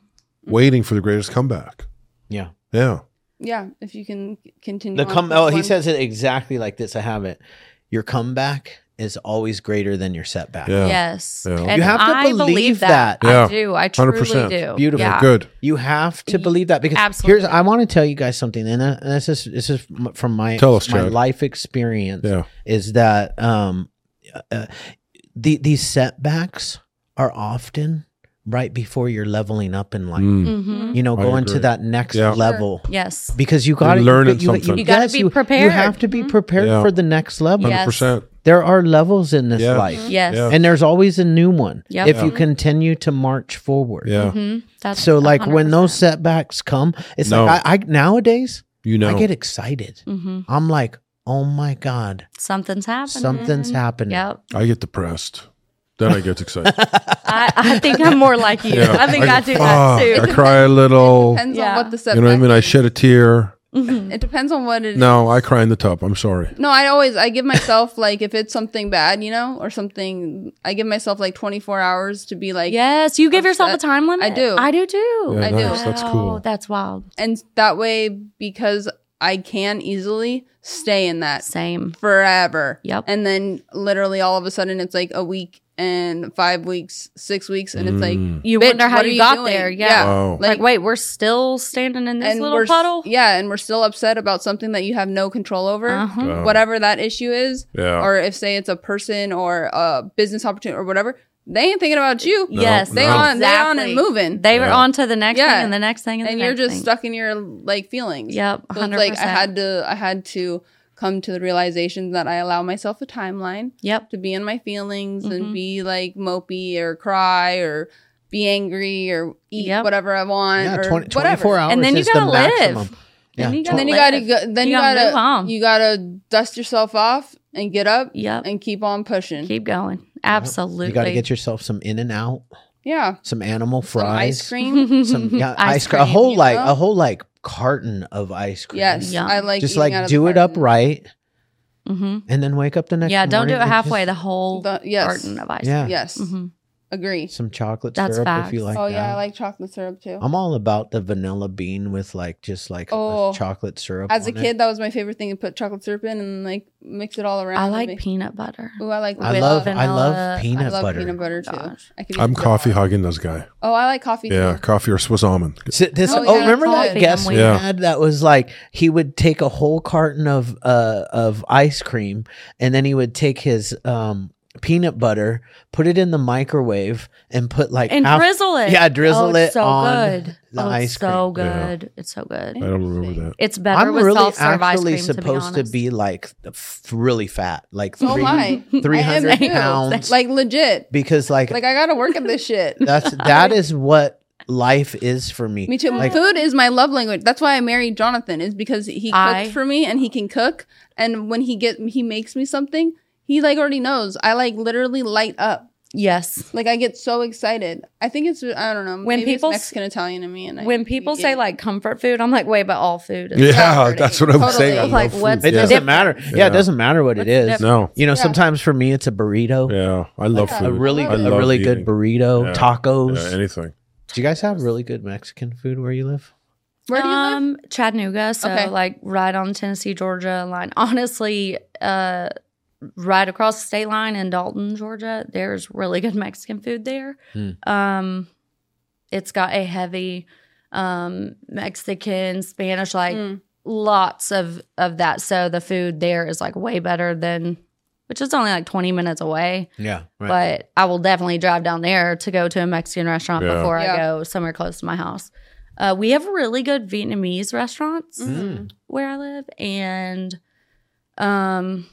Speaker 3: Waiting for the greatest comeback.
Speaker 4: Yeah.
Speaker 3: Yeah.
Speaker 2: yeah. If you can continue.
Speaker 4: The
Speaker 2: on
Speaker 4: come
Speaker 2: with
Speaker 4: oh he
Speaker 2: one-
Speaker 4: says it exactly like this. I have it. Your comeback is always greater than your setback.
Speaker 3: Yeah.
Speaker 1: Yes.
Speaker 3: Yeah.
Speaker 1: And
Speaker 4: You have to
Speaker 1: I believe,
Speaker 4: believe
Speaker 1: that.
Speaker 3: that. Yeah.
Speaker 1: I do. I truly
Speaker 3: 100%.
Speaker 1: do.
Speaker 4: Beautiful.
Speaker 1: Yeah.
Speaker 3: Good.
Speaker 4: You have to believe that because
Speaker 1: Absolutely.
Speaker 4: here's I want to tell you guys something, and uh, and this is this is m- from my
Speaker 3: Tell us,
Speaker 4: my
Speaker 3: Chad.
Speaker 4: life experience.
Speaker 3: Yeah.
Speaker 4: Is that um, uh, the these setbacks are often right before you're leveling up in life.
Speaker 3: Mm.
Speaker 1: Mhm.
Speaker 4: You know,
Speaker 3: Mm-hmm. I
Speaker 4: going to
Speaker 3: agree.
Speaker 4: that next
Speaker 3: Yeah.
Speaker 4: level
Speaker 1: Yes.
Speaker 4: because you got to
Speaker 3: learning
Speaker 4: You,
Speaker 3: something.
Speaker 1: You gotta
Speaker 4: yes,
Speaker 1: be
Speaker 4: You
Speaker 1: prepared. Mm-hmm.
Speaker 4: have to be prepared
Speaker 3: Yeah.
Speaker 4: for the next level.
Speaker 1: Yeah.
Speaker 3: 100%.
Speaker 4: There are levels in this
Speaker 3: Yeah.
Speaker 4: life.
Speaker 1: Mm-hmm. Yes.
Speaker 3: Yeah.
Speaker 4: And there's always a new one
Speaker 1: Yep.
Speaker 4: if you
Speaker 1: Mhm.
Speaker 4: continue to march forward.
Speaker 3: Yeah.
Speaker 1: Mm-hmm. That's
Speaker 4: So like when
Speaker 1: 100%.
Speaker 4: those setbacks come, it's
Speaker 3: No.
Speaker 4: like I, I nowadays
Speaker 3: You know.
Speaker 4: I get excited.
Speaker 2: Mm-hmm.
Speaker 4: I'm like, oh my god,
Speaker 1: something's happening.
Speaker 4: something's happening.
Speaker 1: Yep.
Speaker 3: I get depressed. Then I get excited.
Speaker 1: I, I think I'm more like you.
Speaker 3: Yeah.
Speaker 1: I think I,
Speaker 3: go,
Speaker 1: do that
Speaker 3: "Fuck."
Speaker 1: too.
Speaker 3: I cry a little.
Speaker 2: Depends
Speaker 1: Yeah.
Speaker 2: on what the
Speaker 3: You know what I mean? I shed a tear.
Speaker 2: mean? It depends on what it
Speaker 1: Mm.
Speaker 2: is.
Speaker 3: No, I cry in the tub. I'm sorry.
Speaker 2: No, I always I give myself like if it's something bad, you know, or something I give myself like 24 hours to be like
Speaker 1: Yes, you give yourself a
Speaker 2: upset.
Speaker 1: time limit.
Speaker 2: I do.
Speaker 1: I do too.
Speaker 3: Yeah,
Speaker 2: I do.
Speaker 3: nice. That's cool.
Speaker 1: Wow, That's wild.
Speaker 2: and that way because I can easily stay in that
Speaker 1: Same.
Speaker 2: forever.
Speaker 1: Yep.
Speaker 2: And then literally all of a sudden it's like a week and 5 weeks, 6 weeks and it's like
Speaker 1: You
Speaker 2: Bitch,
Speaker 1: wonder how
Speaker 2: what are
Speaker 1: you
Speaker 2: you
Speaker 1: got
Speaker 2: doing?
Speaker 1: there. Yeah.
Speaker 2: Yeah.
Speaker 3: Mm. Wow.
Speaker 1: Like,
Speaker 2: Like-
Speaker 1: wait, we're still standing in this little
Speaker 2: we're s-
Speaker 1: puddle.
Speaker 2: Yeah, and we're still upset about something that you have no control over.
Speaker 3: Oh.
Speaker 1: Uh-huh.
Speaker 2: Whatever that issue is,
Speaker 3: Yeah.
Speaker 2: or if say it's a person or a business opportunity or whatever, they ain't thinking about you.
Speaker 1: yes,
Speaker 3: They on-
Speaker 2: they on and moving.
Speaker 1: They were
Speaker 3: Yeah.
Speaker 1: on to the next
Speaker 2: Yeah.
Speaker 1: thing and the next thing, and, the
Speaker 2: and you're
Speaker 1: next
Speaker 2: just
Speaker 1: thing.
Speaker 2: stuck in your like feelings.
Speaker 1: Yep,
Speaker 2: So it's like I
Speaker 1: 100%.
Speaker 2: had to I had to come to the realization that I allow myself a timeline
Speaker 1: Yep.
Speaker 2: to be in my feelings
Speaker 1: Mm-hmm.
Speaker 2: and be like mopey or cry or be angry or eat
Speaker 1: Yep.
Speaker 2: whatever I want
Speaker 4: Yeah,
Speaker 2: or
Speaker 4: 20, 24
Speaker 2: whatever.
Speaker 4: hours
Speaker 1: And then you
Speaker 4: is the
Speaker 1: gotta live.
Speaker 4: maximum. Yeah,
Speaker 1: Then you
Speaker 2: And then you
Speaker 1: Live.
Speaker 2: gotta go, then
Speaker 1: You
Speaker 2: you,
Speaker 1: gotta
Speaker 2: gotta,
Speaker 1: move on.
Speaker 2: you gotta dust yourself off and get up
Speaker 1: Yep.
Speaker 2: and keep on pushing.
Speaker 1: Keep going. Absolutely.
Speaker 4: you got to get yourself some in and out,
Speaker 2: yeah.
Speaker 4: some animal
Speaker 2: Some
Speaker 4: fries,
Speaker 2: ice cream.
Speaker 4: some yeah,
Speaker 1: Ice
Speaker 4: ice cream, a
Speaker 1: cream,
Speaker 4: whole
Speaker 2: you
Speaker 4: like
Speaker 2: know?
Speaker 4: a whole like carton of ice cream.
Speaker 2: yes.
Speaker 1: Yum.
Speaker 2: I like
Speaker 4: just
Speaker 2: eating out
Speaker 4: like
Speaker 2: of
Speaker 4: do
Speaker 2: the
Speaker 4: it
Speaker 2: carton.
Speaker 4: up right,
Speaker 1: hmm
Speaker 4: and then wake up the next.
Speaker 1: Yeah. Don't do
Speaker 4: morning
Speaker 1: it
Speaker 4: and
Speaker 1: halfway.
Speaker 4: just-
Speaker 1: The whole
Speaker 2: The- yes.
Speaker 1: carton of ice.
Speaker 4: yeah,
Speaker 2: Yes.
Speaker 1: Mhm.
Speaker 2: Agree.
Speaker 4: some chocolate
Speaker 1: That's
Speaker 4: syrup if
Speaker 1: facts.
Speaker 4: you like.
Speaker 2: oh
Speaker 4: that.
Speaker 2: yeah, I like chocolate syrup too.
Speaker 4: I'm all about the vanilla bean with like just like a
Speaker 2: Oh.
Speaker 4: chocolate syrup.
Speaker 2: As a
Speaker 4: on it.
Speaker 2: kid, that was my favorite thing to put chocolate syrup in and like mix it all around.
Speaker 1: I
Speaker 2: and
Speaker 1: like
Speaker 2: make-
Speaker 1: peanut butter.
Speaker 2: Ooh, I like.
Speaker 4: I
Speaker 1: with
Speaker 4: love
Speaker 1: vanilla.
Speaker 4: I
Speaker 2: I
Speaker 4: love peanut
Speaker 2: love
Speaker 4: butter.
Speaker 2: peanut butter too.
Speaker 1: Gosh.
Speaker 2: I could
Speaker 3: I'm
Speaker 2: eat that.
Speaker 3: coffee hugging those guy.
Speaker 2: Oh, I like coffee.
Speaker 3: Yeah.
Speaker 2: Too.
Speaker 3: Coffee or Swiss almond.
Speaker 4: So this,
Speaker 2: Oh,
Speaker 4: oh,
Speaker 2: yeah,
Speaker 4: remember
Speaker 2: coffee,
Speaker 4: that
Speaker 2: I'm
Speaker 4: guest we
Speaker 1: with
Speaker 3: you.
Speaker 4: had that was like he would take a whole carton of uh of ice cream and then he would take his um peanut butter, put it in the microwave, and put like
Speaker 1: And
Speaker 4: half-
Speaker 1: drizzle it.
Speaker 4: Yeah, drizzle
Speaker 1: Oh, it's
Speaker 4: it
Speaker 1: so
Speaker 4: on
Speaker 1: good.
Speaker 4: the
Speaker 1: oh, it's
Speaker 4: ice
Speaker 1: so
Speaker 4: cream.
Speaker 3: Yeah.
Speaker 1: good. It's so
Speaker 3: I
Speaker 1: good.
Speaker 3: don't remember that.
Speaker 1: It's better
Speaker 4: I'm
Speaker 1: with
Speaker 4: really
Speaker 1: self-serve ice
Speaker 4: actually
Speaker 1: cream.
Speaker 4: supposed
Speaker 1: to
Speaker 4: to
Speaker 1: be, honest.
Speaker 4: be like f- really fat, like
Speaker 2: Oh my. I am
Speaker 4: three hundred
Speaker 2: too.
Speaker 4: pounds,
Speaker 2: Like legit.
Speaker 4: because like,
Speaker 2: Like I gotta work at this shit.
Speaker 4: that's that is what life is for me.
Speaker 2: Me too.
Speaker 4: Like,
Speaker 2: Food is my love language. That's why I married Jonathan. Is because he
Speaker 1: I-
Speaker 2: cooks for me and he can cook. And when he get he makes me something, he like already knows. I like literally light up.
Speaker 1: Yes.
Speaker 2: Like I get so excited. I think it's I don't know.
Speaker 1: When
Speaker 2: maybe it's
Speaker 1: people s-
Speaker 2: Mexican Italian in me, and I,
Speaker 1: When people
Speaker 2: get
Speaker 1: say
Speaker 2: it.
Speaker 1: like comfort food, I'm like, wait, but all food. Is
Speaker 3: Yeah,
Speaker 1: comforting.
Speaker 3: that's what I'm
Speaker 1: Totally.
Speaker 3: saying. I
Speaker 1: Like,
Speaker 3: love
Speaker 1: what's
Speaker 3: food.
Speaker 4: It
Speaker 1: the
Speaker 3: yeah.
Speaker 4: doesn't matter. Yeah.
Speaker 3: Yeah.
Speaker 4: it doesn't matter what it is.
Speaker 1: difference?
Speaker 3: No.
Speaker 4: You know,
Speaker 2: Yeah.
Speaker 4: sometimes for me it's a burrito.
Speaker 3: Yeah, I love
Speaker 2: Like
Speaker 3: food.
Speaker 4: A really
Speaker 3: I
Speaker 4: a
Speaker 3: love
Speaker 4: really good
Speaker 3: eating.
Speaker 4: burrito,
Speaker 3: Yeah.
Speaker 4: tacos.
Speaker 3: Yeah, anything.
Speaker 4: Do you guys have really good Mexican food where you live?
Speaker 2: where do you live?
Speaker 1: um, Chattanooga, so
Speaker 2: Okay.
Speaker 1: like right on the Tennessee Georgia line. Honestly, uh, right across the state line in Dalton, Georgia, there's really good Mexican food there.
Speaker 4: Hmm.
Speaker 1: Um, it's got a heavy um, Mexican, Spanish, like
Speaker 2: Mm.
Speaker 1: lots of of that. So the food there is like way better than, which is only like 20 minutes away.
Speaker 4: Yeah. Right.
Speaker 1: But I will definitely drive down there to go to a Mexican restaurant
Speaker 3: Yeah.
Speaker 1: before I
Speaker 2: Yeah.
Speaker 1: go somewhere close to my house. Uh, we have really good Vietnamese restaurants
Speaker 3: Mm-hmm.
Speaker 4: Mm.
Speaker 1: where I live, and um,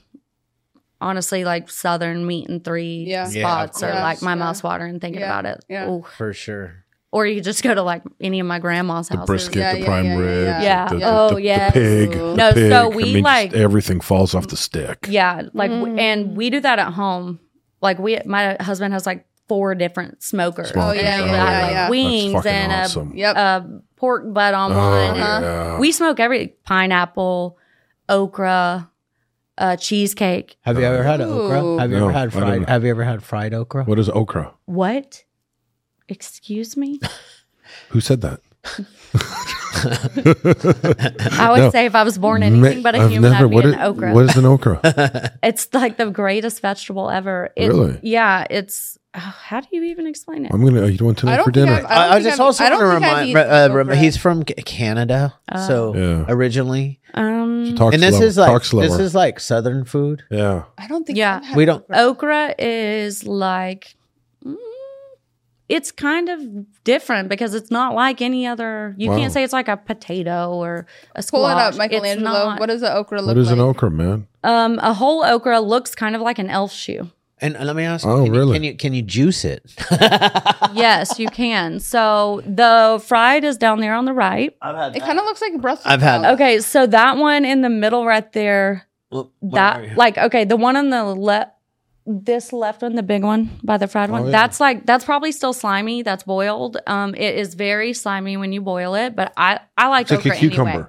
Speaker 1: honestly, like Southern meat and three
Speaker 2: Yeah.
Speaker 4: Yeah, of
Speaker 1: spots are
Speaker 2: course.
Speaker 1: like my
Speaker 2: Yeah.
Speaker 1: mouth's watering thinking
Speaker 2: Yeah.
Speaker 1: about it.
Speaker 2: Yeah.
Speaker 1: Ooh.
Speaker 4: For sure.
Speaker 1: Or you could just go to like any of my grandma's
Speaker 3: The
Speaker 1: houses.
Speaker 3: brisket,
Speaker 2: Yeah,
Speaker 3: the
Speaker 2: yeah,
Speaker 3: prime
Speaker 2: yeah, yeah,
Speaker 3: rib,
Speaker 2: yeah.
Speaker 1: Yeah.
Speaker 3: The, the,
Speaker 1: Oh,
Speaker 3: the,
Speaker 1: yes.
Speaker 3: the
Speaker 2: Ooh.
Speaker 3: pig, the
Speaker 1: No, so
Speaker 3: pig. I
Speaker 1: we,
Speaker 3: mean, just
Speaker 1: like-
Speaker 3: everything falls off the stick.
Speaker 1: Yeah, like w
Speaker 2: Mm.
Speaker 1: and we do that at home. Like we, my husband has like four different smokers.
Speaker 3: Smokers,
Speaker 2: Oh, yeah,
Speaker 1: And we
Speaker 2: yeah,
Speaker 1: have, like,
Speaker 2: yeah. That's
Speaker 1: wings
Speaker 3: fucking
Speaker 1: and uh,
Speaker 3: awesome.
Speaker 2: Yep.
Speaker 1: a, a pork butt on
Speaker 3: Oh,
Speaker 1: one.
Speaker 2: Uh-huh.
Speaker 3: yeah.
Speaker 1: We smoke every pineapple, okra, uh, cheesecake.
Speaker 4: Have you ever had okra?
Speaker 2: Ooh.
Speaker 4: Have you
Speaker 3: No,
Speaker 4: ever had
Speaker 3: I don't
Speaker 4: fried
Speaker 3: know.
Speaker 4: have you ever had fried okra?
Speaker 3: what is okra?
Speaker 1: What? Excuse me.
Speaker 3: Who said that?
Speaker 1: I would say if I was born anything but a
Speaker 3: I've
Speaker 1: human,
Speaker 3: never-
Speaker 1: I'd be
Speaker 3: what
Speaker 1: an
Speaker 3: is-
Speaker 1: okra.
Speaker 3: What is an okra?
Speaker 1: it's like the greatest vegetable ever. It,
Speaker 3: Really? Um,
Speaker 1: Yeah. It's oh, how do you even explain it?
Speaker 3: I'm gonna. uh, You want
Speaker 2: I
Speaker 3: tonight
Speaker 2: don't
Speaker 3: for
Speaker 2: think
Speaker 3: dinner?
Speaker 2: I don't
Speaker 4: I, I
Speaker 2: think
Speaker 4: just
Speaker 2: I've-
Speaker 4: also
Speaker 2: I don't
Speaker 4: want to
Speaker 2: think I've
Speaker 4: remind.
Speaker 2: eaten
Speaker 4: Uh, rem-
Speaker 2: okra.
Speaker 4: he's from C- Canada,
Speaker 1: Oh.
Speaker 4: so
Speaker 3: Yeah.
Speaker 4: originally,
Speaker 1: Um,
Speaker 3: Talk
Speaker 4: and this
Speaker 3: slower.
Speaker 4: is like
Speaker 3: Talk slower.
Speaker 4: this is like Southern food.
Speaker 3: yeah.
Speaker 2: I don't think
Speaker 1: Yeah.
Speaker 2: I've had
Speaker 4: We don't.
Speaker 1: okra is like mm, it's kind of different because it's not like any other you
Speaker 3: Wow.
Speaker 1: can't say it's like a potato or a squash.
Speaker 2: pull it up,
Speaker 1: It's
Speaker 2: Michelangelo.
Speaker 1: not.
Speaker 2: What does the okra look
Speaker 3: What is
Speaker 2: like?
Speaker 3: an okra, man?
Speaker 1: um a whole okra looks kind of like an elf shoe.
Speaker 4: And and let me ask. You,
Speaker 3: Oh,
Speaker 4: can You,
Speaker 3: really?
Speaker 4: can you can you juice it?
Speaker 1: yes, you can. So the fried is down there on the right.
Speaker 2: It kind of looks like Brussels.
Speaker 4: I've had-
Speaker 3: Uh-huh.
Speaker 2: sprouts.
Speaker 1: Okay, so that one in the middle right there,
Speaker 4: Well, what are you-
Speaker 1: that like okay, the one on the left this left one, the big one by the fried one,
Speaker 3: Oh, yeah.
Speaker 1: that's like that's probably still slimy. That's boiled. Um, it is very slimy when you boil it, but I I like
Speaker 3: It's like a
Speaker 1: okra
Speaker 3: cucumber.
Speaker 1: anyway.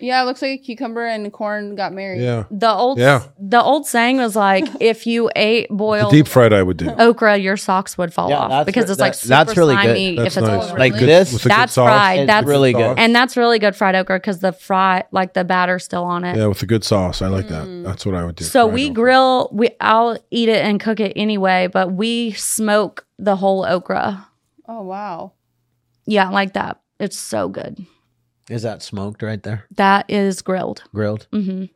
Speaker 2: Yeah, it looks like a cucumber and corn got married.
Speaker 3: Yeah.
Speaker 1: The old
Speaker 3: Yeah.
Speaker 1: the old saying was like if you ate
Speaker 3: The
Speaker 1: boiled
Speaker 3: deep fried, I would do.
Speaker 1: okra, your socks would fall
Speaker 4: Yeah,
Speaker 1: off
Speaker 4: that's
Speaker 1: because
Speaker 4: re-
Speaker 1: it's like
Speaker 4: that-
Speaker 1: super
Speaker 4: that's really good.
Speaker 1: slimy
Speaker 3: That's
Speaker 1: if it's
Speaker 3: nice.
Speaker 1: over.
Speaker 4: Like
Speaker 3: Good-
Speaker 4: this?
Speaker 3: with a good
Speaker 1: That's
Speaker 3: sauce.
Speaker 1: fried.
Speaker 4: It's
Speaker 1: that's-
Speaker 4: really good.
Speaker 3: sauce.
Speaker 1: And that's really good fried okra because the fry like the batter's still on it.
Speaker 3: Yeah, with a good sauce. I like that. That's what I would do.
Speaker 1: Mm. So
Speaker 3: Fried
Speaker 1: we
Speaker 3: okra.
Speaker 1: grill. We I'll eat it and cook it anyway, but we smoke the whole okra.
Speaker 2: Oh wow.
Speaker 1: Yeah, like that. It's so good.
Speaker 4: Is that smoked right there?
Speaker 1: That is grilled.
Speaker 4: Grilled.
Speaker 1: hmm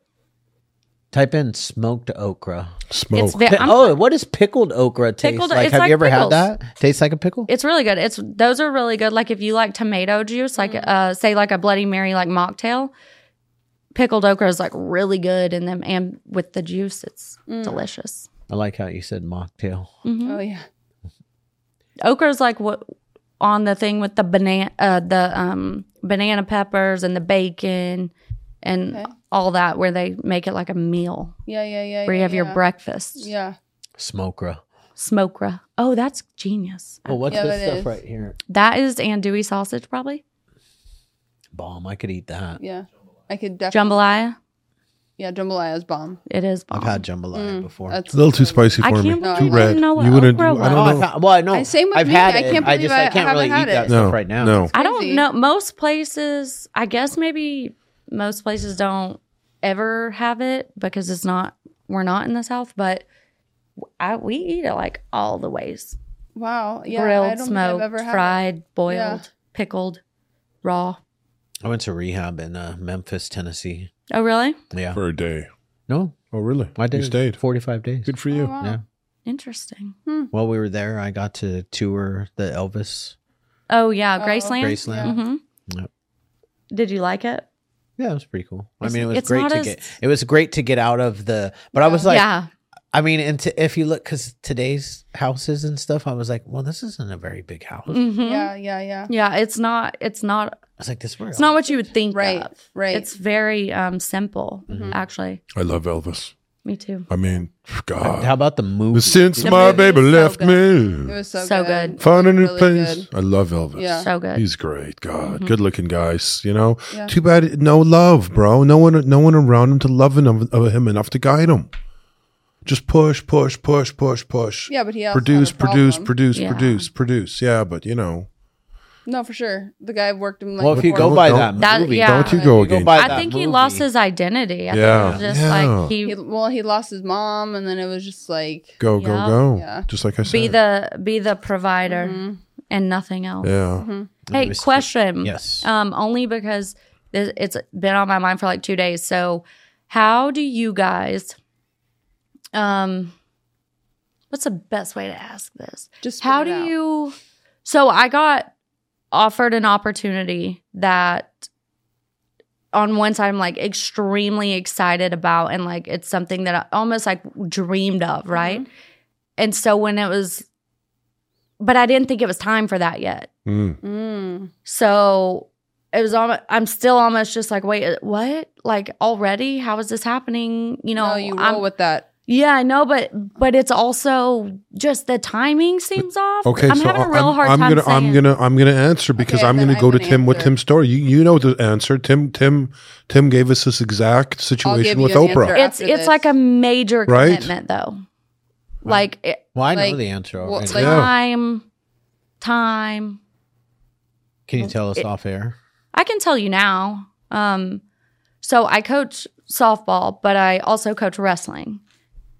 Speaker 4: Type in smoked okra.
Speaker 3: smoke.
Speaker 1: It's ve-
Speaker 4: Pi-
Speaker 1: I'm-
Speaker 4: oh, what does pickled okra taste
Speaker 1: Pickled-
Speaker 4: like?
Speaker 1: it's
Speaker 4: Have
Speaker 1: like
Speaker 4: you ever
Speaker 1: pickles.
Speaker 4: had that? Tastes like a pickle.
Speaker 1: It's really good. It's those are really good. Like if you like tomato juice, like uh, say like a Bloody Mary like mocktail, pickled okra is like really good in them, and with the juice, it's delicious. Mm-hmm.
Speaker 4: I like how you said mocktail.
Speaker 2: Oh yeah.
Speaker 1: Okra is like what on the thing with the banana, uh, the um, banana peppers and the bacon and
Speaker 2: Okay.
Speaker 1: all that, where they make it like a meal
Speaker 2: Yeah, yeah, yeah.
Speaker 1: where you
Speaker 2: yeah,
Speaker 1: have your
Speaker 2: yeah.
Speaker 1: breakfast.
Speaker 2: Yeah.
Speaker 4: Smokra.
Speaker 1: Smokra. Oh, that's genius.
Speaker 4: Oh, what's
Speaker 2: Yeah,
Speaker 4: this
Speaker 2: that
Speaker 4: stuff
Speaker 2: is.
Speaker 4: right here?
Speaker 1: That is andouille sausage, probably
Speaker 4: Bomb. I could eat that.
Speaker 2: Yeah. I could definitely.
Speaker 1: jambalaya.
Speaker 2: yeah, jambalaya is bomb. Mm.
Speaker 1: It is bomb.
Speaker 4: I've had jambalaya before.
Speaker 2: That's
Speaker 3: It's a little too spicy for
Speaker 1: I
Speaker 3: me.
Speaker 1: can't
Speaker 2: No, I
Speaker 3: too
Speaker 2: don't
Speaker 3: red.
Speaker 1: know what
Speaker 3: you wouldn't.
Speaker 1: okra
Speaker 3: do- I
Speaker 1: was.
Speaker 3: don't
Speaker 4: Oh,
Speaker 3: know.
Speaker 4: I found, well, I know.
Speaker 2: I- same with
Speaker 4: I've
Speaker 2: me.
Speaker 4: had
Speaker 2: I
Speaker 4: it.
Speaker 2: can't
Speaker 4: I
Speaker 2: believe
Speaker 4: just
Speaker 2: I
Speaker 4: I can't
Speaker 2: haven't
Speaker 4: really
Speaker 2: had
Speaker 4: eat that
Speaker 2: it.
Speaker 4: stuff
Speaker 3: No,
Speaker 4: right now.
Speaker 3: no.
Speaker 1: I don't
Speaker 2: Crazy.
Speaker 1: know. Most places, I guess maybe most places don't ever have it because it's not, we're not in the South, but I, we eat it like all the ways
Speaker 2: wow. Yeah, I
Speaker 1: grilled,
Speaker 2: don't think I've ever
Speaker 1: smoked,
Speaker 2: had it.
Speaker 1: fried, boiled,
Speaker 2: Yeah.
Speaker 1: pickled, raw.
Speaker 4: I went to rehab in uh, Memphis, Tennessee.
Speaker 1: Oh, really?
Speaker 4: Yeah.
Speaker 3: For a day.
Speaker 4: no,
Speaker 3: Oh, really?
Speaker 4: I did.
Speaker 3: You stayed.
Speaker 4: 45 days.
Speaker 3: Good for
Speaker 2: Oh,
Speaker 3: you.
Speaker 2: wow.
Speaker 4: Yeah.
Speaker 1: Interesting.
Speaker 4: While we were there, I got to tour the Elvis
Speaker 1: Oh, yeah.
Speaker 2: Oh,
Speaker 1: Graceland?
Speaker 4: Graceland.
Speaker 1: hmm
Speaker 4: Yep.
Speaker 1: Did you like it?
Speaker 4: Yeah, it was pretty cool. I
Speaker 1: It's-
Speaker 4: mean, it was
Speaker 1: it's
Speaker 4: great
Speaker 1: not
Speaker 4: to
Speaker 1: as-
Speaker 4: get. It was great to get out of the. But I was like,
Speaker 1: yeah.
Speaker 4: I mean, and to, if you look, because today's houses and stuff, I was like, well, this isn't a very big house.
Speaker 1: hmm Yeah.
Speaker 2: Yeah, yeah, yeah.
Speaker 1: It's not, it's not,
Speaker 4: I was like, this where
Speaker 1: it's not what you would think
Speaker 2: Right,
Speaker 1: of.
Speaker 2: right.
Speaker 1: It's very um, simple, actually.
Speaker 3: I love Elvis.
Speaker 1: Me too.
Speaker 3: I mean,
Speaker 4: How
Speaker 3: God.
Speaker 4: about the movie?
Speaker 3: But since
Speaker 2: The
Speaker 3: my
Speaker 2: movie
Speaker 3: baby
Speaker 2: was so
Speaker 3: left
Speaker 2: It
Speaker 3: me,
Speaker 2: was so,
Speaker 1: So
Speaker 2: good.
Speaker 1: good.
Speaker 2: It
Speaker 3: found a
Speaker 2: was
Speaker 3: new
Speaker 2: really
Speaker 3: place.
Speaker 2: good.
Speaker 3: I love Elvis.
Speaker 2: Yeah. Mm-hmm.
Speaker 1: So good.
Speaker 3: He's great. God, good looking guys. You know, too bad no love, bro. No one, no one around him to love him, of him enough to guide him. Just push, push, push, push, push.
Speaker 2: Yeah, but he also had a
Speaker 3: produce, produce,
Speaker 2: problem.
Speaker 3: produce,
Speaker 1: Yeah.
Speaker 3: produce, produce. Yeah, but you know,
Speaker 2: No, for sure. The guy worked him like.
Speaker 4: well, if you
Speaker 2: four-
Speaker 4: go by
Speaker 3: Don't-
Speaker 4: that,
Speaker 1: That-
Speaker 4: movie,
Speaker 1: yeah.
Speaker 3: don't you go again?
Speaker 4: by
Speaker 1: I
Speaker 4: that
Speaker 1: think he
Speaker 4: movie.
Speaker 1: lost his identity. I
Speaker 3: Yeah.
Speaker 1: Think it was just
Speaker 3: Yeah.
Speaker 1: like he,
Speaker 2: He, well, he lost his mom, and then it was just like
Speaker 3: go, go,
Speaker 1: Yeah.
Speaker 3: go.
Speaker 2: Yeah.
Speaker 3: Just like I said.
Speaker 1: be the be the provider
Speaker 2: Mm-hmm.
Speaker 1: and nothing else.
Speaker 3: yeah.
Speaker 1: Hey,
Speaker 4: was-
Speaker 1: question.
Speaker 4: Yes.
Speaker 1: Um, only because th- it's been on my mind for like two days. So, how do you guys? Um, what's the best way to ask this?
Speaker 2: just.
Speaker 1: How do
Speaker 2: spit it out.
Speaker 1: you? So I got offered an opportunity that on one side I'm like extremely excited about and like it's something that I almost like dreamed of, right?
Speaker 2: Mm-hmm.
Speaker 1: And so when it was but I didn't think it was time for that yet.
Speaker 3: Mm.
Speaker 2: Mm.
Speaker 1: So it was almost, I'm still almost just like, wait, what? Like already? How is this happening? You know,
Speaker 2: No, you roll
Speaker 1: I'm-
Speaker 2: with that.
Speaker 1: yeah, I know, but but it's also just the timing seems off.
Speaker 3: Okay,
Speaker 1: I'm
Speaker 3: so
Speaker 1: having a real
Speaker 3: I'm,
Speaker 1: hard
Speaker 3: I'm
Speaker 1: time
Speaker 3: gonna
Speaker 1: saying.
Speaker 3: I'm gonna I'm gonna answer because
Speaker 2: Okay,
Speaker 3: I'm
Speaker 2: then
Speaker 3: gonna
Speaker 2: I
Speaker 3: go
Speaker 2: have
Speaker 3: to
Speaker 2: an
Speaker 3: Tim with
Speaker 2: answer.
Speaker 3: Tim's story. You you know the answer. Tim Tim Tim gave us this exact situation
Speaker 2: you
Speaker 3: with
Speaker 2: an
Speaker 3: Oprah.
Speaker 2: answer.
Speaker 1: it's
Speaker 2: after
Speaker 1: it's
Speaker 2: this.
Speaker 1: like a major
Speaker 3: Right?
Speaker 1: commitment though. Like it,
Speaker 4: Well, I know
Speaker 2: like,
Speaker 4: the answer.
Speaker 2: well,
Speaker 4: already.
Speaker 2: like-
Speaker 3: Yeah.
Speaker 1: time, time.
Speaker 4: Can you tell us off air?
Speaker 1: I can tell you now. Um, so I coach softball, but I also coach wrestling.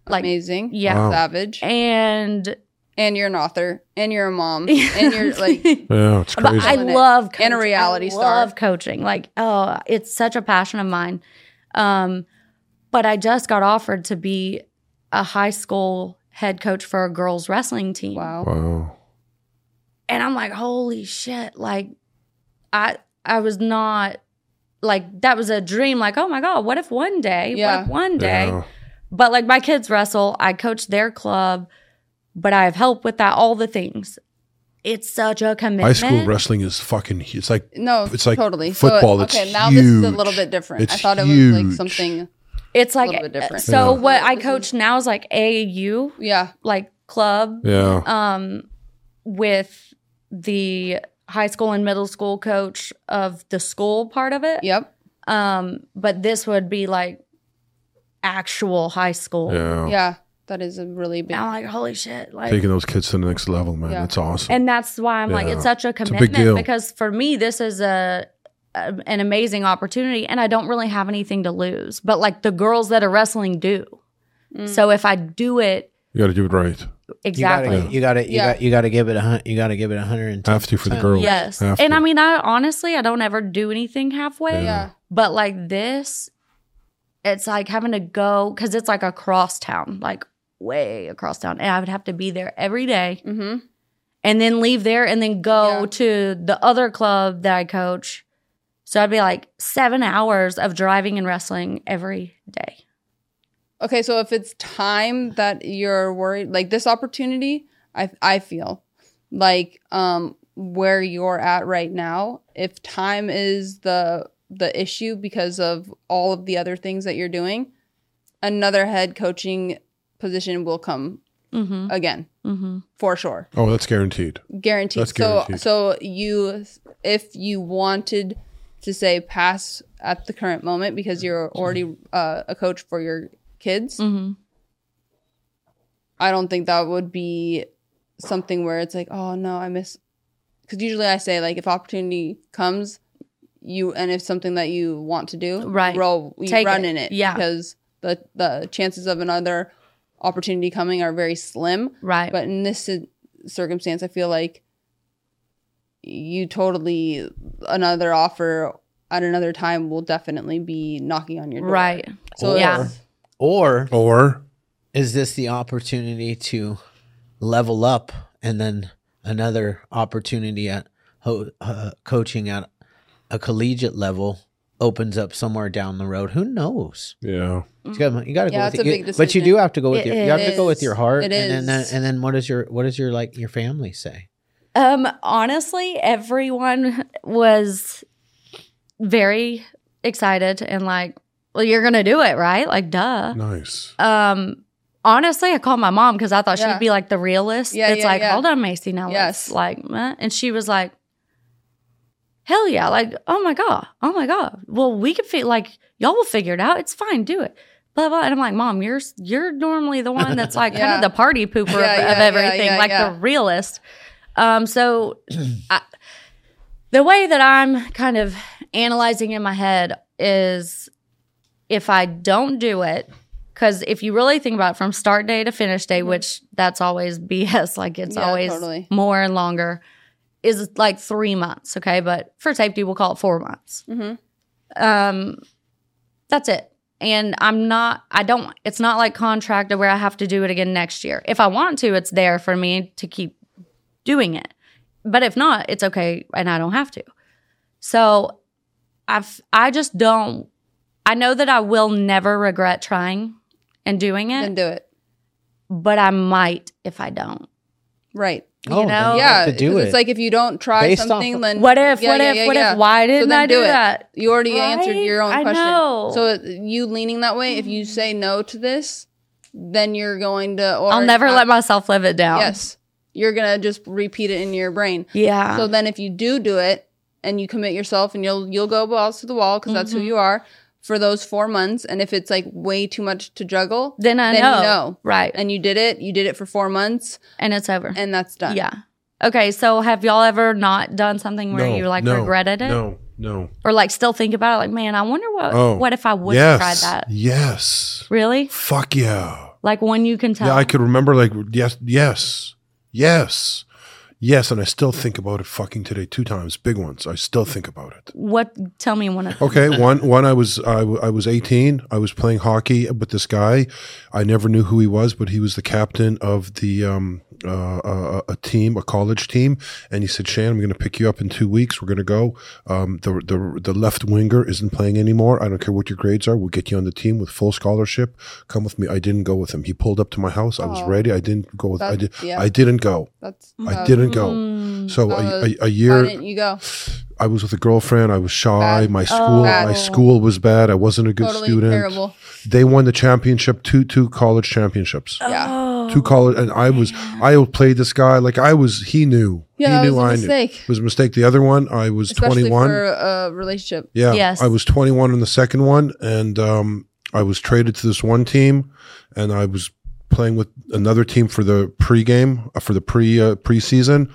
Speaker 1: Like,
Speaker 2: Amazing.
Speaker 1: yeah.
Speaker 3: Wow.
Speaker 2: Savage.
Speaker 1: And
Speaker 2: And you're an author. And you're a mom. and you're like.
Speaker 3: Yeah, it's
Speaker 1: But
Speaker 3: crazy.
Speaker 1: I
Speaker 2: Killing it.
Speaker 1: love coaching.
Speaker 2: And a reality
Speaker 1: I
Speaker 2: star.
Speaker 1: love coaching. Like, oh, it's such a passion of mine. Um, but I just got offered to be a high school head coach for a girls wrestling team.
Speaker 2: Wow.
Speaker 3: wow.
Speaker 1: And I'm like, holy shit. Like I I was not like that was a dream. Like, oh my God, what if one day? What
Speaker 2: Yeah.
Speaker 1: if one day?
Speaker 3: Yeah.
Speaker 1: But like my kids wrestle, I coach their club, but I have help with that, all the things. It's such a commitment.
Speaker 3: High school wrestling is fucking. hu- It's like
Speaker 2: No,
Speaker 3: It's like
Speaker 2: totally
Speaker 3: football,
Speaker 2: So,
Speaker 3: it's
Speaker 2: okay, now this is a little
Speaker 3: huge.
Speaker 2: bit different. I
Speaker 3: It's
Speaker 2: thought it was
Speaker 3: huge.
Speaker 2: like something.
Speaker 1: It's like
Speaker 2: little bit different.
Speaker 1: so.
Speaker 3: Yeah.
Speaker 1: What I coach now is like AAU,
Speaker 2: Yeah,
Speaker 1: like club,
Speaker 3: yeah.
Speaker 1: um, with the high school and middle school coach of the school part of it.
Speaker 2: yep,
Speaker 1: Um, but this would be like actual high school.
Speaker 3: yeah.
Speaker 2: yeah. That is a really big.
Speaker 1: And I'm like, holy shit! Like,
Speaker 3: Taking those kids to the next level, man.
Speaker 2: Yeah.
Speaker 3: That's awesome.
Speaker 1: and that's why I'm like,
Speaker 3: Yeah.
Speaker 1: it's such a
Speaker 3: a big
Speaker 1: commitment
Speaker 3: deal.
Speaker 1: because for me, this is a, a an amazing opportunity, and I don't really have anything to lose. But like the girls that are wrestling do.
Speaker 2: Mm.
Speaker 1: So if I do it
Speaker 3: you got to do it right.
Speaker 1: exactly,
Speaker 4: You got to you
Speaker 2: Yeah.
Speaker 4: got you got to give it a hun- you got to give it a hundred and
Speaker 3: Have to for the girls.
Speaker 1: Yes.
Speaker 3: Have
Speaker 1: And
Speaker 3: to.
Speaker 1: I mean, I honestly, I don't ever do anything halfway.
Speaker 2: Yeah.
Speaker 1: But like this, it's like having to go because it's like across town, like way across town. And I would have to be there every day
Speaker 2: Mm-hmm.
Speaker 1: and then leave there and then go
Speaker 2: Yeah.
Speaker 1: to the other club that I coach. So I'd be like seven hours of driving and wrestling every day.
Speaker 2: Okay, so if it's time that you're worried, like this opportunity, I I feel like um where you're at right now, if time is the the issue because of all of the other things that you're doing, another head coaching position will come
Speaker 1: Mm-hmm.
Speaker 2: again
Speaker 1: Mm-hmm.
Speaker 2: for sure.
Speaker 3: oh, that's guaranteed.
Speaker 2: guaranteed.
Speaker 3: That's
Speaker 2: so
Speaker 3: guaranteed.
Speaker 2: so you if you wanted to say pass at the current moment because you're already uh, a coach for your kids,
Speaker 1: Mm-hmm.
Speaker 2: I don't think that would be something where it's like, oh no, I miss. Because usually I say like if opportunity comes, you and if something that you want to do,
Speaker 1: Right.
Speaker 2: roll, you
Speaker 1: Take
Speaker 2: run
Speaker 1: it.
Speaker 2: in it,
Speaker 1: Yeah.
Speaker 2: Because the the chances of another opportunity coming are very slim.
Speaker 1: Right.
Speaker 2: But in this ci- circumstance, I feel like you totally another offer at another time will definitely be knocking on your door.
Speaker 1: right.
Speaker 2: So
Speaker 1: Yeah.
Speaker 2: it's-
Speaker 4: or
Speaker 3: Or
Speaker 4: is this the opportunity to level up and then another opportunity at ho- uh, coaching at a collegiate level opens up somewhere down the road who knows
Speaker 3: yeah.
Speaker 4: you gotta, you gotta
Speaker 2: Yeah,
Speaker 4: go
Speaker 2: it's
Speaker 4: with
Speaker 2: a
Speaker 4: it.
Speaker 2: big
Speaker 4: You- but you
Speaker 2: decision.
Speaker 4: do have to go with
Speaker 1: It
Speaker 4: your you have to go with
Speaker 2: is.
Speaker 4: your heart
Speaker 2: It
Speaker 4: and then that,
Speaker 2: is.
Speaker 4: and then what is your what is your like your family say
Speaker 1: Um, honestly, everyone was very excited and like, well, you're gonna do it, right? Like, duh.
Speaker 3: Nice.
Speaker 1: Um, honestly, I called my mom because I thought
Speaker 2: Yeah.
Speaker 1: she'd be like the realist.
Speaker 2: Yeah,
Speaker 1: it's
Speaker 2: yeah,
Speaker 1: like,
Speaker 2: yeah.
Speaker 1: hold on, Macy, now
Speaker 2: Yes.
Speaker 1: yes, like, eh. and she was like, hell yeah, like, oh my god, oh my god. Well, we could fit like y'all will figure it out. It's fine, do it. Blah blah. And I'm like, mom, you're you're normally the one that's like kind
Speaker 2: Yeah.
Speaker 1: of the party pooper
Speaker 2: Yeah,
Speaker 1: of,
Speaker 2: yeah,
Speaker 1: of
Speaker 2: yeah,
Speaker 1: everything,
Speaker 2: yeah,
Speaker 1: like
Speaker 2: yeah.
Speaker 1: the realist. Um, so I, the way that I'm kind of analyzing in my head is if I don't do it, because if you really think about it from start day to finish day, which that's always BS, like it's
Speaker 2: Mm-hmm. Yeah,
Speaker 1: always
Speaker 2: totally.
Speaker 1: more and longer, is like three months. Okay. But for safety, we'll call it four months.
Speaker 2: Mhm.
Speaker 1: Um, that's it. And I'm not, I don't, it's not like contract where I have to do it again next year. If I want to, it's there for me to keep doing it. But if not, it's okay and I don't have to. So I've, I just don't, I know that I will never regret trying and doing it,
Speaker 2: Then do it.
Speaker 1: but I might if I don't.
Speaker 2: Right.
Speaker 1: You know?
Speaker 4: Oh, you
Speaker 2: Yeah.
Speaker 4: have to do
Speaker 2: 'cause
Speaker 4: it.
Speaker 2: It's like if you don't try
Speaker 4: Based off
Speaker 2: something,
Speaker 4: of-
Speaker 2: then
Speaker 1: What if,
Speaker 2: Yeah,
Speaker 1: what
Speaker 2: yeah,
Speaker 1: if,
Speaker 2: yeah,
Speaker 1: what
Speaker 2: yeah.
Speaker 1: if, why didn't
Speaker 2: then
Speaker 1: I do,
Speaker 2: do it.
Speaker 1: that?
Speaker 2: You already answered
Speaker 1: Right?
Speaker 2: your own
Speaker 1: I
Speaker 2: question.
Speaker 1: know.
Speaker 2: So uh, you leaning that way, if you say no to this, then you're going to. Or
Speaker 1: I'll never let myself live it down.
Speaker 2: Yes. You're going to just repeat it in your brain.
Speaker 1: Yeah.
Speaker 2: So then if you do do it and you commit yourself and you'll you'll go balls to the wall because that's who
Speaker 1: Mm-hmm.
Speaker 2: you are for those 4 months and if it's like way too much to juggle
Speaker 1: then I
Speaker 2: then
Speaker 1: know.
Speaker 2: you know.
Speaker 1: Right. And,
Speaker 2: and you did it, you did it for 4 months
Speaker 1: it's over.
Speaker 2: and that's done.
Speaker 1: yeah. Okay. So have y'all ever not done something where you like
Speaker 3: no,
Speaker 1: regretted it?
Speaker 3: No, no.
Speaker 1: Or like still think about it like, man, I wonder what
Speaker 3: Oh,
Speaker 1: what if I would have
Speaker 3: yes,
Speaker 1: tried that?
Speaker 3: Yes.
Speaker 1: Really?
Speaker 3: Fuck yeah.
Speaker 1: Like one you can tell.
Speaker 3: Yeah, I could remember like yes, yes, yes, yes, and I still think about it fucking today. Two times, big ones. I still think about it.
Speaker 1: what tell me one of
Speaker 3: Okay, one one I was I, w- I was 18. I was playing hockey with this guy. I never knew who he was, but he was the captain of the um uh, uh, a team, a college team, and he said, "Shan, I'm going to pick you up in 2 weeks. We're going to go. Um the the the left winger isn't playing anymore. I don't care what your grades are. We'll get you on the team with full scholarship. Come with me." I didn't go with him. He pulled up to my house. I was ready. I didn't go with I
Speaker 2: That-
Speaker 3: did
Speaker 2: yeah. Mm.
Speaker 3: I didn't go.
Speaker 2: That's
Speaker 3: I didn't go.
Speaker 1: Mm.
Speaker 3: So a, a, a year
Speaker 2: Why didn't you go?
Speaker 3: I was with a girlfriend. I was shy.
Speaker 2: Bad.
Speaker 3: My school, my
Speaker 2: Bad.
Speaker 3: school was bad. I wasn't a good
Speaker 2: Totally
Speaker 3: student.
Speaker 2: terrible.
Speaker 3: They won the championship, two two college championships,
Speaker 2: Yeah.
Speaker 1: Oh.
Speaker 3: two college, and I was I played this guy like I was. He knew.
Speaker 2: Yeah,
Speaker 3: he
Speaker 2: that
Speaker 3: knew.
Speaker 2: was a
Speaker 3: I
Speaker 2: mistake.
Speaker 3: knew. It was a mistake. The other one, I was
Speaker 2: Especially
Speaker 3: twenty one.
Speaker 2: for a relationship.
Speaker 3: Yeah.
Speaker 1: Yes.
Speaker 3: I was 21 in the second one, and um, I was traded to this one team, and I was playing with another team for the pregame uh, for the pre uh, preseason,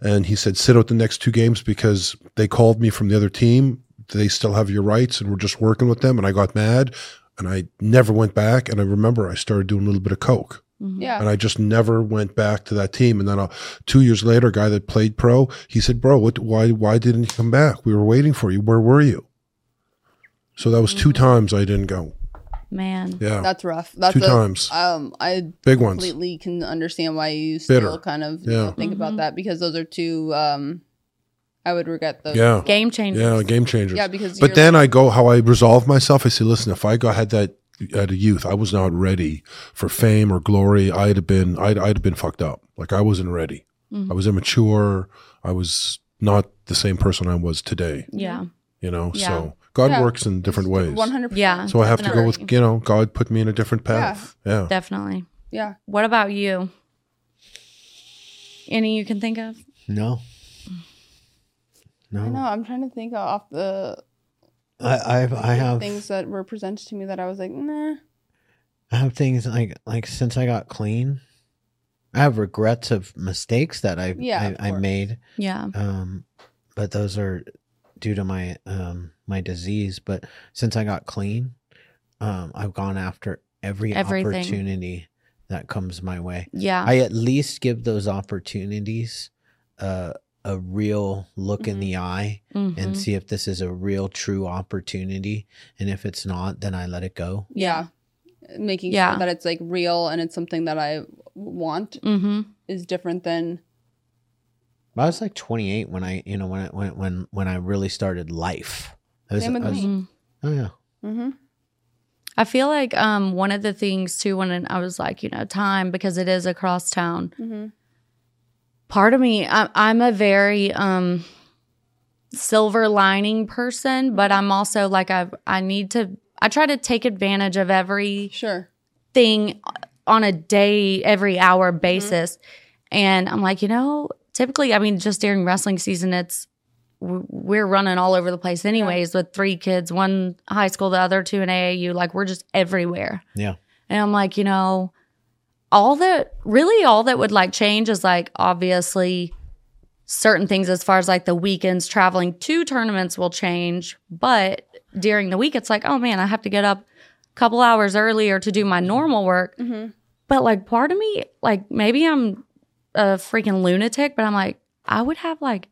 Speaker 3: and he said sit out the next two games because they called me from the other team. They still have your rights, and we're just working with them. And I got mad, and I never went back. And I remember I started doing a little bit of coke
Speaker 1: Mm-hmm.
Speaker 2: Yeah.
Speaker 3: and I just never went back to that team. And then uh, two years later, a guy that played pro, he said, "Bro, what? Why? Why didn't you come back? We were waiting for you. Where were you?" So that was two times I didn't go.
Speaker 1: man.
Speaker 3: Yeah,
Speaker 2: That's rough. Mm-hmm. That's
Speaker 3: two
Speaker 2: a-
Speaker 3: times,
Speaker 2: Um, I
Speaker 3: big ones.
Speaker 2: completely can understand why you
Speaker 3: Bitter.
Speaker 2: still kind of you
Speaker 3: Yeah.
Speaker 2: know, think
Speaker 1: Mm-hmm.
Speaker 2: about that because those are two. Um, I would regret those.
Speaker 3: Yeah,
Speaker 1: Game changer.
Speaker 3: yeah, game changers.
Speaker 2: Yeah, because
Speaker 3: but
Speaker 2: you're
Speaker 3: then I go how I resolve myself. I say, listen, if I go had that at a youth, I was not ready for fame or glory. I'd have been, I'd, I'd have been fucked up. Like I wasn't ready.
Speaker 2: Mm-hmm.
Speaker 3: I was immature. I was not the same person I was today.
Speaker 1: Yeah.
Speaker 3: You know,
Speaker 1: Yeah.
Speaker 3: so God
Speaker 2: Yeah.
Speaker 3: works in different ways.
Speaker 2: One hundred.
Speaker 1: Yeah.
Speaker 3: So I have to go with
Speaker 1: Definitely.
Speaker 3: you know God put me in a different path. Yeah.
Speaker 1: Definitely.
Speaker 2: Yeah.
Speaker 1: What about you? Any you can think of?
Speaker 4: no.
Speaker 2: I know.
Speaker 4: No.
Speaker 2: I'm trying to think off the
Speaker 4: I, I've, I have
Speaker 2: things that were presented to me that I was like, nah.
Speaker 4: I have things like like since I got clean, I have regrets of mistakes that I
Speaker 2: Yeah, of
Speaker 4: I, I
Speaker 2: course.
Speaker 4: made.
Speaker 1: Yeah.
Speaker 4: Um, but those are due to my um my disease. But since I got clean, um, I've gone after every
Speaker 1: Everything.
Speaker 4: opportunity that comes my way.
Speaker 1: Yeah.
Speaker 4: I at least give those opportunities uh, a real look
Speaker 2: Mm-hmm.
Speaker 4: in the eye
Speaker 1: Mhm.
Speaker 4: and see if this is a real true opportunity. And if it's not, then I let it go.
Speaker 2: Yeah. Making
Speaker 1: Yeah.
Speaker 2: sure that it's like real and it's something that I want
Speaker 1: Mm-hmm.
Speaker 2: is different than
Speaker 4: I was like 28 when I, you know, when I, when when when I really started life. I was,
Speaker 2: Same with
Speaker 4: I was-
Speaker 2: me.
Speaker 4: Oh yeah,
Speaker 2: hmm
Speaker 1: Mm-hmm. I feel like um, one of the things too when I was like, you know, time because it is across town.
Speaker 2: Mhm.
Speaker 1: Part of me, I, I'm a very um, silver lining person, but I'm also like I I need to I try to take advantage of every
Speaker 2: Sure.
Speaker 1: thing on a day, every hour basis. And I'm like, you know, typically, I mean, just during wrestling season, it's w- we're running all over the place, anyways, with three kids, one high school, the other two in AAU. Like, we're just everywhere.
Speaker 4: Yeah.
Speaker 1: And I'm like, you know, all that really all that would like change is like obviously certain things as far as like the weekends traveling to tournaments will change, but during the week it's like, oh man, I have to get up a couple hours earlier to do my normal work. But like part of me, like maybe I'm a freaking lunatic, but I'm like, I would have like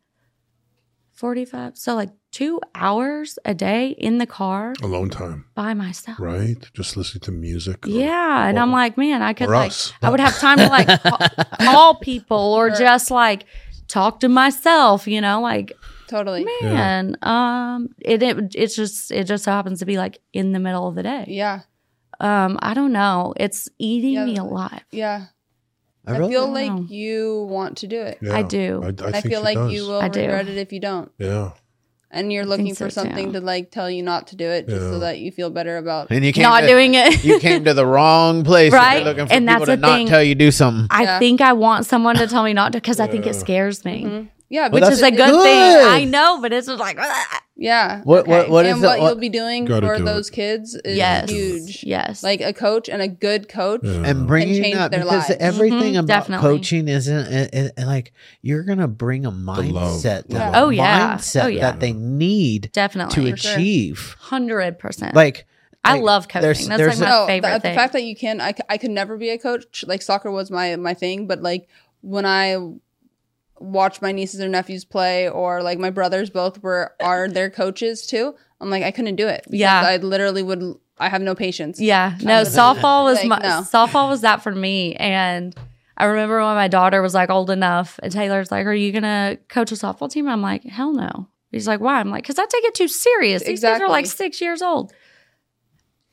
Speaker 1: 45 so like 2 hours a day in the car
Speaker 3: Alone time,
Speaker 1: by myself.
Speaker 3: right? Just listening to music. or-
Speaker 1: Yeah, and I'm like, man, I could
Speaker 3: or
Speaker 1: like,
Speaker 3: us.
Speaker 1: I would have time to like ca- call people or just like talk to myself, you know, like
Speaker 2: Totally.
Speaker 1: man, um, it it it's just it just so happens to be like in the middle of the day.
Speaker 2: Yeah.
Speaker 1: Um, I don't know, it's eating
Speaker 2: Yeah,
Speaker 1: me
Speaker 2: like-
Speaker 1: alive.
Speaker 2: Yeah. I,
Speaker 4: I Oh, really
Speaker 2: feel
Speaker 1: Wow.
Speaker 2: like you want to do it.
Speaker 3: Yeah.
Speaker 1: I do.
Speaker 3: I, I
Speaker 2: I,
Speaker 3: think
Speaker 2: feel
Speaker 3: she
Speaker 2: like
Speaker 3: does.
Speaker 2: you will
Speaker 1: I do.
Speaker 2: regret it if you don't.
Speaker 3: Yeah.
Speaker 2: And you're looking
Speaker 1: so,
Speaker 2: for something
Speaker 1: too.
Speaker 2: to like tell you not to do it just
Speaker 3: Yeah.
Speaker 2: so that you feel better about
Speaker 4: and you came
Speaker 1: Not
Speaker 4: to,
Speaker 1: doing it.
Speaker 4: you came to the wrong place.
Speaker 1: Right?
Speaker 4: Right, looking for
Speaker 1: And that's
Speaker 4: people to
Speaker 1: the
Speaker 4: not
Speaker 1: thing.
Speaker 4: tell you do something.
Speaker 1: I
Speaker 2: Yeah.
Speaker 1: think I want someone to tell me not to because I think it
Speaker 3: Yeah.
Speaker 1: scares me,
Speaker 2: Yeah,
Speaker 4: Well,
Speaker 1: which
Speaker 4: that's
Speaker 1: is a good,
Speaker 4: good.
Speaker 1: thing. I know, but it's just like ah.
Speaker 2: yeah.
Speaker 4: What what
Speaker 1: Okay.
Speaker 4: what is
Speaker 2: and
Speaker 4: the,
Speaker 2: what
Speaker 4: what-
Speaker 2: you'll be doing
Speaker 3: Gotta
Speaker 2: for
Speaker 3: do it.
Speaker 2: those kids is
Speaker 1: yes,
Speaker 2: huge.
Speaker 1: yes,
Speaker 2: Like a coach and a good coach.
Speaker 3: Yeah.
Speaker 4: and bringing
Speaker 2: change
Speaker 4: up
Speaker 2: their
Speaker 4: because
Speaker 2: lives.
Speaker 4: everything
Speaker 1: Mhm,
Speaker 4: about
Speaker 1: definitely.
Speaker 4: coaching uh, isn't it, it- it- like you're gonna bring a
Speaker 3: love.
Speaker 4: mindset,
Speaker 2: Yeah.
Speaker 4: the
Speaker 1: Oh, yeah.
Speaker 4: mindset
Speaker 1: Oh, yeah.
Speaker 4: that they need to
Speaker 1: definitely,
Speaker 2: sure.
Speaker 4: achieve.
Speaker 1: hundred percent.
Speaker 4: Like
Speaker 1: I
Speaker 4: like,
Speaker 1: love coaching.
Speaker 4: there's-
Speaker 1: That's
Speaker 4: there's
Speaker 1: like
Speaker 4: a-
Speaker 1: my
Speaker 2: No,
Speaker 1: favorite
Speaker 2: the, the
Speaker 1: thing.
Speaker 2: fact that you can, I, c- I could never be a coach. Like soccer was my my thing, but like when I watched my nieces or nephews play, or like my brothers both were are their coaches too. I'm like I couldn't do it. because
Speaker 1: Yeah.
Speaker 2: I literally would. I have no patience.
Speaker 1: Yeah, no, softball was
Speaker 2: Like,
Speaker 1: my,
Speaker 2: no.
Speaker 1: softball was that for me, and I remember when my daughter was like old enough, and Taylor's like, "Are you gonna coach a softball team?" I'm like, "Hell no." He's like, "Why?" I'm like, "Cause I take it too serious. These kids are like
Speaker 2: Exactly.
Speaker 1: six years old."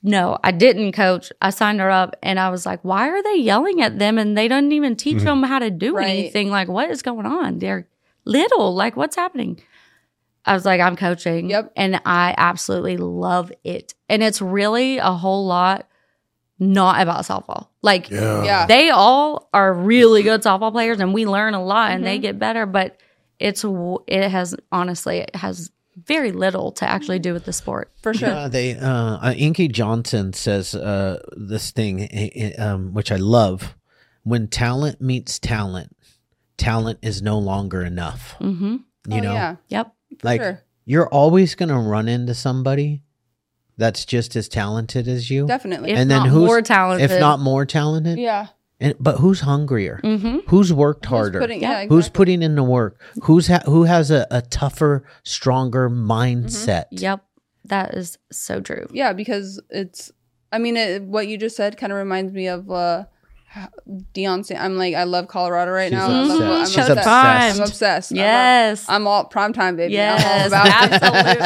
Speaker 1: No, I didn't coach. I signed her up, and I was like, "Why are they yelling at them? And they don't even teach them how to do
Speaker 2: Right.
Speaker 1: anything. Like, what is going on? They're little. Like, what's happening?" I was like, I'm coaching.
Speaker 2: Yep.
Speaker 1: And I absolutely love it. And it's really a whole lot not about softball. Like
Speaker 3: Yeah.
Speaker 2: Yeah.
Speaker 1: they all are really good softball players and we learn a lot and they get better, but it's w- it has honestly it has very little to actually do with the sport.
Speaker 2: for sure.
Speaker 4: Yeah, they uh, uh, Inky Johnson says uh, this thing, eh, eh, um, which I love. When talent meets talent, talent is no longer enough.
Speaker 1: Mm-hmm.
Speaker 2: Oh,
Speaker 4: You know,
Speaker 2: yeah,
Speaker 1: Yep.
Speaker 4: like
Speaker 2: sure.
Speaker 4: you're always gonna run into somebody that's just as talented as you,
Speaker 2: definitely.
Speaker 1: If
Speaker 4: and then
Speaker 1: not
Speaker 4: who's
Speaker 1: more talented.
Speaker 4: if not more talented.
Speaker 2: yeah,
Speaker 4: And but who's hungrier?
Speaker 1: Mm-hmm.
Speaker 4: Who's worked
Speaker 2: Who's
Speaker 4: harder?
Speaker 2: putting- yeah,
Speaker 4: Who's
Speaker 2: exactly.
Speaker 4: putting in the work? Who's ha- who has a, a tougher, stronger
Speaker 2: Mm-hmm.
Speaker 4: mindset?
Speaker 1: Yep. That is so true.
Speaker 2: yeah because it's i mean it, what you just said kind of reminds me of uh Deion Sa- I'm like I love Colorado right
Speaker 4: She's
Speaker 2: now. I love-
Speaker 4: obsessed.
Speaker 2: I'm
Speaker 4: She's
Speaker 2: obsessed.
Speaker 1: obsessed.
Speaker 2: I'm obsessed. I love-
Speaker 1: Yes.
Speaker 2: I'm all prime time baby. I'm all
Speaker 1: Yes,
Speaker 2: about it.
Speaker 1: absolutely.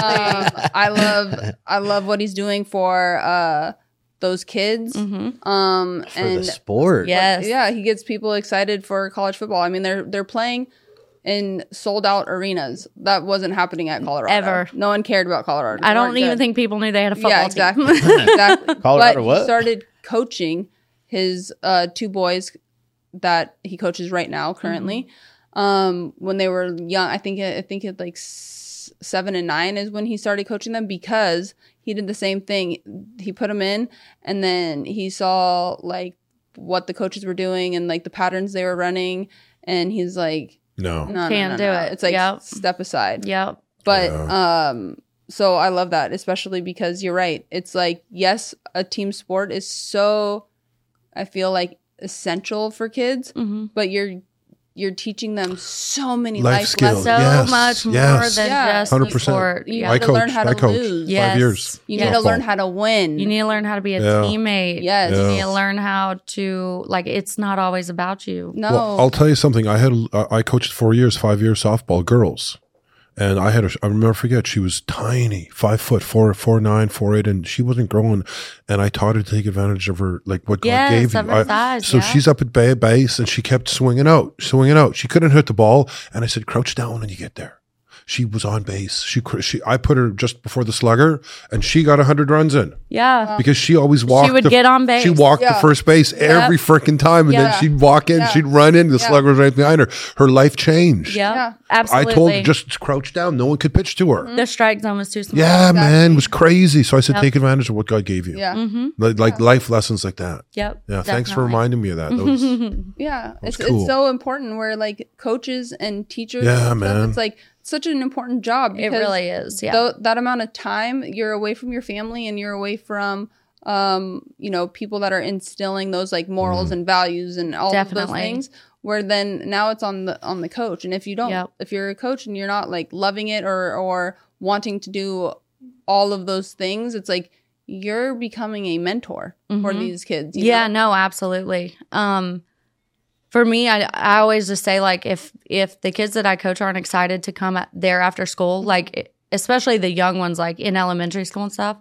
Speaker 2: Um, I love I love what he's doing for uh those kids.
Speaker 1: Mm-hmm.
Speaker 2: Um
Speaker 4: For
Speaker 2: and
Speaker 4: the sport,
Speaker 1: Yeah. Yes.
Speaker 2: yeah, he gets people excited for college football. I mean, they're they're playing in sold out arenas. That wasn't happening at Colorado.
Speaker 1: Ever.
Speaker 2: No one cared about Colorado.
Speaker 1: I
Speaker 2: They
Speaker 1: don't
Speaker 2: weren't
Speaker 1: even
Speaker 2: good
Speaker 1: think people knew they had a football
Speaker 2: yeah,
Speaker 1: team.
Speaker 2: exactly. exactly.
Speaker 4: Colorado
Speaker 2: but
Speaker 4: what?
Speaker 2: He started coaching his uh, two boys that he coaches right now currently.
Speaker 1: Mm-hmm.
Speaker 2: Um, when they were young, I think I think it like s- seven and nine is when he started coaching them because he did the same thing. He put them in, and then he saw like what the coaches were doing and like the patterns they were running, and he's like,
Speaker 3: No.
Speaker 2: no, no,
Speaker 1: Can't
Speaker 2: no,
Speaker 1: do
Speaker 2: no.
Speaker 1: it.
Speaker 2: It's like
Speaker 1: Yep.
Speaker 2: step aside.
Speaker 1: Yep.
Speaker 2: But
Speaker 3: Yeah.
Speaker 2: um so I love that, especially because you're right. It's like yes, a team sport is so I feel like essential for kids,
Speaker 1: Mm-hmm.
Speaker 2: but you're you're teaching them so many
Speaker 3: Life
Speaker 2: life,
Speaker 3: skills.
Speaker 2: lessons.
Speaker 1: so
Speaker 3: Yes,
Speaker 1: much
Speaker 3: yes.
Speaker 1: more than
Speaker 2: Yeah.
Speaker 1: just 100%.
Speaker 3: 100%.
Speaker 1: sport.
Speaker 2: You
Speaker 1: Yeah.
Speaker 3: I
Speaker 2: gotta learn
Speaker 3: coached.
Speaker 2: how to
Speaker 3: I coached.
Speaker 2: lose.
Speaker 1: Yes.
Speaker 3: Five years.
Speaker 2: You
Speaker 1: Yeah.
Speaker 2: need to
Speaker 3: Softball.
Speaker 2: learn how to win.
Speaker 1: you need to learn how to be a
Speaker 3: Yeah.
Speaker 1: teammate.
Speaker 2: Mm-hmm. Yes.
Speaker 1: You
Speaker 3: Yeah.
Speaker 1: need to learn how to like it's not always about you.
Speaker 2: no.
Speaker 3: Well, I'll tell you something. I had I I coached four years, five years softball girls, and I had a, I remember forget she was tiny, five foot four, four nine, four eight, and she wasn't growing. And I taught her to take advantage of her like what
Speaker 1: Yes,
Speaker 3: God gave you.
Speaker 1: of her
Speaker 3: I-
Speaker 1: size,
Speaker 3: so
Speaker 1: yeah.
Speaker 3: she's up at bay base, and she kept swinging out, swinging out. She couldn't hit the ball, and I said, crouch down when you get there. She was on base. She cr- she I put her just before the slugger, and she got hundred runs in
Speaker 1: Yeah.
Speaker 3: because she always walked.
Speaker 1: would
Speaker 3: the-
Speaker 1: get on base.
Speaker 3: She walked
Speaker 2: Yeah.
Speaker 3: to first base every freaking time, and
Speaker 1: Yeah.
Speaker 3: then she'd walk in.
Speaker 2: Yeah.
Speaker 3: She'd run in. The slugger was right behind her. Her life changed.
Speaker 1: Yeah.
Speaker 2: Yeah.
Speaker 1: Absolutely. Mm-hmm.
Speaker 3: I told her just crouch down. No one could pitch to her.
Speaker 1: the strike zone was too small.
Speaker 3: Yeah, man, it was crazy. So I said, take advantage of what God gave you.
Speaker 2: Yeah.
Speaker 1: Mm-hmm.
Speaker 3: Like, like life lessons like that.
Speaker 1: Yep.
Speaker 3: Yeah. Thanks for
Speaker 1: definitely.
Speaker 3: reminding me of that. That was-
Speaker 2: Yeah, it's
Speaker 3: cool.
Speaker 2: it's so important. Where like coaches and teachers,
Speaker 3: Yeah,
Speaker 2: and stuff,
Speaker 3: man.
Speaker 2: it's like such an important job.
Speaker 1: It
Speaker 2: because
Speaker 1: really is. Yeah.
Speaker 2: tho- that amount of time you're away from your family and you're away from, um, you know, people that are instilling those like morals and values and all of
Speaker 1: Mm-hmm. Definitely.
Speaker 2: those things. Where then now it's on the on the coach, and if you don't,
Speaker 1: Yep.
Speaker 2: if you're a coach and you're not like loving it or or wanting to do all of those things, it's like you're becoming a mentor for
Speaker 1: Mhm.
Speaker 2: these kids. you
Speaker 1: yeah
Speaker 2: know?
Speaker 1: no absolutely um for me I, I always just say like if if the kids that i coach aren't excited to come at- there after school like e, especially the young ones like in elementary school and stuff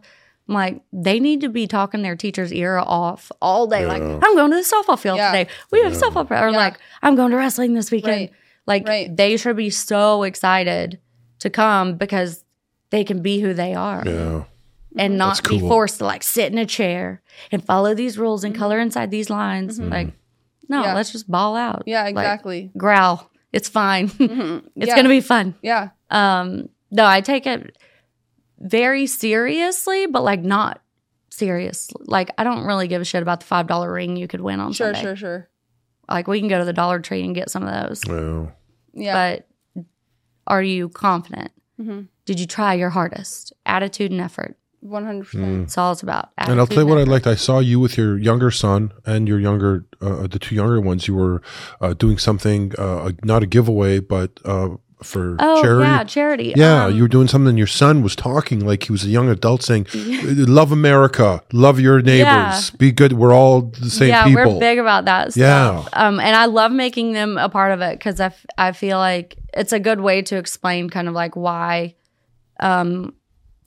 Speaker 1: I'm like they need to be talking their teacher's ear off all day like
Speaker 3: Yeah.
Speaker 1: i'm going to the softball field
Speaker 2: Yeah.
Speaker 1: today we have softball pra-" or
Speaker 2: Yeah.
Speaker 1: like i'm going to wrestling this weekend
Speaker 2: Right.
Speaker 1: like
Speaker 2: Right.
Speaker 1: they should be so excited to come because they can be who they are
Speaker 3: yeah.
Speaker 1: and not
Speaker 3: That's
Speaker 1: be
Speaker 3: cool.
Speaker 1: forced to like sit in a chair and follow these rules and color inside these lines.
Speaker 3: Mm-hmm.
Speaker 1: Like, no,
Speaker 2: Yeah.
Speaker 1: let's just ball out.
Speaker 2: yeah,
Speaker 1: Like,
Speaker 2: exactly. Mm-hmm.
Speaker 1: growl. It's fine. it's
Speaker 2: Yeah.
Speaker 1: gonna be fun.
Speaker 2: yeah,
Speaker 1: Um, no, I take it very seriously, but like not serious. Like I don't really give a shit about the five dollar ring you could win on
Speaker 2: sure,
Speaker 1: Sunday.
Speaker 2: sure, sure.
Speaker 1: Like we can go to the Dollar Tree and get some of those.
Speaker 3: Yeah.
Speaker 2: Yeah. Mm-hmm.
Speaker 1: But are you confident? Did you try your hardest? Attitude and effort.
Speaker 2: One hundred percent.
Speaker 1: It's all it's about.
Speaker 3: And I'll
Speaker 1: Attitude
Speaker 3: tell you what I
Speaker 1: effort.
Speaker 3: liked. I saw you with your younger son and your younger, uh, the two younger ones. You were uh, doing something, uh, not a giveaway, but uh, for
Speaker 1: Oh
Speaker 3: charity.
Speaker 1: yeah, charity.
Speaker 3: Yeah,
Speaker 1: Um,
Speaker 3: you were doing something. Your son was talking like he was a young adult, saying, "Love America, love your neighbors,
Speaker 1: Yeah.
Speaker 3: be good. We're all the same
Speaker 1: yeah,
Speaker 3: people."
Speaker 1: we're big about that. Stuff. Yeah. Um, and I love making them a part of it because I, f- I feel like it's a good way to explain kind of like why, um,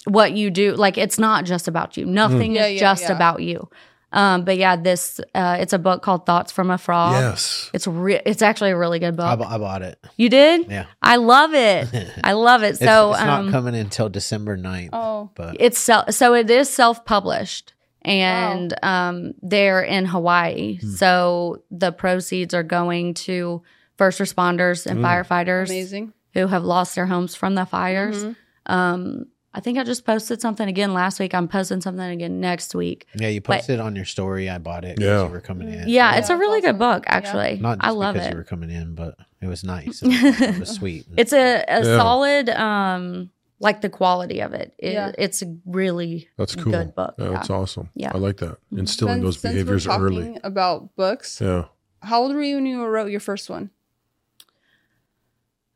Speaker 1: what you do. Like it's not just about
Speaker 3: Mm.
Speaker 1: you. Nothing
Speaker 2: Yeah,
Speaker 1: is
Speaker 2: yeah,
Speaker 1: just
Speaker 2: yeah.
Speaker 1: about you. Um, but yeah, this uh, it's a book called Thoughts from a Frog.
Speaker 3: Yes,
Speaker 1: It's re- it's actually a really good
Speaker 4: I,
Speaker 1: book.
Speaker 4: bu- I bought it.
Speaker 1: you did?
Speaker 4: Yeah.
Speaker 1: I love it. I love it.
Speaker 4: It's,
Speaker 1: So
Speaker 4: it's
Speaker 1: um,
Speaker 4: not coming until December 9th.
Speaker 2: Oh.
Speaker 4: but
Speaker 1: it's self so it is self published and um they're in Hawaii.
Speaker 4: Hmm.
Speaker 1: So the proceeds are going to first responders and firefighters
Speaker 2: Amazing. Mm-hmm.
Speaker 1: who have lost their homes from the fires. Um I think I just posted something again last week. I'm posting something again next week.
Speaker 4: yeah, you
Speaker 1: but-
Speaker 4: posted on your story. I bought it. 'cause
Speaker 3: Yeah.
Speaker 4: you were coming in.
Speaker 1: Yeah, it's a
Speaker 2: that's
Speaker 1: really
Speaker 2: awesome.
Speaker 1: good book
Speaker 2: Yeah.
Speaker 1: actually.
Speaker 4: not just
Speaker 1: I love
Speaker 4: because
Speaker 1: it.
Speaker 4: you were coming in, but it was nice. and it was sweet.
Speaker 1: it's a, a
Speaker 3: Yeah.
Speaker 1: solid um like the quality of it. It-
Speaker 2: Yeah.
Speaker 1: It's a really
Speaker 3: that's cool.
Speaker 1: good book.
Speaker 3: Yeah, That's awesome.
Speaker 1: Yeah. Mm-hmm.
Speaker 3: I like that. Instilling
Speaker 2: Since-
Speaker 3: those
Speaker 2: since
Speaker 3: behaviors
Speaker 2: we're talking
Speaker 3: early.
Speaker 2: About books.
Speaker 3: Yeah.
Speaker 2: How old were you when you wrote your first one?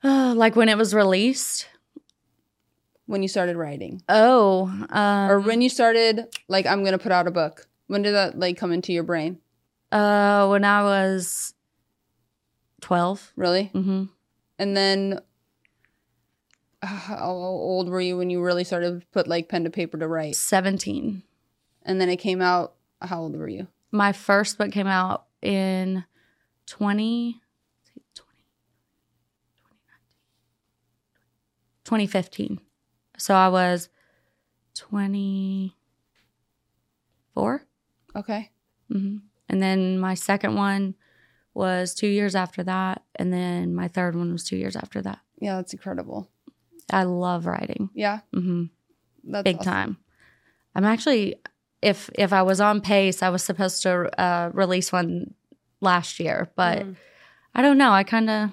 Speaker 1: like when it was released.
Speaker 2: When you started writing,
Speaker 1: Oh, um,
Speaker 2: or when you started like I'm gonna put out a book? When did that like come into your brain?
Speaker 1: Uh, when I was 12
Speaker 2: Really?
Speaker 1: Mm-hmm.
Speaker 2: And then uh, how old were you when you really started to put like pen to paper to write?
Speaker 1: seventeen.
Speaker 2: And then it came out. How old were you?
Speaker 1: My first book came out in 20, 2015. So I was twenty
Speaker 2: Okay.
Speaker 1: Mm-hmm. And then my second one was two years after that, and then my third one was two years after that.
Speaker 2: Yeah, that's incredible.
Speaker 1: I love writing.
Speaker 2: Yeah,
Speaker 1: Mm-hmm.
Speaker 2: that's
Speaker 1: big
Speaker 2: awesome.
Speaker 1: time. I'm actually, if if I was on pace, I was supposed to uh, release one last year, but I don't know. I kind of,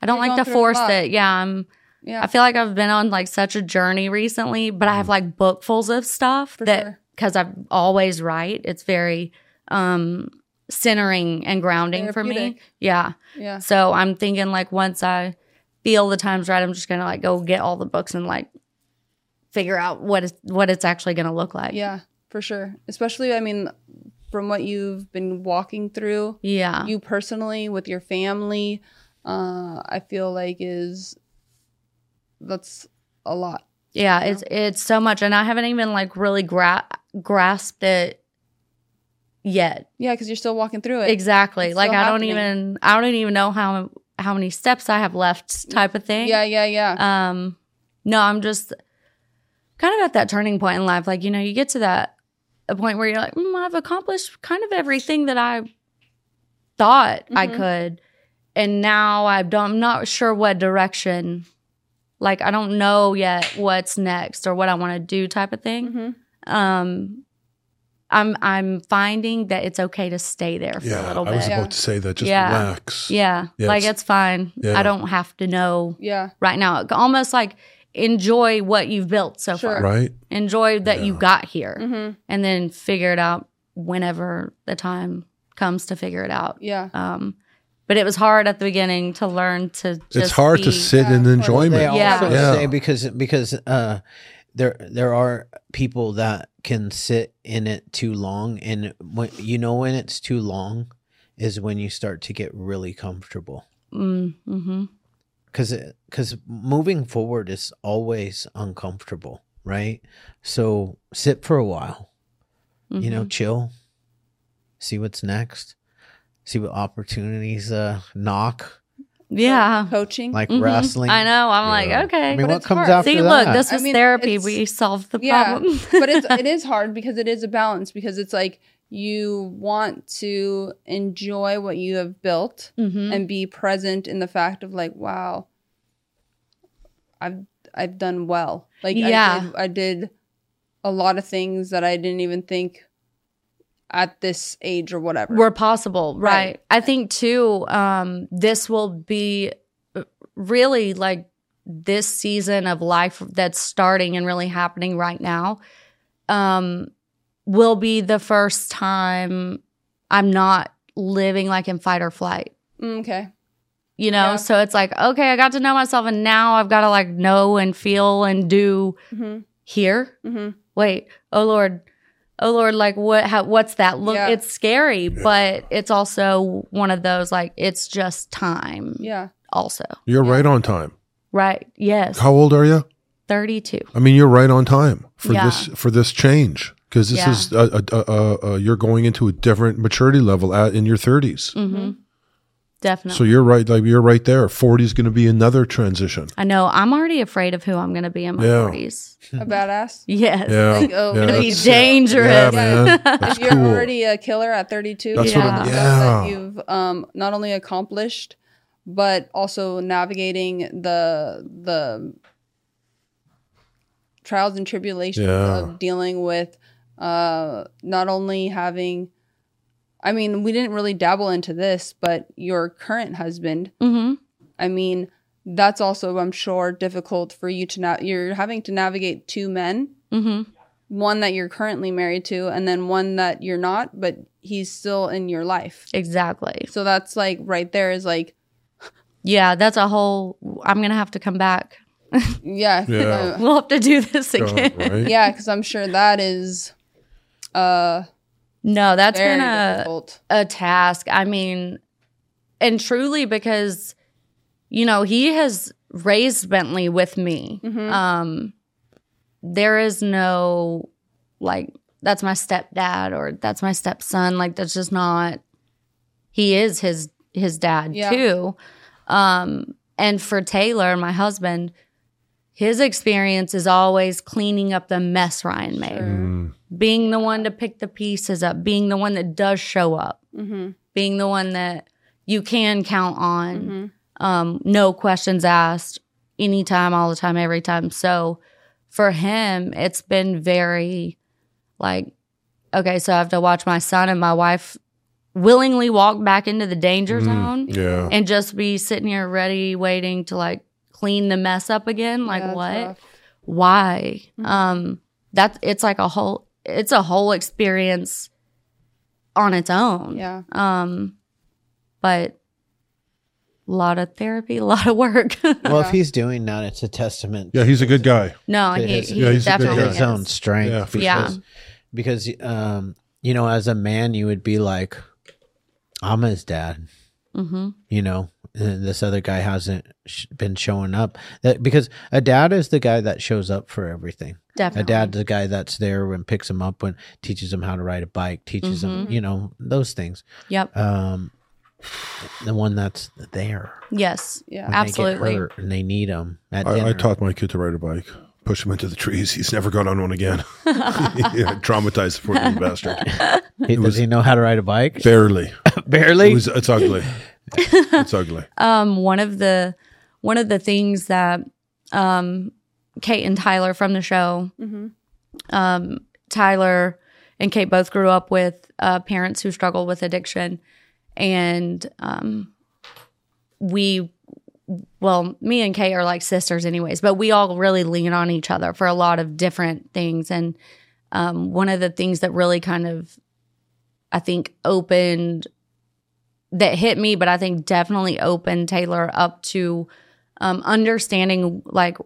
Speaker 1: I don't
Speaker 2: Mm. You're
Speaker 1: like
Speaker 2: going
Speaker 1: to
Speaker 2: through a
Speaker 1: force
Speaker 2: lot.
Speaker 1: it. Yeah, I'm.
Speaker 2: Yeah,
Speaker 1: I feel like I've been on like such a journey recently, but I have like bookfuls of stuff
Speaker 2: For
Speaker 1: that
Speaker 2: sure.
Speaker 1: because I always write. It's very um centering and grounding for me.
Speaker 2: Therapeutic.
Speaker 1: Yeah.
Speaker 2: yeah,
Speaker 1: So I'm thinking like once I feel the time's right, I'm just gonna like go get all the books and like figure out what is what it's actually gonna look like.
Speaker 2: yeah, for sure. Especially, I mean, from what you've been walking through,
Speaker 1: Yeah.
Speaker 2: you personally with your family uh i feel like is that's a lot
Speaker 1: yeah. It's it's so much, and I haven't even like really gra- grasped it yet.
Speaker 2: yeah because you're still walking through it
Speaker 1: Exactly.
Speaker 2: It's
Speaker 1: like
Speaker 2: still
Speaker 1: I don't
Speaker 2: happening.
Speaker 1: even I don't even know how how many steps I have left, type of thing.
Speaker 2: yeah yeah yeah
Speaker 1: Um. no, I'm just kind of at that turning point in life. Like, you know, you get to that a point where you're like, mm, I've accomplished kind of everything that I thought I
Speaker 2: Mhm.
Speaker 1: could. And now I don't, I'm not sure what direction, like, I don't know yet what's next or what I want to do type of thing.
Speaker 2: Mhm.
Speaker 1: Um, I'm, I'm finding that it's okay to stay there for a
Speaker 3: Yeah,
Speaker 1: little
Speaker 3: I was
Speaker 1: bit.
Speaker 2: Yeah.
Speaker 3: about to say that. Just
Speaker 1: Yeah.
Speaker 3: relax.
Speaker 1: Yeah.
Speaker 3: Yeah,
Speaker 1: Like
Speaker 3: it's-
Speaker 1: it's fine.
Speaker 3: Yeah.
Speaker 1: I don't have to know
Speaker 2: Yeah.
Speaker 1: right now. Almost like enjoy what you've built so
Speaker 2: Sure.
Speaker 1: far.
Speaker 3: Right?
Speaker 1: Enjoy that you
Speaker 3: Yeah.
Speaker 1: got here
Speaker 2: Mhm.
Speaker 1: and then figure it out whenever the time comes to figure it out.
Speaker 2: Yeah.
Speaker 1: Um, but it was hard at the beginning to learn to just
Speaker 3: it's hard
Speaker 1: be-
Speaker 3: to sit
Speaker 2: yeah,
Speaker 3: in
Speaker 2: well,
Speaker 3: enjoyment.
Speaker 4: They
Speaker 1: Yeah.
Speaker 4: also
Speaker 3: Yeah.
Speaker 4: say because because uh, there there are people that can sit in it too long, and when you know when it's too long is when you start to get really comfortable.
Speaker 1: Mm, hmm
Speaker 4: because because moving forward is always uncomfortable right so sit for a while
Speaker 1: mm-hmm.
Speaker 4: you know chill see what's next see what opportunities uh knock
Speaker 1: Yeah.
Speaker 2: Coaching.
Speaker 4: like
Speaker 1: Mhm.
Speaker 4: wrestling
Speaker 1: I know. I'm like,
Speaker 3: Yeah.
Speaker 1: okay.
Speaker 4: I mean
Speaker 2: But
Speaker 4: what
Speaker 2: it's
Speaker 4: comes
Speaker 2: hard.
Speaker 4: after
Speaker 1: See,
Speaker 4: that
Speaker 1: look, this
Speaker 2: I
Speaker 1: was
Speaker 2: mean,
Speaker 1: therapy.
Speaker 2: it's-
Speaker 1: We solved the
Speaker 2: Yeah.
Speaker 1: problem.
Speaker 2: but it's it is hard because it is a balance because it's like you want to enjoy what you have built
Speaker 1: Mhm.
Speaker 2: and be present in the fact of like wow I've I've done well. Like I
Speaker 1: Yeah.
Speaker 2: did, I did a lot of things that I didn't even think at this age or whatever.
Speaker 1: were possible right.
Speaker 2: Right.
Speaker 1: i think too um this will be uh, really like this season of life that's starting and really happening right now um will be the first time i'm not living like in fight or flight
Speaker 2: Mm, okay.
Speaker 1: you know
Speaker 2: Yeah.
Speaker 1: so it's like okay i got to know myself and now i've got to like know and feel and do
Speaker 2: Mhm.
Speaker 1: here
Speaker 2: Mhm.
Speaker 1: wait oh lord oh lord like what how, what's that look
Speaker 2: Yeah.
Speaker 1: it's scary but it's also one of those like it's just time
Speaker 2: Yeah.
Speaker 1: also
Speaker 3: You're right on time.
Speaker 1: right yes
Speaker 3: How old are you?
Speaker 1: 32
Speaker 3: I mean, you're right on time for
Speaker 1: Yeah.
Speaker 3: this for this change because this
Speaker 1: Yeah.
Speaker 3: is a, a, a, a, a, you're going into a different maturity level at, in your 30s.
Speaker 1: hmm
Speaker 2: Mm-hmm.
Speaker 1: definitely
Speaker 3: So you're right, like you're right there. 40 is going to be another transition.
Speaker 1: i know i'm already afraid of who i'm gonna be in my
Speaker 3: Yeah.
Speaker 1: 40s
Speaker 2: A badass.
Speaker 1: yes
Speaker 3: Yeah,
Speaker 2: Like, oh,
Speaker 3: yeah,
Speaker 1: it'll be
Speaker 3: that's-
Speaker 1: dangerous
Speaker 3: yeah, man,
Speaker 2: if
Speaker 3: that's
Speaker 2: you're
Speaker 3: cool.
Speaker 2: already a killer at 32,
Speaker 3: That's
Speaker 1: what I'm-
Speaker 2: you know
Speaker 3: Yeah.
Speaker 2: that you've um, not only accomplished, but also navigating the the trials and tribulations
Speaker 3: Yeah.
Speaker 2: of dealing with uh, not only having. I mean, we didn't really dabble into this, but your current husband.
Speaker 1: hmm
Speaker 2: I mean, that's also, I'm sure, difficult for you to. Na- you're having to navigate two men
Speaker 1: hmm
Speaker 2: one that you're currently married to and then one that you're not but he's still in your life
Speaker 1: exactly
Speaker 2: so that's like right there is like
Speaker 1: yeah that's a whole i'm gonna have to come back
Speaker 2: yeah
Speaker 3: Yeah.
Speaker 1: we'll have to do this
Speaker 3: Yeah,
Speaker 1: again
Speaker 3: right?
Speaker 2: yeah because i'm sure that is uh
Speaker 1: no that's
Speaker 2: very
Speaker 1: gonna
Speaker 2: difficult
Speaker 1: a task. I mean, and truly because you know, he has raised Bentley with me.
Speaker 2: Mhm.
Speaker 1: Um there is no like that's my stepdad or that's my stepson. Like that's just not he is his his dad
Speaker 2: Yeah.
Speaker 1: too. Um and for Taylor, my husband, his experience is always cleaning up the mess Ryan made
Speaker 2: Sure.
Speaker 3: Mm,
Speaker 1: being the one to pick the pieces up, being the one that does show up,
Speaker 2: mm-hmm.
Speaker 1: being the one that you can count on,
Speaker 2: hmm
Speaker 1: um, no questions asked, anytime, all the time, every time. So for him, it's been very like, okay, so I have to watch my son and my wife willingly walk back into the danger
Speaker 3: mm,
Speaker 1: zone
Speaker 3: yeah.
Speaker 1: and just be sitting here ready, waiting to like clean the mess up again. Like, what? why
Speaker 2: Mhm.
Speaker 1: um that it's like a whole it's a whole experience on its own
Speaker 2: yeah
Speaker 1: um but a lot of therapy a lot of work
Speaker 4: well if
Speaker 2: Yeah.
Speaker 4: he's doing that it's a testament
Speaker 3: Yeah, he's a good guy.
Speaker 1: no Uh-huh.
Speaker 4: To
Speaker 1: Oh, he,
Speaker 4: his-
Speaker 1: he
Speaker 3: Yeah, he's a good
Speaker 4: to
Speaker 1: definitely
Speaker 3: guy.
Speaker 4: his own
Speaker 1: is.
Speaker 4: strength
Speaker 3: Yeah, for
Speaker 1: Yeah.
Speaker 3: sure.
Speaker 4: because because um you know as a man you would be like i'm his dad
Speaker 1: hmm
Speaker 4: you know and this other guy hasn't sh- been showing up that because a dad is the guy that shows up for everything a
Speaker 1: definitely
Speaker 4: dad's the guy that's there when picks
Speaker 1: Mm-hmm.
Speaker 4: him up when teaches him how to ride a bike teaches him you know those things
Speaker 1: yep
Speaker 4: um the one that's there.
Speaker 1: Yes.
Speaker 2: Yeah.
Speaker 4: When They
Speaker 1: Absolutely.
Speaker 4: get hurt and they need them at dinner.
Speaker 3: I, I taught my kid to ride a bike. Push him into the trees. He's never got on one again. yeah, traumatized the poor little bastard.
Speaker 4: He- Does he know how to ride a bike?
Speaker 3: Barely. It
Speaker 4: Barely.
Speaker 3: was, it's ugly. It's ugly.
Speaker 1: um, one of the one of the things that um, Kate and Tyler from the show, um, Tyler and Kate both grew up with uh, parents who struggled with addiction, and um, we, well, me and Kate are like sisters, anyways. But we all really lean on each other for a lot of different things, and um, one of the things that really kind of, I think, opened that hit me, but I think definitely opened Taylor up to um, understanding like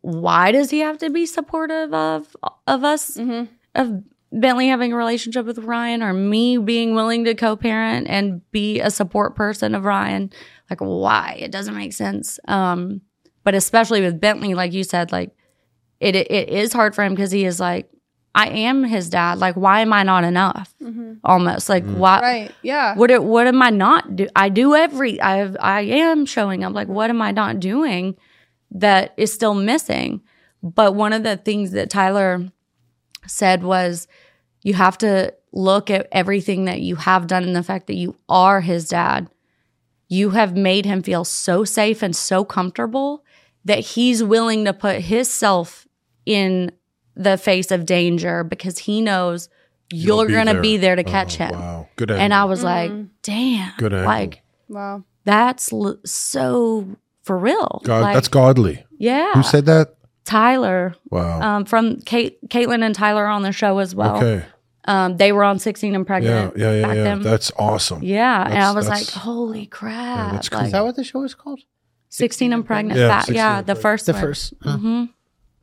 Speaker 1: why does he have to be supportive of of us
Speaker 3: Mm-hmm.
Speaker 2: Mm-hmm.
Speaker 1: of Bentley having a relationship with Ryan or me being willing to co-parent and be a support person of Ryan like why it doesn't make sense um but especially with Bentley like you said like it it is hard for him cuz he is like I am his dad like why am I not enough almost like why
Speaker 2: Mm-hmm. Right. Yeah.
Speaker 1: what a- what am I not do? I do every I have, I am showing up. Like what am I not doing that is still missing? But one of the things that Tyler said was you have to look at everything that you have done and the fact that you are his dad. You have made him feel so safe and so comfortable that he's willing to put his self in the face of danger because he knows
Speaker 3: You'll
Speaker 1: you're
Speaker 3: be
Speaker 1: going to
Speaker 3: there.
Speaker 1: be there to catch
Speaker 3: Oh,
Speaker 1: him
Speaker 3: Wow. Good
Speaker 1: and
Speaker 3: angle.
Speaker 1: I was like, damn,
Speaker 3: Good angle.
Speaker 1: like
Speaker 2: Wow.
Speaker 1: that's l- so for real.
Speaker 3: God,
Speaker 1: like, "Ah."
Speaker 3: that's godly.
Speaker 1: yeah.
Speaker 3: Who said that?
Speaker 1: Tyler
Speaker 3: Wow.
Speaker 1: um, from Kate, Caitlin and Tyler are on the show as well.
Speaker 3: okay.
Speaker 1: Um, they were on 16 and
Speaker 3: Yeah.
Speaker 1: pregnant.
Speaker 3: Yeah. Yeah.
Speaker 1: back
Speaker 3: Yeah.
Speaker 1: then.
Speaker 3: That's awesome.
Speaker 1: yeah, and
Speaker 3: That's-
Speaker 1: I was like,
Speaker 3: that's-
Speaker 1: holy crap!
Speaker 3: that's cool.
Speaker 1: like,
Speaker 4: Is that what the show is called?
Speaker 1: 16 and pregnant.
Speaker 3: Yeah,
Speaker 1: Yeah,
Speaker 3: 16
Speaker 1: yeah
Speaker 3: and
Speaker 1: the
Speaker 3: pregnant.
Speaker 1: first
Speaker 4: The
Speaker 1: one. Mm-hmm.
Speaker 4: first.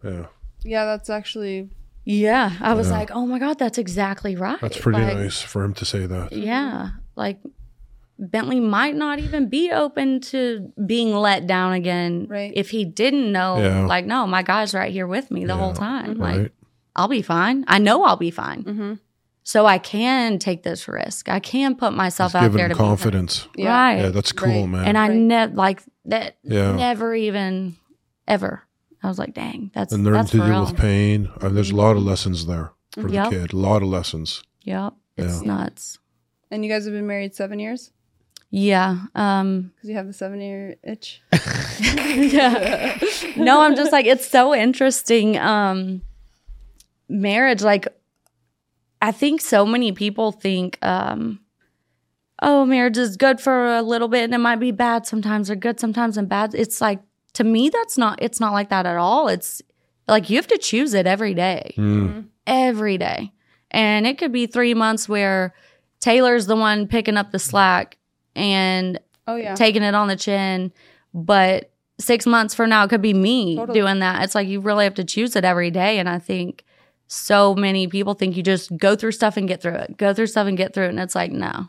Speaker 4: uh, huh?
Speaker 3: Yeah.
Speaker 2: Yeah, that's actually
Speaker 1: Yeah, I was like, oh my God, that's exactly right.
Speaker 3: That's pretty
Speaker 1: Like,
Speaker 3: nice for him to say that.
Speaker 2: Mm-hmm.
Speaker 1: Yeah. Like Bentley might not even be open to being let down again
Speaker 2: Right.
Speaker 1: if he didn't know,
Speaker 3: Yeah.
Speaker 1: like, no, my guy's right here with me the whole
Speaker 3: Yeah.
Speaker 1: time.
Speaker 3: Right.
Speaker 1: Like, I'll be fine. I know I'll be fine.
Speaker 2: mm-hmm.
Speaker 1: So I can take this risk. I can put myself out
Speaker 3: Give
Speaker 1: there
Speaker 3: him
Speaker 1: to
Speaker 3: confidence.
Speaker 1: Be
Speaker 2: Yeah.
Speaker 1: Right.
Speaker 3: Yeah. That's cool,
Speaker 2: Right.
Speaker 3: man.
Speaker 1: and I
Speaker 2: Right.
Speaker 1: never like that
Speaker 3: Yeah.
Speaker 1: never even ever. I was like, dang, that's
Speaker 3: and learn
Speaker 1: that's
Speaker 3: to
Speaker 1: for
Speaker 3: deal
Speaker 1: real.
Speaker 3: with pain. Uh, there's a lot of lessons there for
Speaker 1: Yep.
Speaker 3: the kid. A lot of lessons.
Speaker 1: Yep. It's
Speaker 3: Yeah.
Speaker 1: nuts.
Speaker 2: and you guys have been married seven years
Speaker 1: Yeah. Um
Speaker 2: because you have the seven year itch.
Speaker 1: yeah. No, I'm just like it's so interesting. Um marriage like I think so many people think um oh, marriage is good for a little bit and it might be bad sometimes or good sometimes and bad. It's like to me that's not it's not like that at all. It's like you have to choose it every day
Speaker 3: Mm.
Speaker 1: every day. And it could be 3 months where Taylor's the one picking up the slack and
Speaker 2: Oh yeah.
Speaker 1: taking it on the chin. But six months from now, it could be me
Speaker 2: Totally.
Speaker 1: doing that. It's like you really have to choose it every day. And I think so many people think you just go through stuff and get through it, go through stuff and get through it. And it's like, no.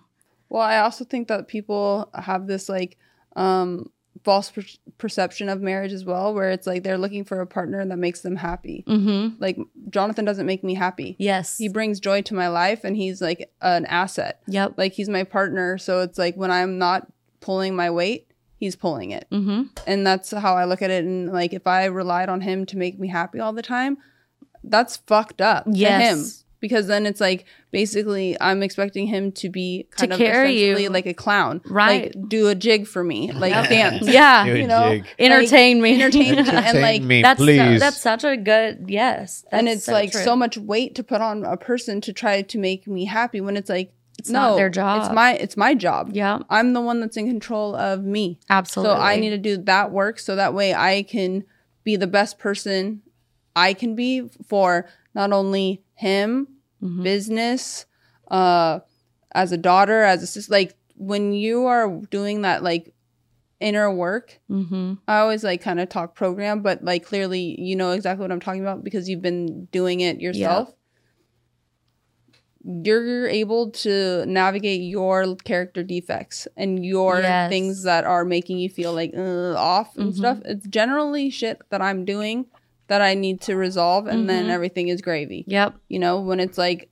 Speaker 2: Well, I also think that people have this like um false per- perception of marriage as well where it's like they're looking for a partner that makes them happy.
Speaker 1: Mm hmm.
Speaker 2: Like Jonathan doesn't make me happy.
Speaker 1: Yes.
Speaker 2: He brings joy to my life and he's like an asset.
Speaker 1: yep.
Speaker 2: Like he's my partner, so it's like when I'm not pulling my weight, he's pulling it.
Speaker 1: Mm hmm.
Speaker 2: and that's how I look at it. And like, if I relied on him to make me happy all the time, that's fucked up
Speaker 1: Yes.
Speaker 2: to him because then it's like basically I'm expecting him to be kind
Speaker 1: To
Speaker 2: of
Speaker 1: carry you.
Speaker 2: essentially like a clown,
Speaker 1: Right.
Speaker 2: Like, do a jig for me, like dance,
Speaker 1: Yeah.
Speaker 4: Dude,
Speaker 2: you know,
Speaker 4: jig.
Speaker 1: Entertain me.
Speaker 2: entertain me, and
Speaker 4: Entertain
Speaker 2: like.
Speaker 4: me,
Speaker 1: That's so-
Speaker 4: please.
Speaker 1: that's such a good yes,
Speaker 2: And
Speaker 1: That's
Speaker 2: it's like
Speaker 1: true.
Speaker 2: so much weight to put on a person to try to make me happy when it's like no,
Speaker 1: not their job.
Speaker 2: It's my it's my job.
Speaker 1: Yeah.
Speaker 2: I'm the one that's in control of me.
Speaker 1: absolutely.
Speaker 2: So I need to do that work so that way I can be the best person I can be for not only him,
Speaker 1: Mm-hmm.
Speaker 2: business, uh, as a daughter, as a sister. Like when you are doing that, like inner work,
Speaker 1: Mm-hmm.
Speaker 2: I always like kind of talk program, but like clearly you know exactly what I'm talking about because you've been doing it yourself. You're able to navigate your character defects and your
Speaker 1: Yes.
Speaker 2: things that are making you feel like uh, off and
Speaker 1: Mhm.
Speaker 2: stuff. It's generally shit that I'm doing that I need to resolve, and then
Speaker 1: Mhm.
Speaker 2: everything is gravy.
Speaker 1: Yep.
Speaker 2: You know, when it's like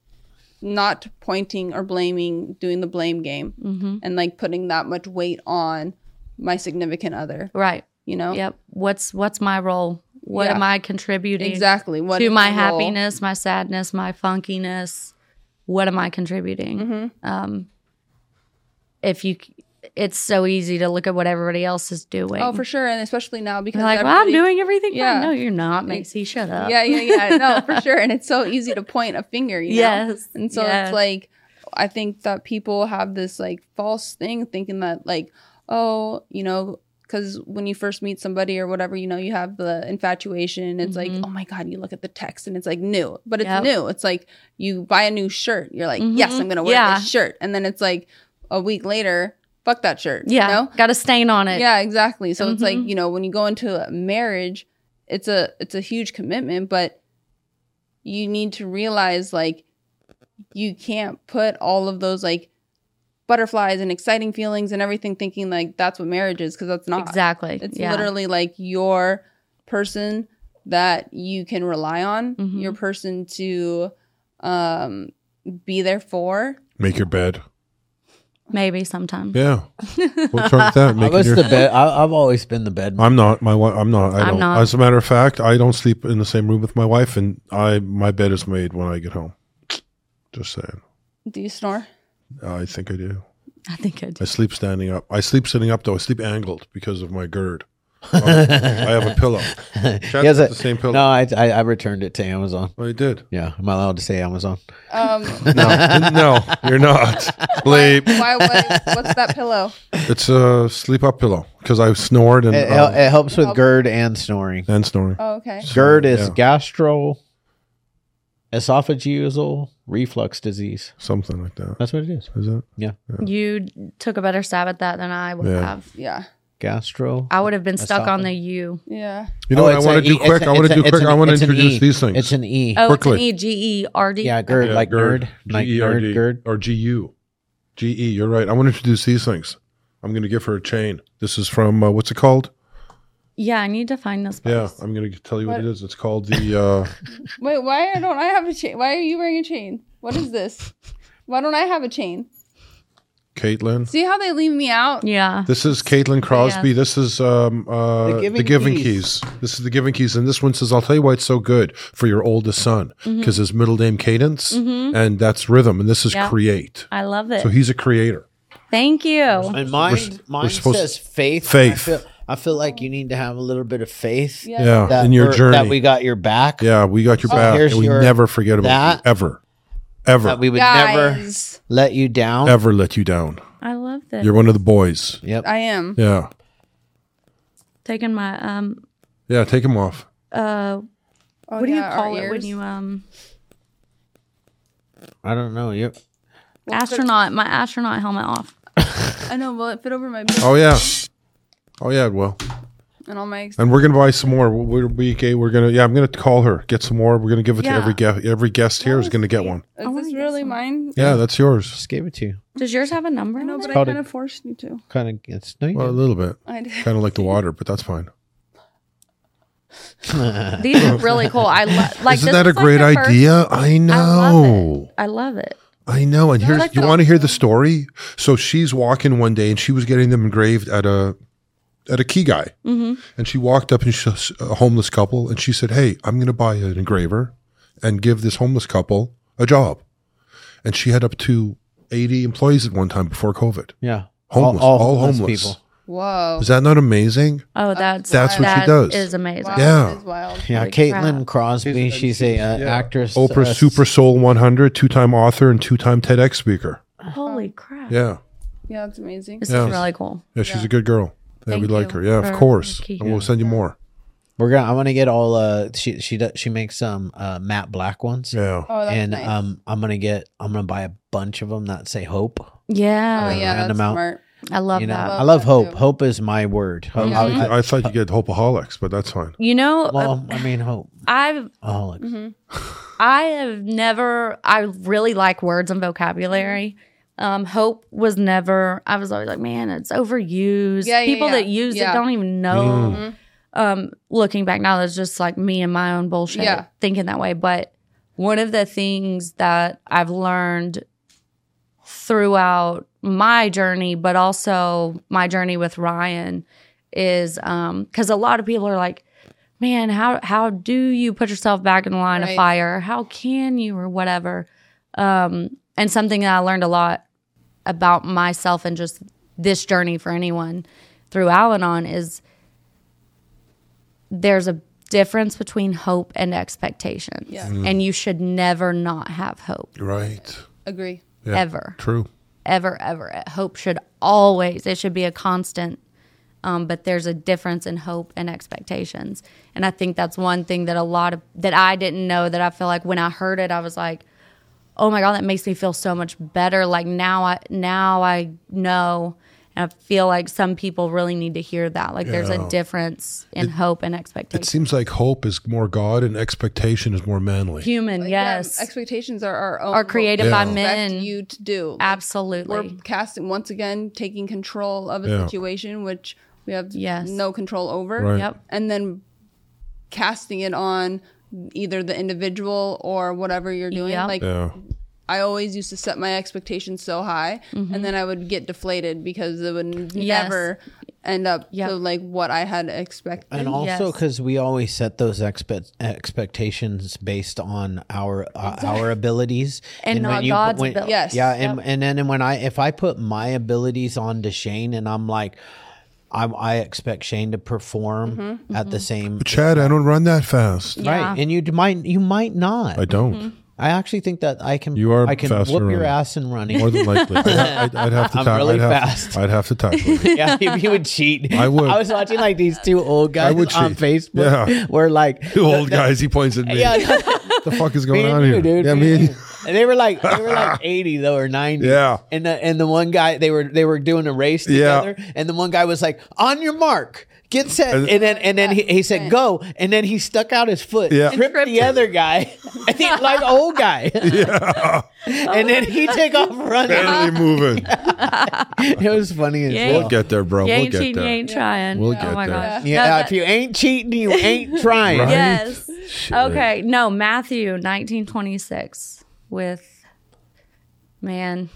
Speaker 2: not pointing or blaming, doing the blame game,
Speaker 1: Mm-hmm.
Speaker 2: and like putting that much weight on my significant other.
Speaker 1: Right.
Speaker 2: You know,
Speaker 1: Yep. What's what's my role? What
Speaker 2: Oh. Yeah.
Speaker 1: am I contributing
Speaker 2: exactly. What
Speaker 1: to
Speaker 2: is
Speaker 1: my
Speaker 2: the role?
Speaker 1: happiness, my sadness, my funkiness? What am I contributing?
Speaker 2: Mm-hmm.
Speaker 1: Um, if you, c- it's so easy to look at what everybody else is doing.
Speaker 2: Oh, for sure, and especially now because
Speaker 1: You're like, well, I'm
Speaker 2: everybody-
Speaker 1: doing everything.
Speaker 2: Yeah.
Speaker 1: Fine. No, you're not, Macy. Shut up.
Speaker 2: Yeah, yeah, yeah. No, for sure. And it's so easy to point a finger, you know?
Speaker 1: Yes,
Speaker 2: And so
Speaker 1: yes.
Speaker 2: it's like I think that people have this like false thing thinking that like, oh, you know, because when you first meet somebody or whatever, you know, you have the infatuation. It's like, oh my God, you look at the text and it's like new, but it's
Speaker 1: Mm-hmm. Yep.
Speaker 2: new. It's like you buy a new shirt. You're like, yes,
Speaker 1: Mhm.
Speaker 2: I'm going to wear
Speaker 1: Yeah.
Speaker 2: this shirt. And then it's like a week later, fuck that shirt. you
Speaker 1: Yeah.
Speaker 2: know?
Speaker 1: Got a stain on it.
Speaker 2: Yeah, exactly. So it's like,
Speaker 1: Mhm.
Speaker 2: you know, when you go into a marriage, it's a it's a huge commitment, but you need to realize like you can't put all of those like butterflies and exciting feelings and everything thinking like that's what marriage is because that's not.
Speaker 1: Exactly.
Speaker 2: It's
Speaker 1: yeah.
Speaker 2: literally like your person that you can rely on,
Speaker 1: Mhm.
Speaker 2: your person to um be there for.
Speaker 3: Make your bed.
Speaker 1: maybe sometime.
Speaker 3: Yeah. What's wrong with that?
Speaker 4: I
Speaker 3: Making
Speaker 4: was
Speaker 3: your,
Speaker 4: the bed. I, I've always been the bed.
Speaker 3: I'm not. My wife. I'm not. I
Speaker 1: I'm
Speaker 3: don't.
Speaker 1: not.
Speaker 3: As a matter of fact, I don't sleep in the same room with my wife, and I my bed is made when I get home. Just saying.
Speaker 2: Do you snore?
Speaker 3: I think I do.
Speaker 1: I think I do.
Speaker 3: I sleep standing up. I sleep sitting up though. I sleep angled because of my gird. I have a pillow.
Speaker 4: He has
Speaker 3: Chad's
Speaker 4: a-
Speaker 3: the same pillow.
Speaker 4: No, I, I I returned it to Amazon.
Speaker 3: I did.
Speaker 4: Yeah, am I allowed to say Amazon?
Speaker 2: Um
Speaker 3: No, no, you're not. Bleep.
Speaker 2: why what, what's that pillow?
Speaker 3: It's a sleep up pillow because I snored and
Speaker 4: It, it-
Speaker 3: um,
Speaker 4: it helps with GERD and snoring.
Speaker 3: and snoring.
Speaker 2: Oh, okay.
Speaker 4: GERD is
Speaker 3: yeah.
Speaker 4: gastro esophageal reflux disease.
Speaker 3: Something like that.
Speaker 4: That's what it is.
Speaker 3: Is it?
Speaker 1: You took a better stab at that than I would
Speaker 3: Yeah.
Speaker 1: have.
Speaker 2: Yeah.
Speaker 4: Gastro.
Speaker 1: I would have been stuck on
Speaker 4: Esophagus.
Speaker 1: the U.
Speaker 2: Yeah.
Speaker 3: You know
Speaker 4: Oh,
Speaker 3: what I
Speaker 4: it's
Speaker 3: want
Speaker 4: a
Speaker 3: to do
Speaker 4: E-
Speaker 3: quick?
Speaker 4: it's a-
Speaker 3: I want
Speaker 4: it's
Speaker 3: to
Speaker 4: a-
Speaker 3: do
Speaker 4: it's
Speaker 3: quick.
Speaker 4: an-
Speaker 3: I want to
Speaker 4: it's an
Speaker 3: introduce
Speaker 4: E.
Speaker 3: these things.
Speaker 4: It's an E.
Speaker 1: Oh, it's
Speaker 3: Quickly.
Speaker 1: an E G E R D.
Speaker 4: Yeah, E GERD, like nerd, like nerd, GERD.
Speaker 3: Or GU. GE, E, you're right. I want to introduce these things. I'm going to give her a chain. This is from, uh, what's it called?
Speaker 1: Yeah, I need to find this.
Speaker 3: Yeah,
Speaker 1: place.
Speaker 3: I'm going to tell you what,
Speaker 2: What?
Speaker 3: it is. It's called the, uh,
Speaker 2: Wait, why don't I have a chain? Why are you wearing a chain? What is this? Why don't I have a chain?
Speaker 3: Caitlin.
Speaker 2: See how they leave me out?
Speaker 1: Yeah.
Speaker 3: This is Caitlin Crosby. This is um, uh,
Speaker 4: The
Speaker 3: the
Speaker 4: Giving
Speaker 3: Giving,
Speaker 4: Keys.
Speaker 3: Keys. This is the Giving Keys, and this one says, "I'll tell you why it's so good for your oldest son because his middle name Cadence, and that's rhythm, and this is
Speaker 1: Yeah. Uh,
Speaker 3: create.
Speaker 1: I love it.
Speaker 3: So he's a creator.
Speaker 1: Thank you.
Speaker 4: And mine,
Speaker 3: s- we're
Speaker 4: mine
Speaker 3: supposed-
Speaker 4: says faith.
Speaker 3: Faith.
Speaker 4: I feel, I feel like you need to have a little bit of faith.
Speaker 2: Yeah.
Speaker 3: Yeah,
Speaker 4: that
Speaker 3: in your
Speaker 4: we're-
Speaker 3: journey.
Speaker 4: that we got your back.
Speaker 3: yeah, we got your back,
Speaker 4: here's
Speaker 3: and we
Speaker 4: your-
Speaker 3: never forget about
Speaker 4: that.
Speaker 3: you ever, ever,
Speaker 4: That we would never
Speaker 2: Guys,
Speaker 4: let you down.
Speaker 3: ever let you down.
Speaker 1: I love this.
Speaker 3: You're one of the boys.
Speaker 4: Yep.
Speaker 2: I am.
Speaker 3: Yeah,
Speaker 1: Taking my um
Speaker 3: yeah. Take him off.
Speaker 1: uh
Speaker 2: Oh,
Speaker 1: what do
Speaker 2: yeah,
Speaker 1: you
Speaker 2: our
Speaker 1: call it when
Speaker 2: ears.
Speaker 1: you um
Speaker 4: I don't know. You're,
Speaker 1: astronaut my astronaut helmet off.
Speaker 2: I know. Will it fit over my beard
Speaker 3: Oh yeah, oh yeah. Well,
Speaker 2: and all my? Ex-
Speaker 3: and we're gonna buy some more. We're, we we're gonna yeah. I'm gonna call her, get some more. We're gonna give it
Speaker 1: Yeah.
Speaker 3: to every guest. Every guest here is gonna get one.
Speaker 2: is
Speaker 1: wanna
Speaker 2: this
Speaker 1: get
Speaker 2: really
Speaker 1: some.
Speaker 2: mine?
Speaker 3: Yeah, that's yours.
Speaker 4: just gave it to you.
Speaker 1: Does yours have a number?
Speaker 2: I
Speaker 1: on
Speaker 2: know,
Speaker 1: it?
Speaker 2: but I
Speaker 4: Called it-
Speaker 2: kind of forced you to.
Speaker 4: Kind of gets no. You
Speaker 3: Well, a little bit.
Speaker 2: I did.
Speaker 3: Kind of like the water, but that's fine.
Speaker 1: These are really cool. I lo- like
Speaker 3: Isn't
Speaker 1: this
Speaker 3: that a
Speaker 1: is like
Speaker 3: great
Speaker 1: the first-
Speaker 3: idea? I
Speaker 1: love it.
Speaker 3: know.
Speaker 1: I love it.
Speaker 3: I know. And here's
Speaker 2: like
Speaker 3: you
Speaker 2: the-
Speaker 3: want to hear the story? So she's walking one day and she was getting them engraved at a at a key guy.
Speaker 1: Mm-hmm.
Speaker 3: And she walked up and she s- a homeless couple and she said, "Hey, I'm going to buy an engraver and give this homeless couple a job." And she had up to 80 employees at one time before COVID.
Speaker 4: Yeah.
Speaker 3: Homeless, all homeless.
Speaker 2: Whoa.
Speaker 3: Is that not amazing?
Speaker 1: Oh, that's
Speaker 3: That's what she
Speaker 1: that
Speaker 3: does.
Speaker 1: Is amazing.
Speaker 2: Wow,
Speaker 3: Yeah.
Speaker 2: That is wild.
Speaker 4: Yeah,
Speaker 1: Holy
Speaker 4: Caitlin
Speaker 1: crap.
Speaker 4: Crosby. She's a uh, actress.
Speaker 3: Oprah
Speaker 4: uh,
Speaker 3: Super Soul 100, two-time author and two-time TEDx speaker.
Speaker 1: Holy crap.
Speaker 3: Yeah.
Speaker 2: Yeah, that's amazing.
Speaker 1: This
Speaker 3: Yeah.
Speaker 1: is really cool.
Speaker 3: Yeah, she's a good girl. Yeah,
Speaker 1: Thank
Speaker 3: we like
Speaker 1: you
Speaker 3: her. Yeah,
Speaker 1: for
Speaker 3: of course.
Speaker 1: the key.
Speaker 3: And we'll send you more.
Speaker 4: We're gonna. I want to get all. Uh, she she does. She makes um uh matte black ones.
Speaker 3: Yeah.
Speaker 2: Oh, that's
Speaker 4: and
Speaker 2: nice.
Speaker 4: um, I'm gonna get. I'm gonna buy a bunch of them that say hope.
Speaker 2: oh
Speaker 1: Yeah.
Speaker 2: yeah,
Speaker 4: round
Speaker 2: that's
Speaker 4: 'em out.
Speaker 2: smart.
Speaker 1: I love
Speaker 4: you know,
Speaker 1: that.
Speaker 4: I love
Speaker 2: Love
Speaker 4: hope.
Speaker 2: that too.
Speaker 4: Hope is my word. Hope.
Speaker 3: I,
Speaker 4: I,
Speaker 3: I thought you get hopeaholics, but that's fine.
Speaker 1: You know,
Speaker 4: well, I mean hope.
Speaker 1: I've
Speaker 4: Oh,
Speaker 1: Mm-hmm. I have never. I really like words and vocabulary. Um, hope was never. I was always like, man, it's overused.
Speaker 2: Yeah, yeah,
Speaker 1: People
Speaker 2: yeah.
Speaker 1: that use
Speaker 2: Yeah. Mm-hmm.
Speaker 1: it don't even know. Um, looking back now, that's just like me and my own bullshit
Speaker 2: Yeah.
Speaker 1: thinking that way. But one of the things that I've learned throughout my journey, but also my journey with Ryan, is because a lot of people are like, "Man, how how do you put yourself back in the line of
Speaker 2: Right.
Speaker 1: fire? How can you or whatever?" Um, and something that I learned a lot about myself and just this journey for anyone through Al Anon is there's a difference between hope and expectations.
Speaker 2: Yeah.
Speaker 1: And you should never not have hope.
Speaker 3: Right.
Speaker 2: Agree.
Speaker 3: Yeah.
Speaker 1: Ever.
Speaker 3: True.
Speaker 1: Ever, ever. Uh, Hope should always, it should be a constant. Um, but there's a difference in hope and expectations. And I think that's one thing that a lot of, that I didn't know that I feel like when I heard it, I was like, oh my God, that makes me feel so much better. Like now I, now I know. And I feel like some people really need to hear that. Like there's a
Speaker 3: Yeah.
Speaker 1: difference in hope and
Speaker 3: It
Speaker 1: expectations.
Speaker 3: seems like hope is more God and expectation is more manly.
Speaker 1: Human,
Speaker 2: Yeah,
Speaker 1: yes.
Speaker 2: expectations are our own.
Speaker 1: Are created
Speaker 2: what we
Speaker 1: by
Speaker 2: expect
Speaker 1: men.
Speaker 2: You to do
Speaker 1: Absolutely.
Speaker 2: We're casting once again, taking control of a
Speaker 3: Yeah.
Speaker 2: situation which we have
Speaker 1: Yes.
Speaker 2: no control over.
Speaker 3: Right.
Speaker 1: Yep.
Speaker 2: and then casting it on either the individual or whatever you're doing.
Speaker 1: Yeah.
Speaker 2: Like
Speaker 3: Yeah.
Speaker 2: I always used to set my expectations so high, and then I would get deflated because it would n-
Speaker 1: Mm-hmm. Yes.
Speaker 2: never end up
Speaker 1: Yep.
Speaker 2: to like what I had expected.
Speaker 4: and also
Speaker 1: Yes.
Speaker 4: because we always set those expe- expectations based on our uh, our abilities
Speaker 1: And not
Speaker 4: when you-
Speaker 1: God's
Speaker 4: when-
Speaker 1: abilities.
Speaker 2: Yes.
Speaker 4: yeah and, and then when i if i put my abilities on to shane and i'm like i, I expect shane to perform at the same
Speaker 3: Chad, I don't run that fast.
Speaker 1: Mm-hmm. Yeah.
Speaker 4: right and you d- might you might not
Speaker 3: I don't.
Speaker 1: Mm-hmm.
Speaker 4: I actually think that I can.
Speaker 3: You are
Speaker 4: I can
Speaker 3: faster
Speaker 4: whoop your
Speaker 3: runner.
Speaker 4: ass in running.
Speaker 3: More than likely. I'd, I'd, I'd have to
Speaker 4: I'm
Speaker 3: tie-
Speaker 4: really
Speaker 3: I'd have,
Speaker 4: fast.
Speaker 3: I'd have to tackle.
Speaker 4: yeah, he, he would cheat.
Speaker 3: I would.
Speaker 4: I was watching like these two old guys
Speaker 3: would
Speaker 4: on
Speaker 3: cheat.
Speaker 4: Facebook.
Speaker 3: Yeah.
Speaker 4: where like
Speaker 3: Two old guys, he points at me.
Speaker 4: Yeah,
Speaker 3: What the fuck is
Speaker 4: me
Speaker 3: going
Speaker 4: and
Speaker 3: on
Speaker 4: you,
Speaker 3: here?
Speaker 4: dude.
Speaker 3: yeah,
Speaker 4: me
Speaker 3: me
Speaker 4: and
Speaker 3: and
Speaker 4: you. And they were like they were like eighty though or ninety.
Speaker 3: Yeah.
Speaker 4: And the and the one guy they were they were doing a race
Speaker 3: Yeah.
Speaker 4: together, and the one guy was like, "On your mark." Get set,
Speaker 3: And-
Speaker 4: and, then and then he, he said go, and then he stuck out his foot,
Speaker 3: Yeah.
Speaker 4: tripped the other guy, I think, like old guy, and then he took off running.
Speaker 3: Barely moving.
Speaker 4: It was funny as
Speaker 1: Yeah.
Speaker 4: well.
Speaker 3: We'll get there, bro.
Speaker 1: You
Speaker 3: Oh, We'll
Speaker 1: ain't
Speaker 3: get
Speaker 1: cheating, you
Speaker 3: there.
Speaker 1: ain't trying.
Speaker 3: We'll
Speaker 1: oh
Speaker 3: get
Speaker 1: my
Speaker 3: there.
Speaker 1: gosh.
Speaker 4: Yeah, uh,
Speaker 1: No,
Speaker 4: if you ain't cheating, you ain't trying.
Speaker 3: Right.
Speaker 1: yes.
Speaker 3: Shit.
Speaker 1: Okay. No, Matthew, 1926, with man,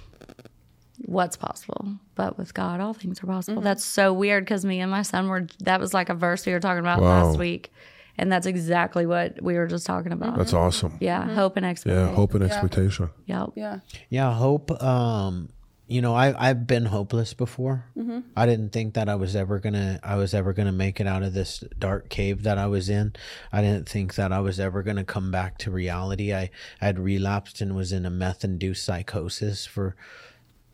Speaker 1: what's possible? But with God, all things are possible.
Speaker 3: Mm-hmm.
Speaker 1: That's so weird because me and my son were, that was like a verse we were talking about
Speaker 3: Wow.
Speaker 1: last week. And that's exactly what we were just talking about.
Speaker 3: That's awesome.
Speaker 1: yeah. Hope and
Speaker 3: Yeah,
Speaker 1: expectation.
Speaker 3: hope and expectation.
Speaker 1: Yep.
Speaker 2: yeah.
Speaker 4: Yeah, hope. Um, you know, I I've been hopeless before.
Speaker 1: Mm-hmm.
Speaker 4: I didn't think that I was ever gonna I was ever gonna make it out of this dark cave that I was in. I didn't think that I was ever gonna come back to reality. I I'd relapsed and was in a meth induced psychosis for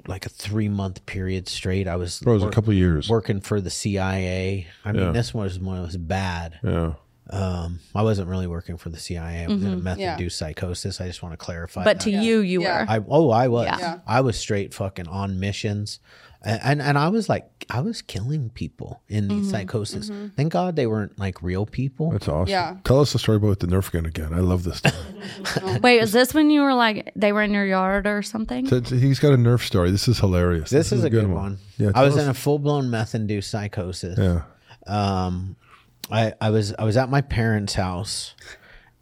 Speaker 4: like a three month period straight. I was
Speaker 3: Bro, it was a couple of years.
Speaker 4: working for the CIA. I mean,
Speaker 3: Yeah.
Speaker 4: this was when it was bad
Speaker 3: Yeah.
Speaker 4: um, I wasn't really working for the CIA. I was in a meth
Speaker 2: Yeah.
Speaker 4: induced psychosis. I just want to clarify.
Speaker 1: Mm-hmm. But
Speaker 4: that.
Speaker 1: to you, you
Speaker 2: Yeah.
Speaker 1: were.
Speaker 4: I oh I was
Speaker 1: Yeah.
Speaker 2: Yeah.
Speaker 4: I was straight fucking on missions, and and, and I was like I was killing people in
Speaker 1: Mm-hmm.
Speaker 4: these psychosis. Thank God they weren't like real people.
Speaker 3: That's awesome.
Speaker 2: Yeah.
Speaker 3: Tell us the story about the Nerf gun again. I love this story.
Speaker 1: Wait, is this when you were like, they were in your yard or something?
Speaker 3: T- t- He's got a Nerf story. This is hilarious.
Speaker 4: This, is, a good, one.
Speaker 3: Yeah,
Speaker 4: I was
Speaker 3: tell
Speaker 4: in a full blown meth induced psychosis.
Speaker 3: Yeah.
Speaker 4: um, I, I was I was at my parents' house,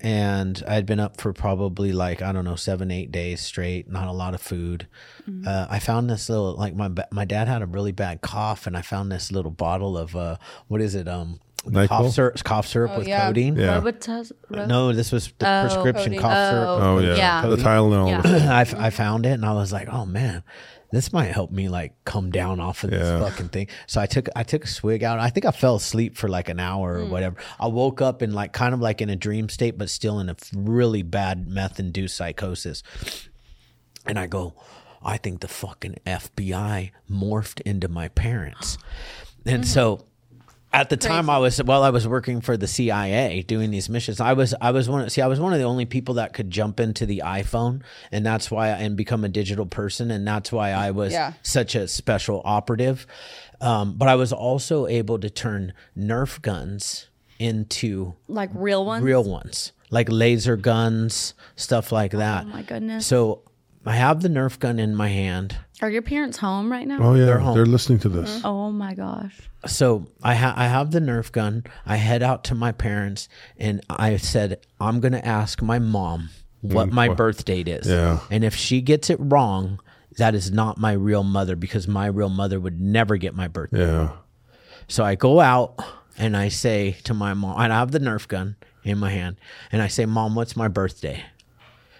Speaker 4: and I had been up for probably like I don't know seven eight days straight. Not a lot of food.
Speaker 2: Mm-hmm.
Speaker 4: Uh, I found this little like my ba- my dad had a really bad cough, and I found this little bottle of uh what is it um
Speaker 3: Nyquil?
Speaker 4: cough syrup cough syrup with
Speaker 2: Oh, yeah. Oh,
Speaker 4: codeine.
Speaker 3: Yeah.
Speaker 1: Robitus- Ro-
Speaker 4: No, this was the prescription
Speaker 2: codeine.
Speaker 4: cough syrup.
Speaker 1: Oh,
Speaker 3: Oh, yeah.
Speaker 1: Yeah.
Speaker 3: The Tylenol.
Speaker 1: Yeah.
Speaker 4: I, f- I found it and I was like, oh man, this might help me like come down off of
Speaker 3: Yeah.
Speaker 4: this fucking thing. So I took I took a swig out. I think I fell asleep for like an hour or whatever. I woke up in like kind of like in a dream state, but still in a f- really bad meth induced psychosis. And I go, I think the fucking FBI morphed into my parents. And so at the time I was well, I was working for the CIA doing these missions. I was I was one see, I was one of the only people that could jump into the iPhone and that's why and become a digital person and that's why I was
Speaker 2: Yeah.
Speaker 4: such a special operative. Um, but I was also able to turn Nerf guns into
Speaker 1: Like real ones?
Speaker 4: real ones like laser guns stuff like that
Speaker 1: my goodness.
Speaker 4: so i have the nerf gun in my hand
Speaker 1: Are your parents home right now?
Speaker 3: Oh, yeah. They're,
Speaker 4: home.
Speaker 3: listening to this.
Speaker 1: Oh my gosh.
Speaker 4: so I, ha- I have the nerf gun i head out to my parents and i said i'm going to ask my mom what my
Speaker 3: Well,
Speaker 4: birth date is.
Speaker 3: yeah.
Speaker 4: And if she gets it wrong, that is not my real mother because my real mother would never get my birthday.
Speaker 3: Yeah.
Speaker 1: Mm-hmm.
Speaker 4: So I go out and I say to my mom, and I have the Nerf gun in my hand, and I say, Mom, what's my birthday?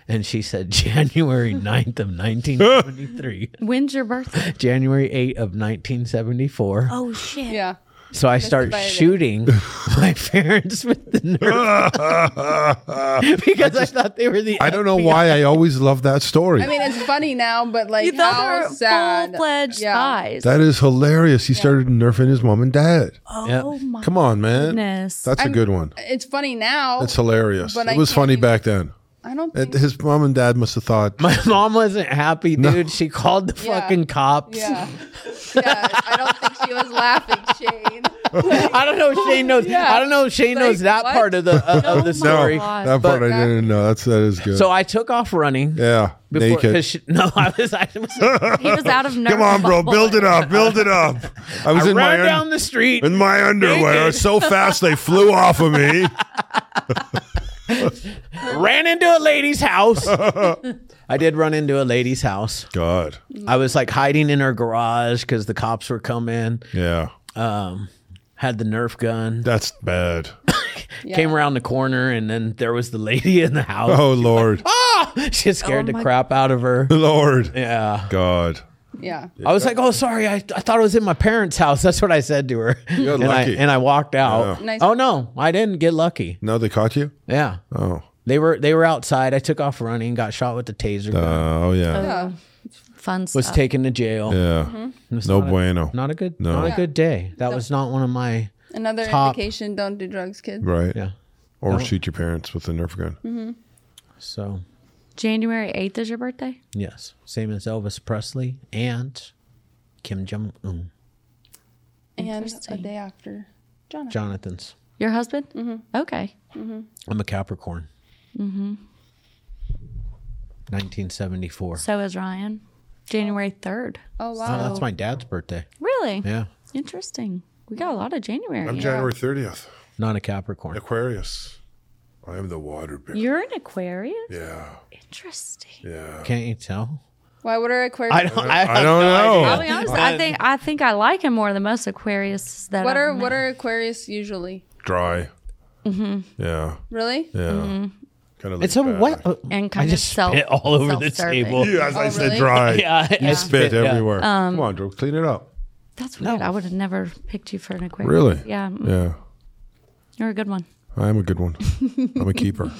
Speaker 4: And she said, January 9th of 1973,
Speaker 1: When's your birthday?
Speaker 4: January 8th of 1974.
Speaker 1: Oh shit!
Speaker 2: Yeah.
Speaker 4: So I start
Speaker 2: by the-
Speaker 4: shooting my parents with the Nerf gun because I, thought they were the.
Speaker 3: I don't know why I always love that story.
Speaker 2: I mean, it's funny now, but like,
Speaker 1: You
Speaker 2: how
Speaker 1: thought they were
Speaker 2: sad.
Speaker 1: full fledged spies.
Speaker 3: that is hilarious. He started nerfing his mom and dad.
Speaker 1: oh my
Speaker 3: Come on, man.
Speaker 1: goodness!
Speaker 3: That's a good one.
Speaker 2: It's funny now.
Speaker 3: That's hilarious.
Speaker 2: But
Speaker 3: it
Speaker 2: I
Speaker 3: was
Speaker 2: can't
Speaker 3: funny
Speaker 2: even-
Speaker 3: back then.
Speaker 2: I don't think.
Speaker 3: It, his mom and dad must have thought.
Speaker 4: My mom wasn't happy, dude. She called the
Speaker 2: Yeah.
Speaker 4: fucking cops.
Speaker 2: Yeah. yeah. I don't think she was laughing, Shane.
Speaker 4: I don't know if Shane knows.
Speaker 2: Oh, Yeah.
Speaker 4: I don't know if Shane
Speaker 2: Like,
Speaker 4: knows that
Speaker 2: what?
Speaker 4: part of the uh, of the
Speaker 1: my
Speaker 4: story.
Speaker 1: God.
Speaker 3: that part
Speaker 4: But-
Speaker 3: I didn't know. That's that is good.
Speaker 4: So I took off running.
Speaker 3: yeah,
Speaker 4: Before,
Speaker 3: naked.
Speaker 4: 'cause she, no, I was. I, was,
Speaker 1: he was out of nerve.
Speaker 3: Come on, bro, build it up, build it up. I was
Speaker 4: I
Speaker 3: in
Speaker 4: ran
Speaker 3: my un-
Speaker 4: down the street.
Speaker 3: in my underwear
Speaker 4: Naked.
Speaker 3: so fast they flew off of me.
Speaker 4: ran into a lady's house. I did run into a lady's house.
Speaker 3: God,
Speaker 4: I was like hiding in her garage because the cops were coming.
Speaker 3: yeah,
Speaker 4: Um, had the Nerf gun.
Speaker 3: that's bad.
Speaker 4: Came around the corner and then there was the lady in the house. Ah!
Speaker 3: Oh Lord,
Speaker 4: She scared the crap out of her.
Speaker 3: Lord,
Speaker 4: Yeah.
Speaker 3: God.
Speaker 2: Yeah.
Speaker 4: I was like, oh, sorry. I, I thought it was in my parents' house. That's what I said to her. and,
Speaker 3: lucky.
Speaker 4: I, and I walked out.
Speaker 2: Nice.
Speaker 4: Oh, no. I didn't get lucky.
Speaker 3: No, they caught you.
Speaker 4: Yeah.
Speaker 3: Oh,
Speaker 4: They were they were outside. I took off running, got shot with the taser,
Speaker 3: uh,
Speaker 4: gun,
Speaker 3: oh yeah,
Speaker 2: Yeah.
Speaker 1: Fun
Speaker 4: was
Speaker 1: stuff.
Speaker 4: taken to jail.
Speaker 3: yeah. No bueno.
Speaker 4: Not a good
Speaker 3: No.
Speaker 4: not a good day. That was not one of my
Speaker 2: Another
Speaker 4: Top.
Speaker 2: indication don't do drugs, kids.
Speaker 3: right.
Speaker 4: yeah.
Speaker 3: Or shoot your parents with a Nerf gun.
Speaker 4: So
Speaker 1: January eighth is your birthday.
Speaker 4: yes. Same as Elvis Presley and Kim Jong un
Speaker 2: And a day after. Jonah.
Speaker 4: Jonathan's.
Speaker 1: Your husband? Mm-hmm. Okay.
Speaker 4: I'm a Capricorn. Mm-hmm. 1974.
Speaker 1: So is Ryan. January third.
Speaker 2: Oh,
Speaker 4: Oh,
Speaker 2: wow.
Speaker 4: that's my dad's birthday.
Speaker 1: Really?
Speaker 4: Yeah.
Speaker 1: Interesting. We got a lot of January.
Speaker 3: I'm January 30th,
Speaker 4: Not a Capricorn.
Speaker 3: Aquarius. I am the water bear.
Speaker 1: You're an Aquarius.
Speaker 3: yeah,
Speaker 1: Interesting.
Speaker 3: yeah.
Speaker 4: Can't you tell?
Speaker 2: Why would our Aquarius?
Speaker 4: I don't I,
Speaker 3: I don't know.
Speaker 1: I'll be honest. I think I think I like him more than most Aquarius that.
Speaker 2: what
Speaker 1: I've
Speaker 2: are
Speaker 1: met.
Speaker 2: what are Aquarius usually?
Speaker 3: Dry. Mm-hmm. Yeah,
Speaker 2: Really?
Speaker 3: yeah. Kind of.
Speaker 4: It's a what Uh,
Speaker 1: and
Speaker 4: I
Speaker 1: kind
Speaker 4: just
Speaker 1: of self
Speaker 4: spit all over the
Speaker 1: self-serving.
Speaker 4: table.
Speaker 3: Yeah, as I said,
Speaker 2: really?
Speaker 3: dry.
Speaker 4: Yeah, I- I
Speaker 3: Spit
Speaker 4: yeah.
Speaker 3: everywhere. Come on, Drew, clean it up.
Speaker 1: That's weird. I would have never picked you for an Aquarius.
Speaker 3: Really?
Speaker 1: Yeah. mm,
Speaker 3: Yeah,
Speaker 1: You're a good one.
Speaker 3: I am a good one. I'm a keeper.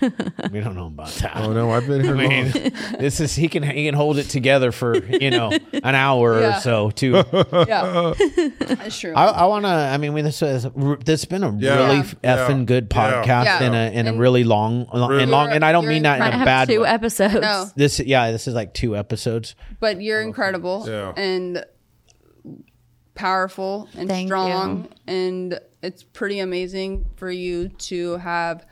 Speaker 4: We don't know about that.
Speaker 3: Oh no, I've been here.
Speaker 4: I
Speaker 3: Long.
Speaker 4: mean, this is he can he can hold it together for you know an hour
Speaker 2: Yeah.
Speaker 4: or so too.
Speaker 2: Yeah. that's true.
Speaker 4: I, I want to. I mean, we, this is this has been a
Speaker 3: Yeah.
Speaker 4: really
Speaker 3: Yeah.
Speaker 4: f effing
Speaker 3: Yeah.
Speaker 4: good podcast
Speaker 2: Yeah.
Speaker 4: and a and, a really long lo-
Speaker 3: Really.
Speaker 4: and long and I don't
Speaker 2: You're
Speaker 4: mean that
Speaker 1: Might
Speaker 4: in a
Speaker 1: have
Speaker 4: bad
Speaker 1: two
Speaker 4: way.
Speaker 1: episodes.
Speaker 2: no,
Speaker 4: this yeah, this is like two episodes.
Speaker 2: but you're incredible
Speaker 3: Yeah.
Speaker 2: and powerful and
Speaker 1: Thank
Speaker 2: strong, and it's pretty amazing for you to have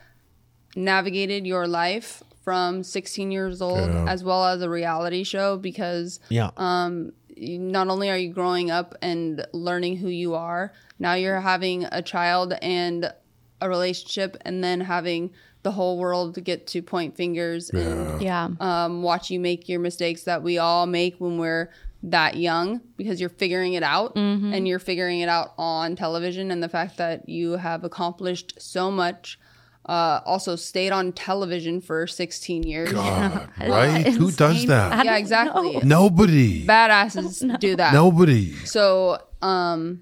Speaker 2: navigated your life from 16 years old
Speaker 3: Yeah.
Speaker 2: as well as a reality show because
Speaker 4: Yeah,
Speaker 2: Um, you- not only are you growing up and learning who you are, now you're having a child and a relationship, and then having the whole world get to point fingers and
Speaker 1: Yeah.
Speaker 2: um, watch you make your mistakes that we all make when we're that young because you're figuring it out and you're figuring it out on television. And the fact that you have accomplished so much, uh, also stayed on television for 16 years.
Speaker 3: God, right? Who does
Speaker 1: Insane.
Speaker 3: that?
Speaker 2: Yeah, exactly.
Speaker 3: Nobody.
Speaker 2: Badasses do that.
Speaker 3: Nobody.
Speaker 2: So, um,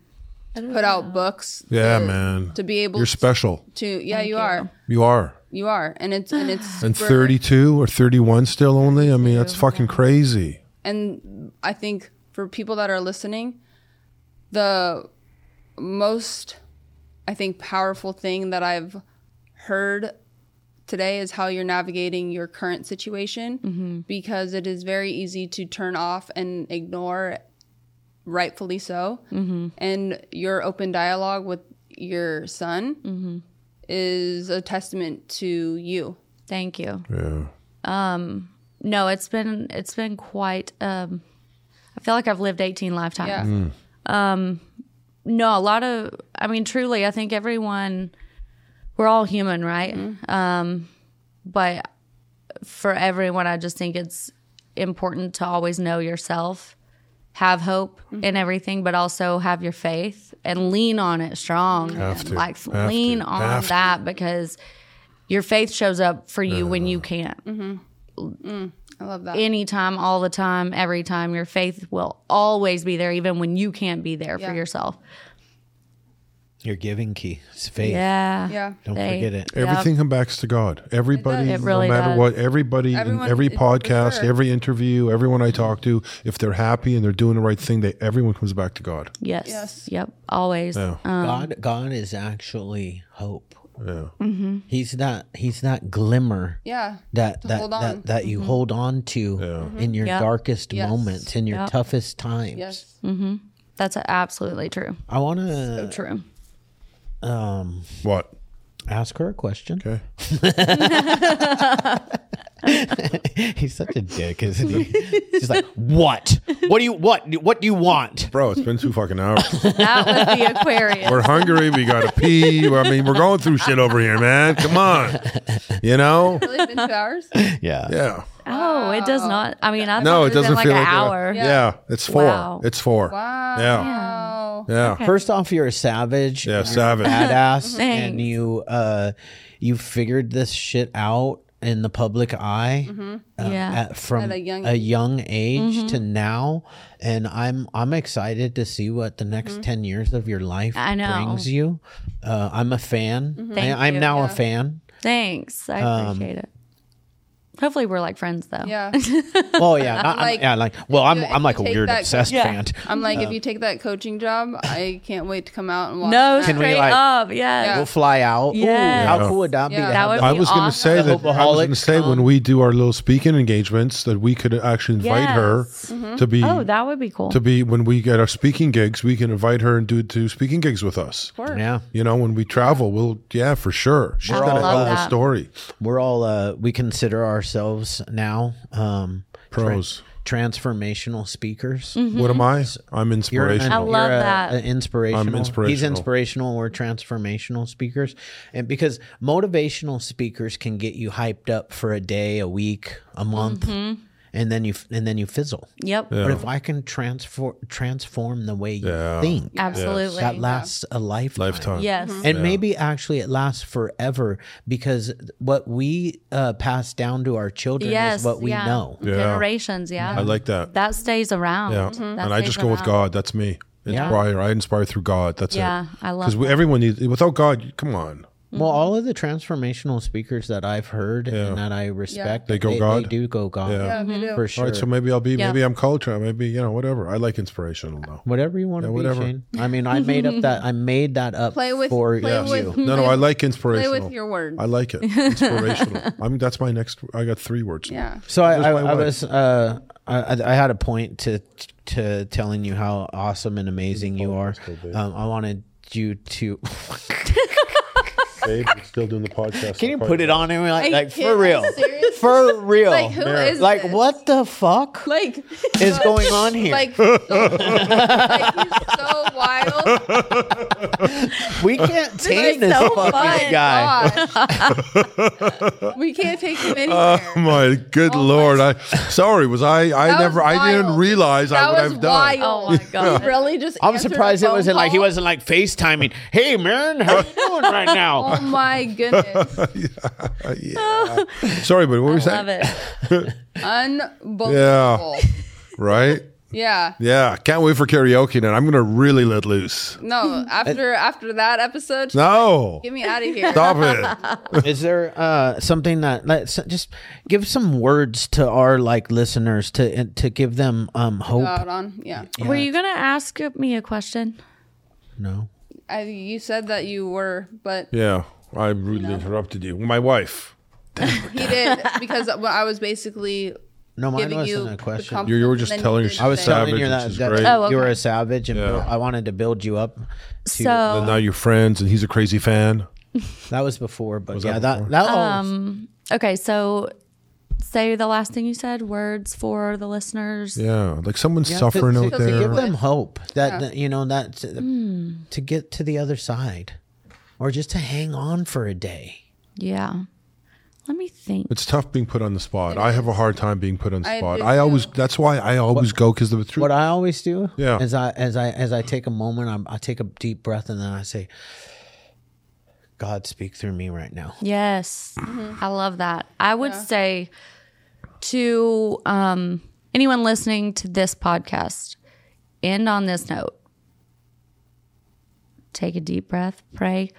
Speaker 2: put out books.
Speaker 3: Yeah,
Speaker 2: to,
Speaker 3: man.
Speaker 2: To be able
Speaker 3: You're special.
Speaker 2: to, yeah, you, are,
Speaker 3: You are.
Speaker 2: you are, and it's and it's
Speaker 3: And
Speaker 2: super-
Speaker 3: 32 or 31 still only. I mean, that's fucking crazy.
Speaker 2: and I think for people that are listening, the most I think powerful thing that I've heard today is how you're navigating your current situation because it is very easy to turn off and ignore rightfully so and your open dialogue with your son is a testament to you
Speaker 1: Thank you.
Speaker 3: Yeah.
Speaker 1: No, it's been it's been quite. Um, I feel like I've lived eighteen lifetimes. Um,
Speaker 2: yeah
Speaker 1: no, a lot of, I mean, truly, I
Speaker 3: Mm-hmm.
Speaker 1: think everyone, we're all human, right? Um, but for everyone, I just think it's important to always know yourself, have hope
Speaker 3: Mm-hmm.
Speaker 1: in everything, but also have your faith and lean on it strong.
Speaker 3: Have to.
Speaker 1: Like
Speaker 3: Have
Speaker 1: lean
Speaker 3: to.
Speaker 1: on
Speaker 3: Have to.
Speaker 1: that because your faith shows up for you when you can't.
Speaker 2: I love that.
Speaker 1: Anytime, all the time, every time, your faith will always be there, even when you can't be there
Speaker 2: Yeah.
Speaker 1: for yourself.
Speaker 4: Your giving key. It's faith.
Speaker 1: Yeah.
Speaker 2: yeah.
Speaker 4: Don't
Speaker 1: They-
Speaker 4: forget it.
Speaker 3: Everything comes back to God. Everybody,
Speaker 1: It really
Speaker 3: no matter
Speaker 1: does.
Speaker 3: what, everybody
Speaker 2: Everyone-
Speaker 3: in every
Speaker 2: it- for
Speaker 3: podcast,
Speaker 2: sure.
Speaker 3: every interview, everyone I talk to, if they're happy and they're doing the right thing, they everyone comes back to God.
Speaker 1: Yes.
Speaker 2: Yes.
Speaker 1: Yep. Always.
Speaker 3: Yeah.
Speaker 2: Um,
Speaker 4: God God is actually hope. He's that he's that glimmer
Speaker 2: Mm-hmm. Yeah.
Speaker 4: that
Speaker 2: To
Speaker 4: that
Speaker 2: hold on. Mm-hmm.
Speaker 4: that, that you hold on to in your
Speaker 1: Yep.
Speaker 4: darkest
Speaker 2: Yes.
Speaker 4: moments, in your
Speaker 1: Yep.
Speaker 4: toughest times.
Speaker 2: Yes.
Speaker 1: That's absolutely true.
Speaker 4: I want to
Speaker 1: True.
Speaker 4: um,
Speaker 3: What?
Speaker 4: ask her a question.
Speaker 3: Okay.
Speaker 4: He's such a dick, isn't he? She's like, "What? What do you what? What do you want?"
Speaker 3: Bro, it's been two fucking hours.
Speaker 1: That was the Aquarius.
Speaker 3: we're hungry. We got to pee. I mean, we're going through shit over here, man. Come on. You know?
Speaker 2: Really it's been two hours?
Speaker 4: Yeah.
Speaker 3: Yeah.
Speaker 1: Oh, it does not. I mean, I
Speaker 3: No,
Speaker 1: thought
Speaker 3: it doesn't
Speaker 1: was in
Speaker 3: feel
Speaker 1: like
Speaker 3: like
Speaker 1: an
Speaker 3: a-
Speaker 1: hour.
Speaker 3: Yeah. It's four.
Speaker 1: Wow.
Speaker 3: It's four.
Speaker 2: Wow.
Speaker 3: Yeah. Yeah.
Speaker 4: First off, you're a savage.
Speaker 3: Yeah.
Speaker 4: you're
Speaker 3: Savage.
Speaker 4: a badass,
Speaker 1: Thanks.
Speaker 4: and you uh, you figured this shit out in the public eye. uh,
Speaker 1: Yeah.
Speaker 4: at, from
Speaker 2: At
Speaker 4: a
Speaker 2: a
Speaker 4: young,
Speaker 2: young
Speaker 4: age to now, and I'm I'm excited to see what the next ten years of your life
Speaker 1: I know.
Speaker 4: brings you. Uh, I'm a fan.
Speaker 1: Thank
Speaker 4: I, am
Speaker 1: you.
Speaker 4: now a fan.
Speaker 1: Thanks. I
Speaker 3: Um,
Speaker 1: appreciate it. Hopefully, we're like friends, though.
Speaker 2: Yeah.
Speaker 4: Oh yeah, not,
Speaker 2: Like,
Speaker 4: I'm, yeah, like well, I'm
Speaker 2: you- if
Speaker 4: I'm like a
Speaker 2: you take
Speaker 4: weird
Speaker 2: that-
Speaker 4: obsessed
Speaker 1: Yeah.
Speaker 4: fan.
Speaker 2: I'm like, if you take that coaching job, I can't wait to come out and watch.
Speaker 1: No,
Speaker 2: that.
Speaker 4: Can we,
Speaker 1: straight
Speaker 4: like-
Speaker 1: up. Yes.
Speaker 2: Yeah.
Speaker 4: We'll fly out. Ooh,
Speaker 1: Yes.
Speaker 4: how cool would that be?
Speaker 2: Yeah.
Speaker 4: to
Speaker 2: That
Speaker 4: have
Speaker 1: would
Speaker 4: the-
Speaker 1: be
Speaker 3: I was going to
Speaker 1: awesome.
Speaker 3: say that I was
Speaker 4: Hopaholic.
Speaker 3: going to say when we do our little speaking engagements that we could actually invite her
Speaker 1: Yes.
Speaker 3: to be
Speaker 1: Oh, that would be cool.
Speaker 3: to be when we get our speaking gigs, we can invite her and do do speaking gigs with us.
Speaker 4: yeah.
Speaker 3: You know, when we travel, we'll yeah for sure. She's
Speaker 1: We're
Speaker 3: got to
Speaker 1: all-
Speaker 3: tell
Speaker 1: Love
Speaker 3: the
Speaker 1: that.
Speaker 3: story.
Speaker 4: we're all uh we consider ourselves now um tran-
Speaker 3: Pros.
Speaker 4: transformational speakers
Speaker 3: What am I? I'm
Speaker 1: Mm-hmm. I
Speaker 3: inspirational.
Speaker 1: love that.
Speaker 4: an inspirational.
Speaker 3: I'm inspirational.
Speaker 4: He's inspirational. We're transformational speakers, and because motivational speakers can get you hyped up for a day, a week, a month,
Speaker 1: Mm-hmm.
Speaker 4: and then you f- and then you fizzle.
Speaker 1: yep.
Speaker 4: But if I can transform transform the way you
Speaker 3: Yeah.
Speaker 4: think,
Speaker 1: Absolutely.
Speaker 4: that Mm-hmm. lasts a lifetime.
Speaker 3: Lifetime.
Speaker 1: Yes.
Speaker 4: And maybe actually it lasts forever because what we uh, pass down to our children
Speaker 1: Yes.
Speaker 4: is what we
Speaker 1: yeah.
Speaker 4: know.
Speaker 1: Generations. Yeah.
Speaker 3: I like that.
Speaker 1: that stays around.
Speaker 3: Yeah,
Speaker 1: That Mm-hmm.
Speaker 3: and I
Speaker 1: stays
Speaker 3: just go with
Speaker 1: around.
Speaker 3: God. That's me. Inspire. I inspire through God. That's
Speaker 1: Yeah,
Speaker 3: it.
Speaker 1: I love
Speaker 3: because
Speaker 1: that.
Speaker 3: everyone needs without God. Come on,
Speaker 2: Mm-hmm.
Speaker 4: Well, all of the transformational speakers that I've heard and that I respect,
Speaker 3: They go God?
Speaker 4: do go God.
Speaker 2: Yeah, they do.
Speaker 4: For sure.
Speaker 3: All right, so maybe I'll be,
Speaker 1: Yeah.
Speaker 3: maybe I'm culture, maybe you know, whatever. I like inspirational though.
Speaker 4: Whatever you want to be,
Speaker 3: whatever.
Speaker 4: Shane. I mean, I made up that I made that up
Speaker 2: Play with-
Speaker 4: for
Speaker 2: play
Speaker 4: you.
Speaker 2: with-
Speaker 3: No, no, I like
Speaker 2: Play
Speaker 3: inspirational.
Speaker 2: with your words.
Speaker 3: I like it. Inspirational. I mean, that's my next. I got three words.
Speaker 2: yeah.
Speaker 4: So I, I,
Speaker 3: my
Speaker 4: I
Speaker 3: wife.
Speaker 4: was uh, I, I had a point to to telling you how awesome and amazing
Speaker 3: Oh,
Speaker 4: you are. Um, I wanted you to
Speaker 3: Babe, we're still doing the podcast.
Speaker 4: Can you put it on and we're like,
Speaker 2: Are
Speaker 4: like
Speaker 2: you
Speaker 4: for real,
Speaker 2: kidding? Seriously?
Speaker 4: for real?
Speaker 2: Like, who is
Speaker 4: Like,
Speaker 2: this?
Speaker 4: what the fuck
Speaker 2: Like
Speaker 4: is going on here?
Speaker 2: Like, so, like he's so wild.
Speaker 4: we can't tame
Speaker 1: is
Speaker 4: this
Speaker 1: so
Speaker 4: fucking
Speaker 1: fun.
Speaker 4: guy.
Speaker 2: Gosh. we can't take him anywhere.
Speaker 3: Oh my good lord! I sorry. Was I? I
Speaker 2: That was
Speaker 3: never. I didn't
Speaker 2: wild.
Speaker 3: realize
Speaker 2: that
Speaker 3: I would
Speaker 2: was
Speaker 3: have done.
Speaker 2: wild.
Speaker 1: Oh my God.
Speaker 2: He really just.
Speaker 4: I'm
Speaker 2: answered a
Speaker 4: surprised it
Speaker 2: phone
Speaker 4: wasn't like he
Speaker 2: call?
Speaker 4: wasn't like FaceTiming. Hey, man, how you doing right now?
Speaker 2: Oh my goodness!
Speaker 3: Sorry, but what were you
Speaker 1: Love
Speaker 3: saying?
Speaker 1: it.
Speaker 2: Unbelievable.
Speaker 3: Right?
Speaker 2: Yeah.
Speaker 3: Yeah. Can't wait for karaoke now. I'm gonna really let loose.
Speaker 2: No. After after that episode,
Speaker 3: No.
Speaker 2: get me out of here.
Speaker 3: Stop it.
Speaker 4: Is there uh, something that let's just give some words to our like listeners to uh, to give them um, hope?
Speaker 2: Out on. Yeah.
Speaker 1: Were you going to ask me a question?
Speaker 4: No,
Speaker 2: I, you said that you were, but
Speaker 3: Yeah. I rudely interrupted you. My wife.
Speaker 2: he did because well, I was basically
Speaker 4: no, mine
Speaker 2: giving you
Speaker 4: wasn't a
Speaker 2: the
Speaker 4: question.
Speaker 2: compliment
Speaker 3: You, you were just
Speaker 2: and then
Speaker 3: telling
Speaker 2: you
Speaker 3: her
Speaker 2: did
Speaker 3: she's
Speaker 4: I was
Speaker 2: say-
Speaker 4: telling
Speaker 3: savage,
Speaker 4: you
Speaker 3: which
Speaker 4: that,
Speaker 3: is
Speaker 4: that
Speaker 3: great.
Speaker 1: Oh,
Speaker 4: you were
Speaker 1: okay.
Speaker 4: a savage, and I wanted to build you up. To,
Speaker 1: So
Speaker 2: Oh.
Speaker 3: And now you're friends, and he's a crazy fan.
Speaker 4: that was before, but
Speaker 3: that
Speaker 4: yeah, that
Speaker 3: before?
Speaker 4: that
Speaker 2: Um,
Speaker 1: Okay, so say the last thing you said, words for the listeners.
Speaker 3: Yeah, like someone's
Speaker 4: Yeah, to-
Speaker 3: suffering
Speaker 4: to,
Speaker 3: out
Speaker 4: to
Speaker 3: there.
Speaker 4: give them hope that, that, you know that to, to get to the other side, or just to hang on for a day.
Speaker 1: Yeah. Let me think.
Speaker 3: It's tough being put on the spot. I have a hard time being put on the
Speaker 2: I
Speaker 3: spot.
Speaker 2: do
Speaker 3: I always.
Speaker 2: too.
Speaker 3: That's why I always go 'cause go because the truth.
Speaker 4: What I always do
Speaker 3: Yeah.
Speaker 4: is I as I as I take a moment, I'm, I take a deep breath and then I say, "God, speak through me right now."
Speaker 1: Yes. I love that. I would say to um, anyone listening to this podcast, end on this note. Take a deep breath, pray,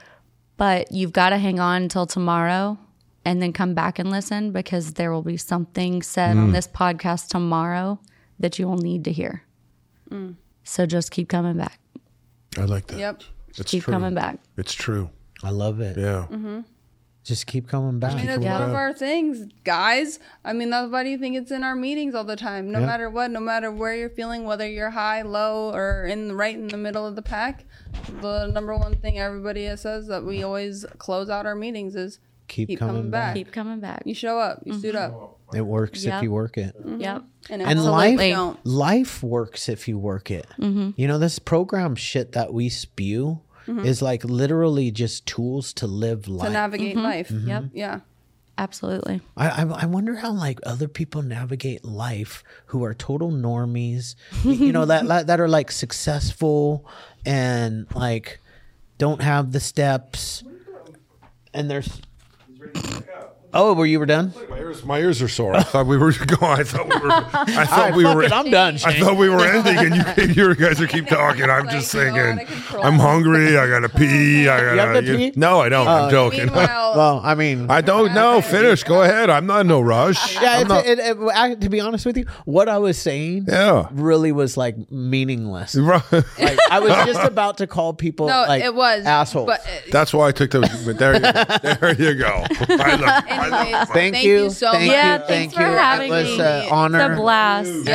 Speaker 1: but you've got to hang on until tomorrow and then come back and listen because there will be something said
Speaker 3: Mm.
Speaker 1: on this podcast tomorrow that you will need to hear. So just keep coming back.
Speaker 3: I like that.
Speaker 2: Yep.
Speaker 3: It's
Speaker 1: keep
Speaker 3: true.
Speaker 1: coming back.
Speaker 3: It's true.
Speaker 4: I love it.
Speaker 3: Yeah.
Speaker 4: Just keep coming back.
Speaker 2: I mean, that's
Speaker 3: Yeah.
Speaker 2: one of our things, guys. I mean, that's why do you think it's in our meetings all the time? No
Speaker 4: Yeah.
Speaker 2: matter what, no matter where you're feeling, whether you're high, low, or in the, right in the middle of the pack, the number one thing everybody says that we always close out our meetings is
Speaker 4: keep,
Speaker 2: keep
Speaker 4: coming,
Speaker 2: coming
Speaker 4: back.
Speaker 1: Keep Mm-hmm. coming back.
Speaker 2: you show up, you suit up,
Speaker 4: It works
Speaker 1: Yeah. Mm-hmm.
Speaker 4: if you work it.
Speaker 1: Yep.
Speaker 2: and,
Speaker 4: And
Speaker 2: absolutely
Speaker 4: life,
Speaker 2: don't.
Speaker 4: life works if you work it. You know, this program shit that we spew is like literally just tools to live
Speaker 2: to
Speaker 4: life.
Speaker 2: navigate life.
Speaker 1: Mm-hmm.
Speaker 4: Mm-hmm.
Speaker 1: Yep.
Speaker 2: Yeah.
Speaker 1: Absolutely.
Speaker 4: I, I I wonder how like other people navigate life who are total normies, y- you know that that that are like successful and like don't have the steps, and there's. Oh, were you were done?
Speaker 3: My ears, my ears are sore. I thought we were going. I thought we were. I thought
Speaker 4: All
Speaker 3: we
Speaker 4: fuck
Speaker 3: were.
Speaker 4: it, I'm done.
Speaker 3: I thought we were ending, and you, you guys are keep talking. I'm just
Speaker 2: Like, you know, out
Speaker 3: thinking.
Speaker 2: of control.
Speaker 3: I'm hungry. I gotta pee. I gotta.
Speaker 4: have to pee? Uh,
Speaker 3: no, I don't. I'm joking.
Speaker 2: Meanwhile,
Speaker 4: Well, I mean,
Speaker 3: I don't know. Finish. Go ahead. I'm not in no rush.
Speaker 4: yeah.
Speaker 3: I'm
Speaker 4: It's,
Speaker 3: not-
Speaker 4: it, it, I, to be honest with you, what I was saying
Speaker 3: Yeah.
Speaker 4: really was like meaningless.
Speaker 3: Right.
Speaker 4: Like, I was just about to call people
Speaker 2: no,
Speaker 4: like
Speaker 2: it was
Speaker 4: assholes.
Speaker 2: But uh,
Speaker 3: That's why I took those. But there, you, there you go. I love, I
Speaker 2: anyways,
Speaker 3: love
Speaker 4: thank,
Speaker 2: uh, thank
Speaker 4: you.
Speaker 2: you so much.
Speaker 4: thank you,
Speaker 1: Yeah,
Speaker 4: thank
Speaker 1: thanks
Speaker 4: you.
Speaker 1: for having
Speaker 4: it was uh,
Speaker 1: me.
Speaker 4: an honor.
Speaker 1: It's a blast.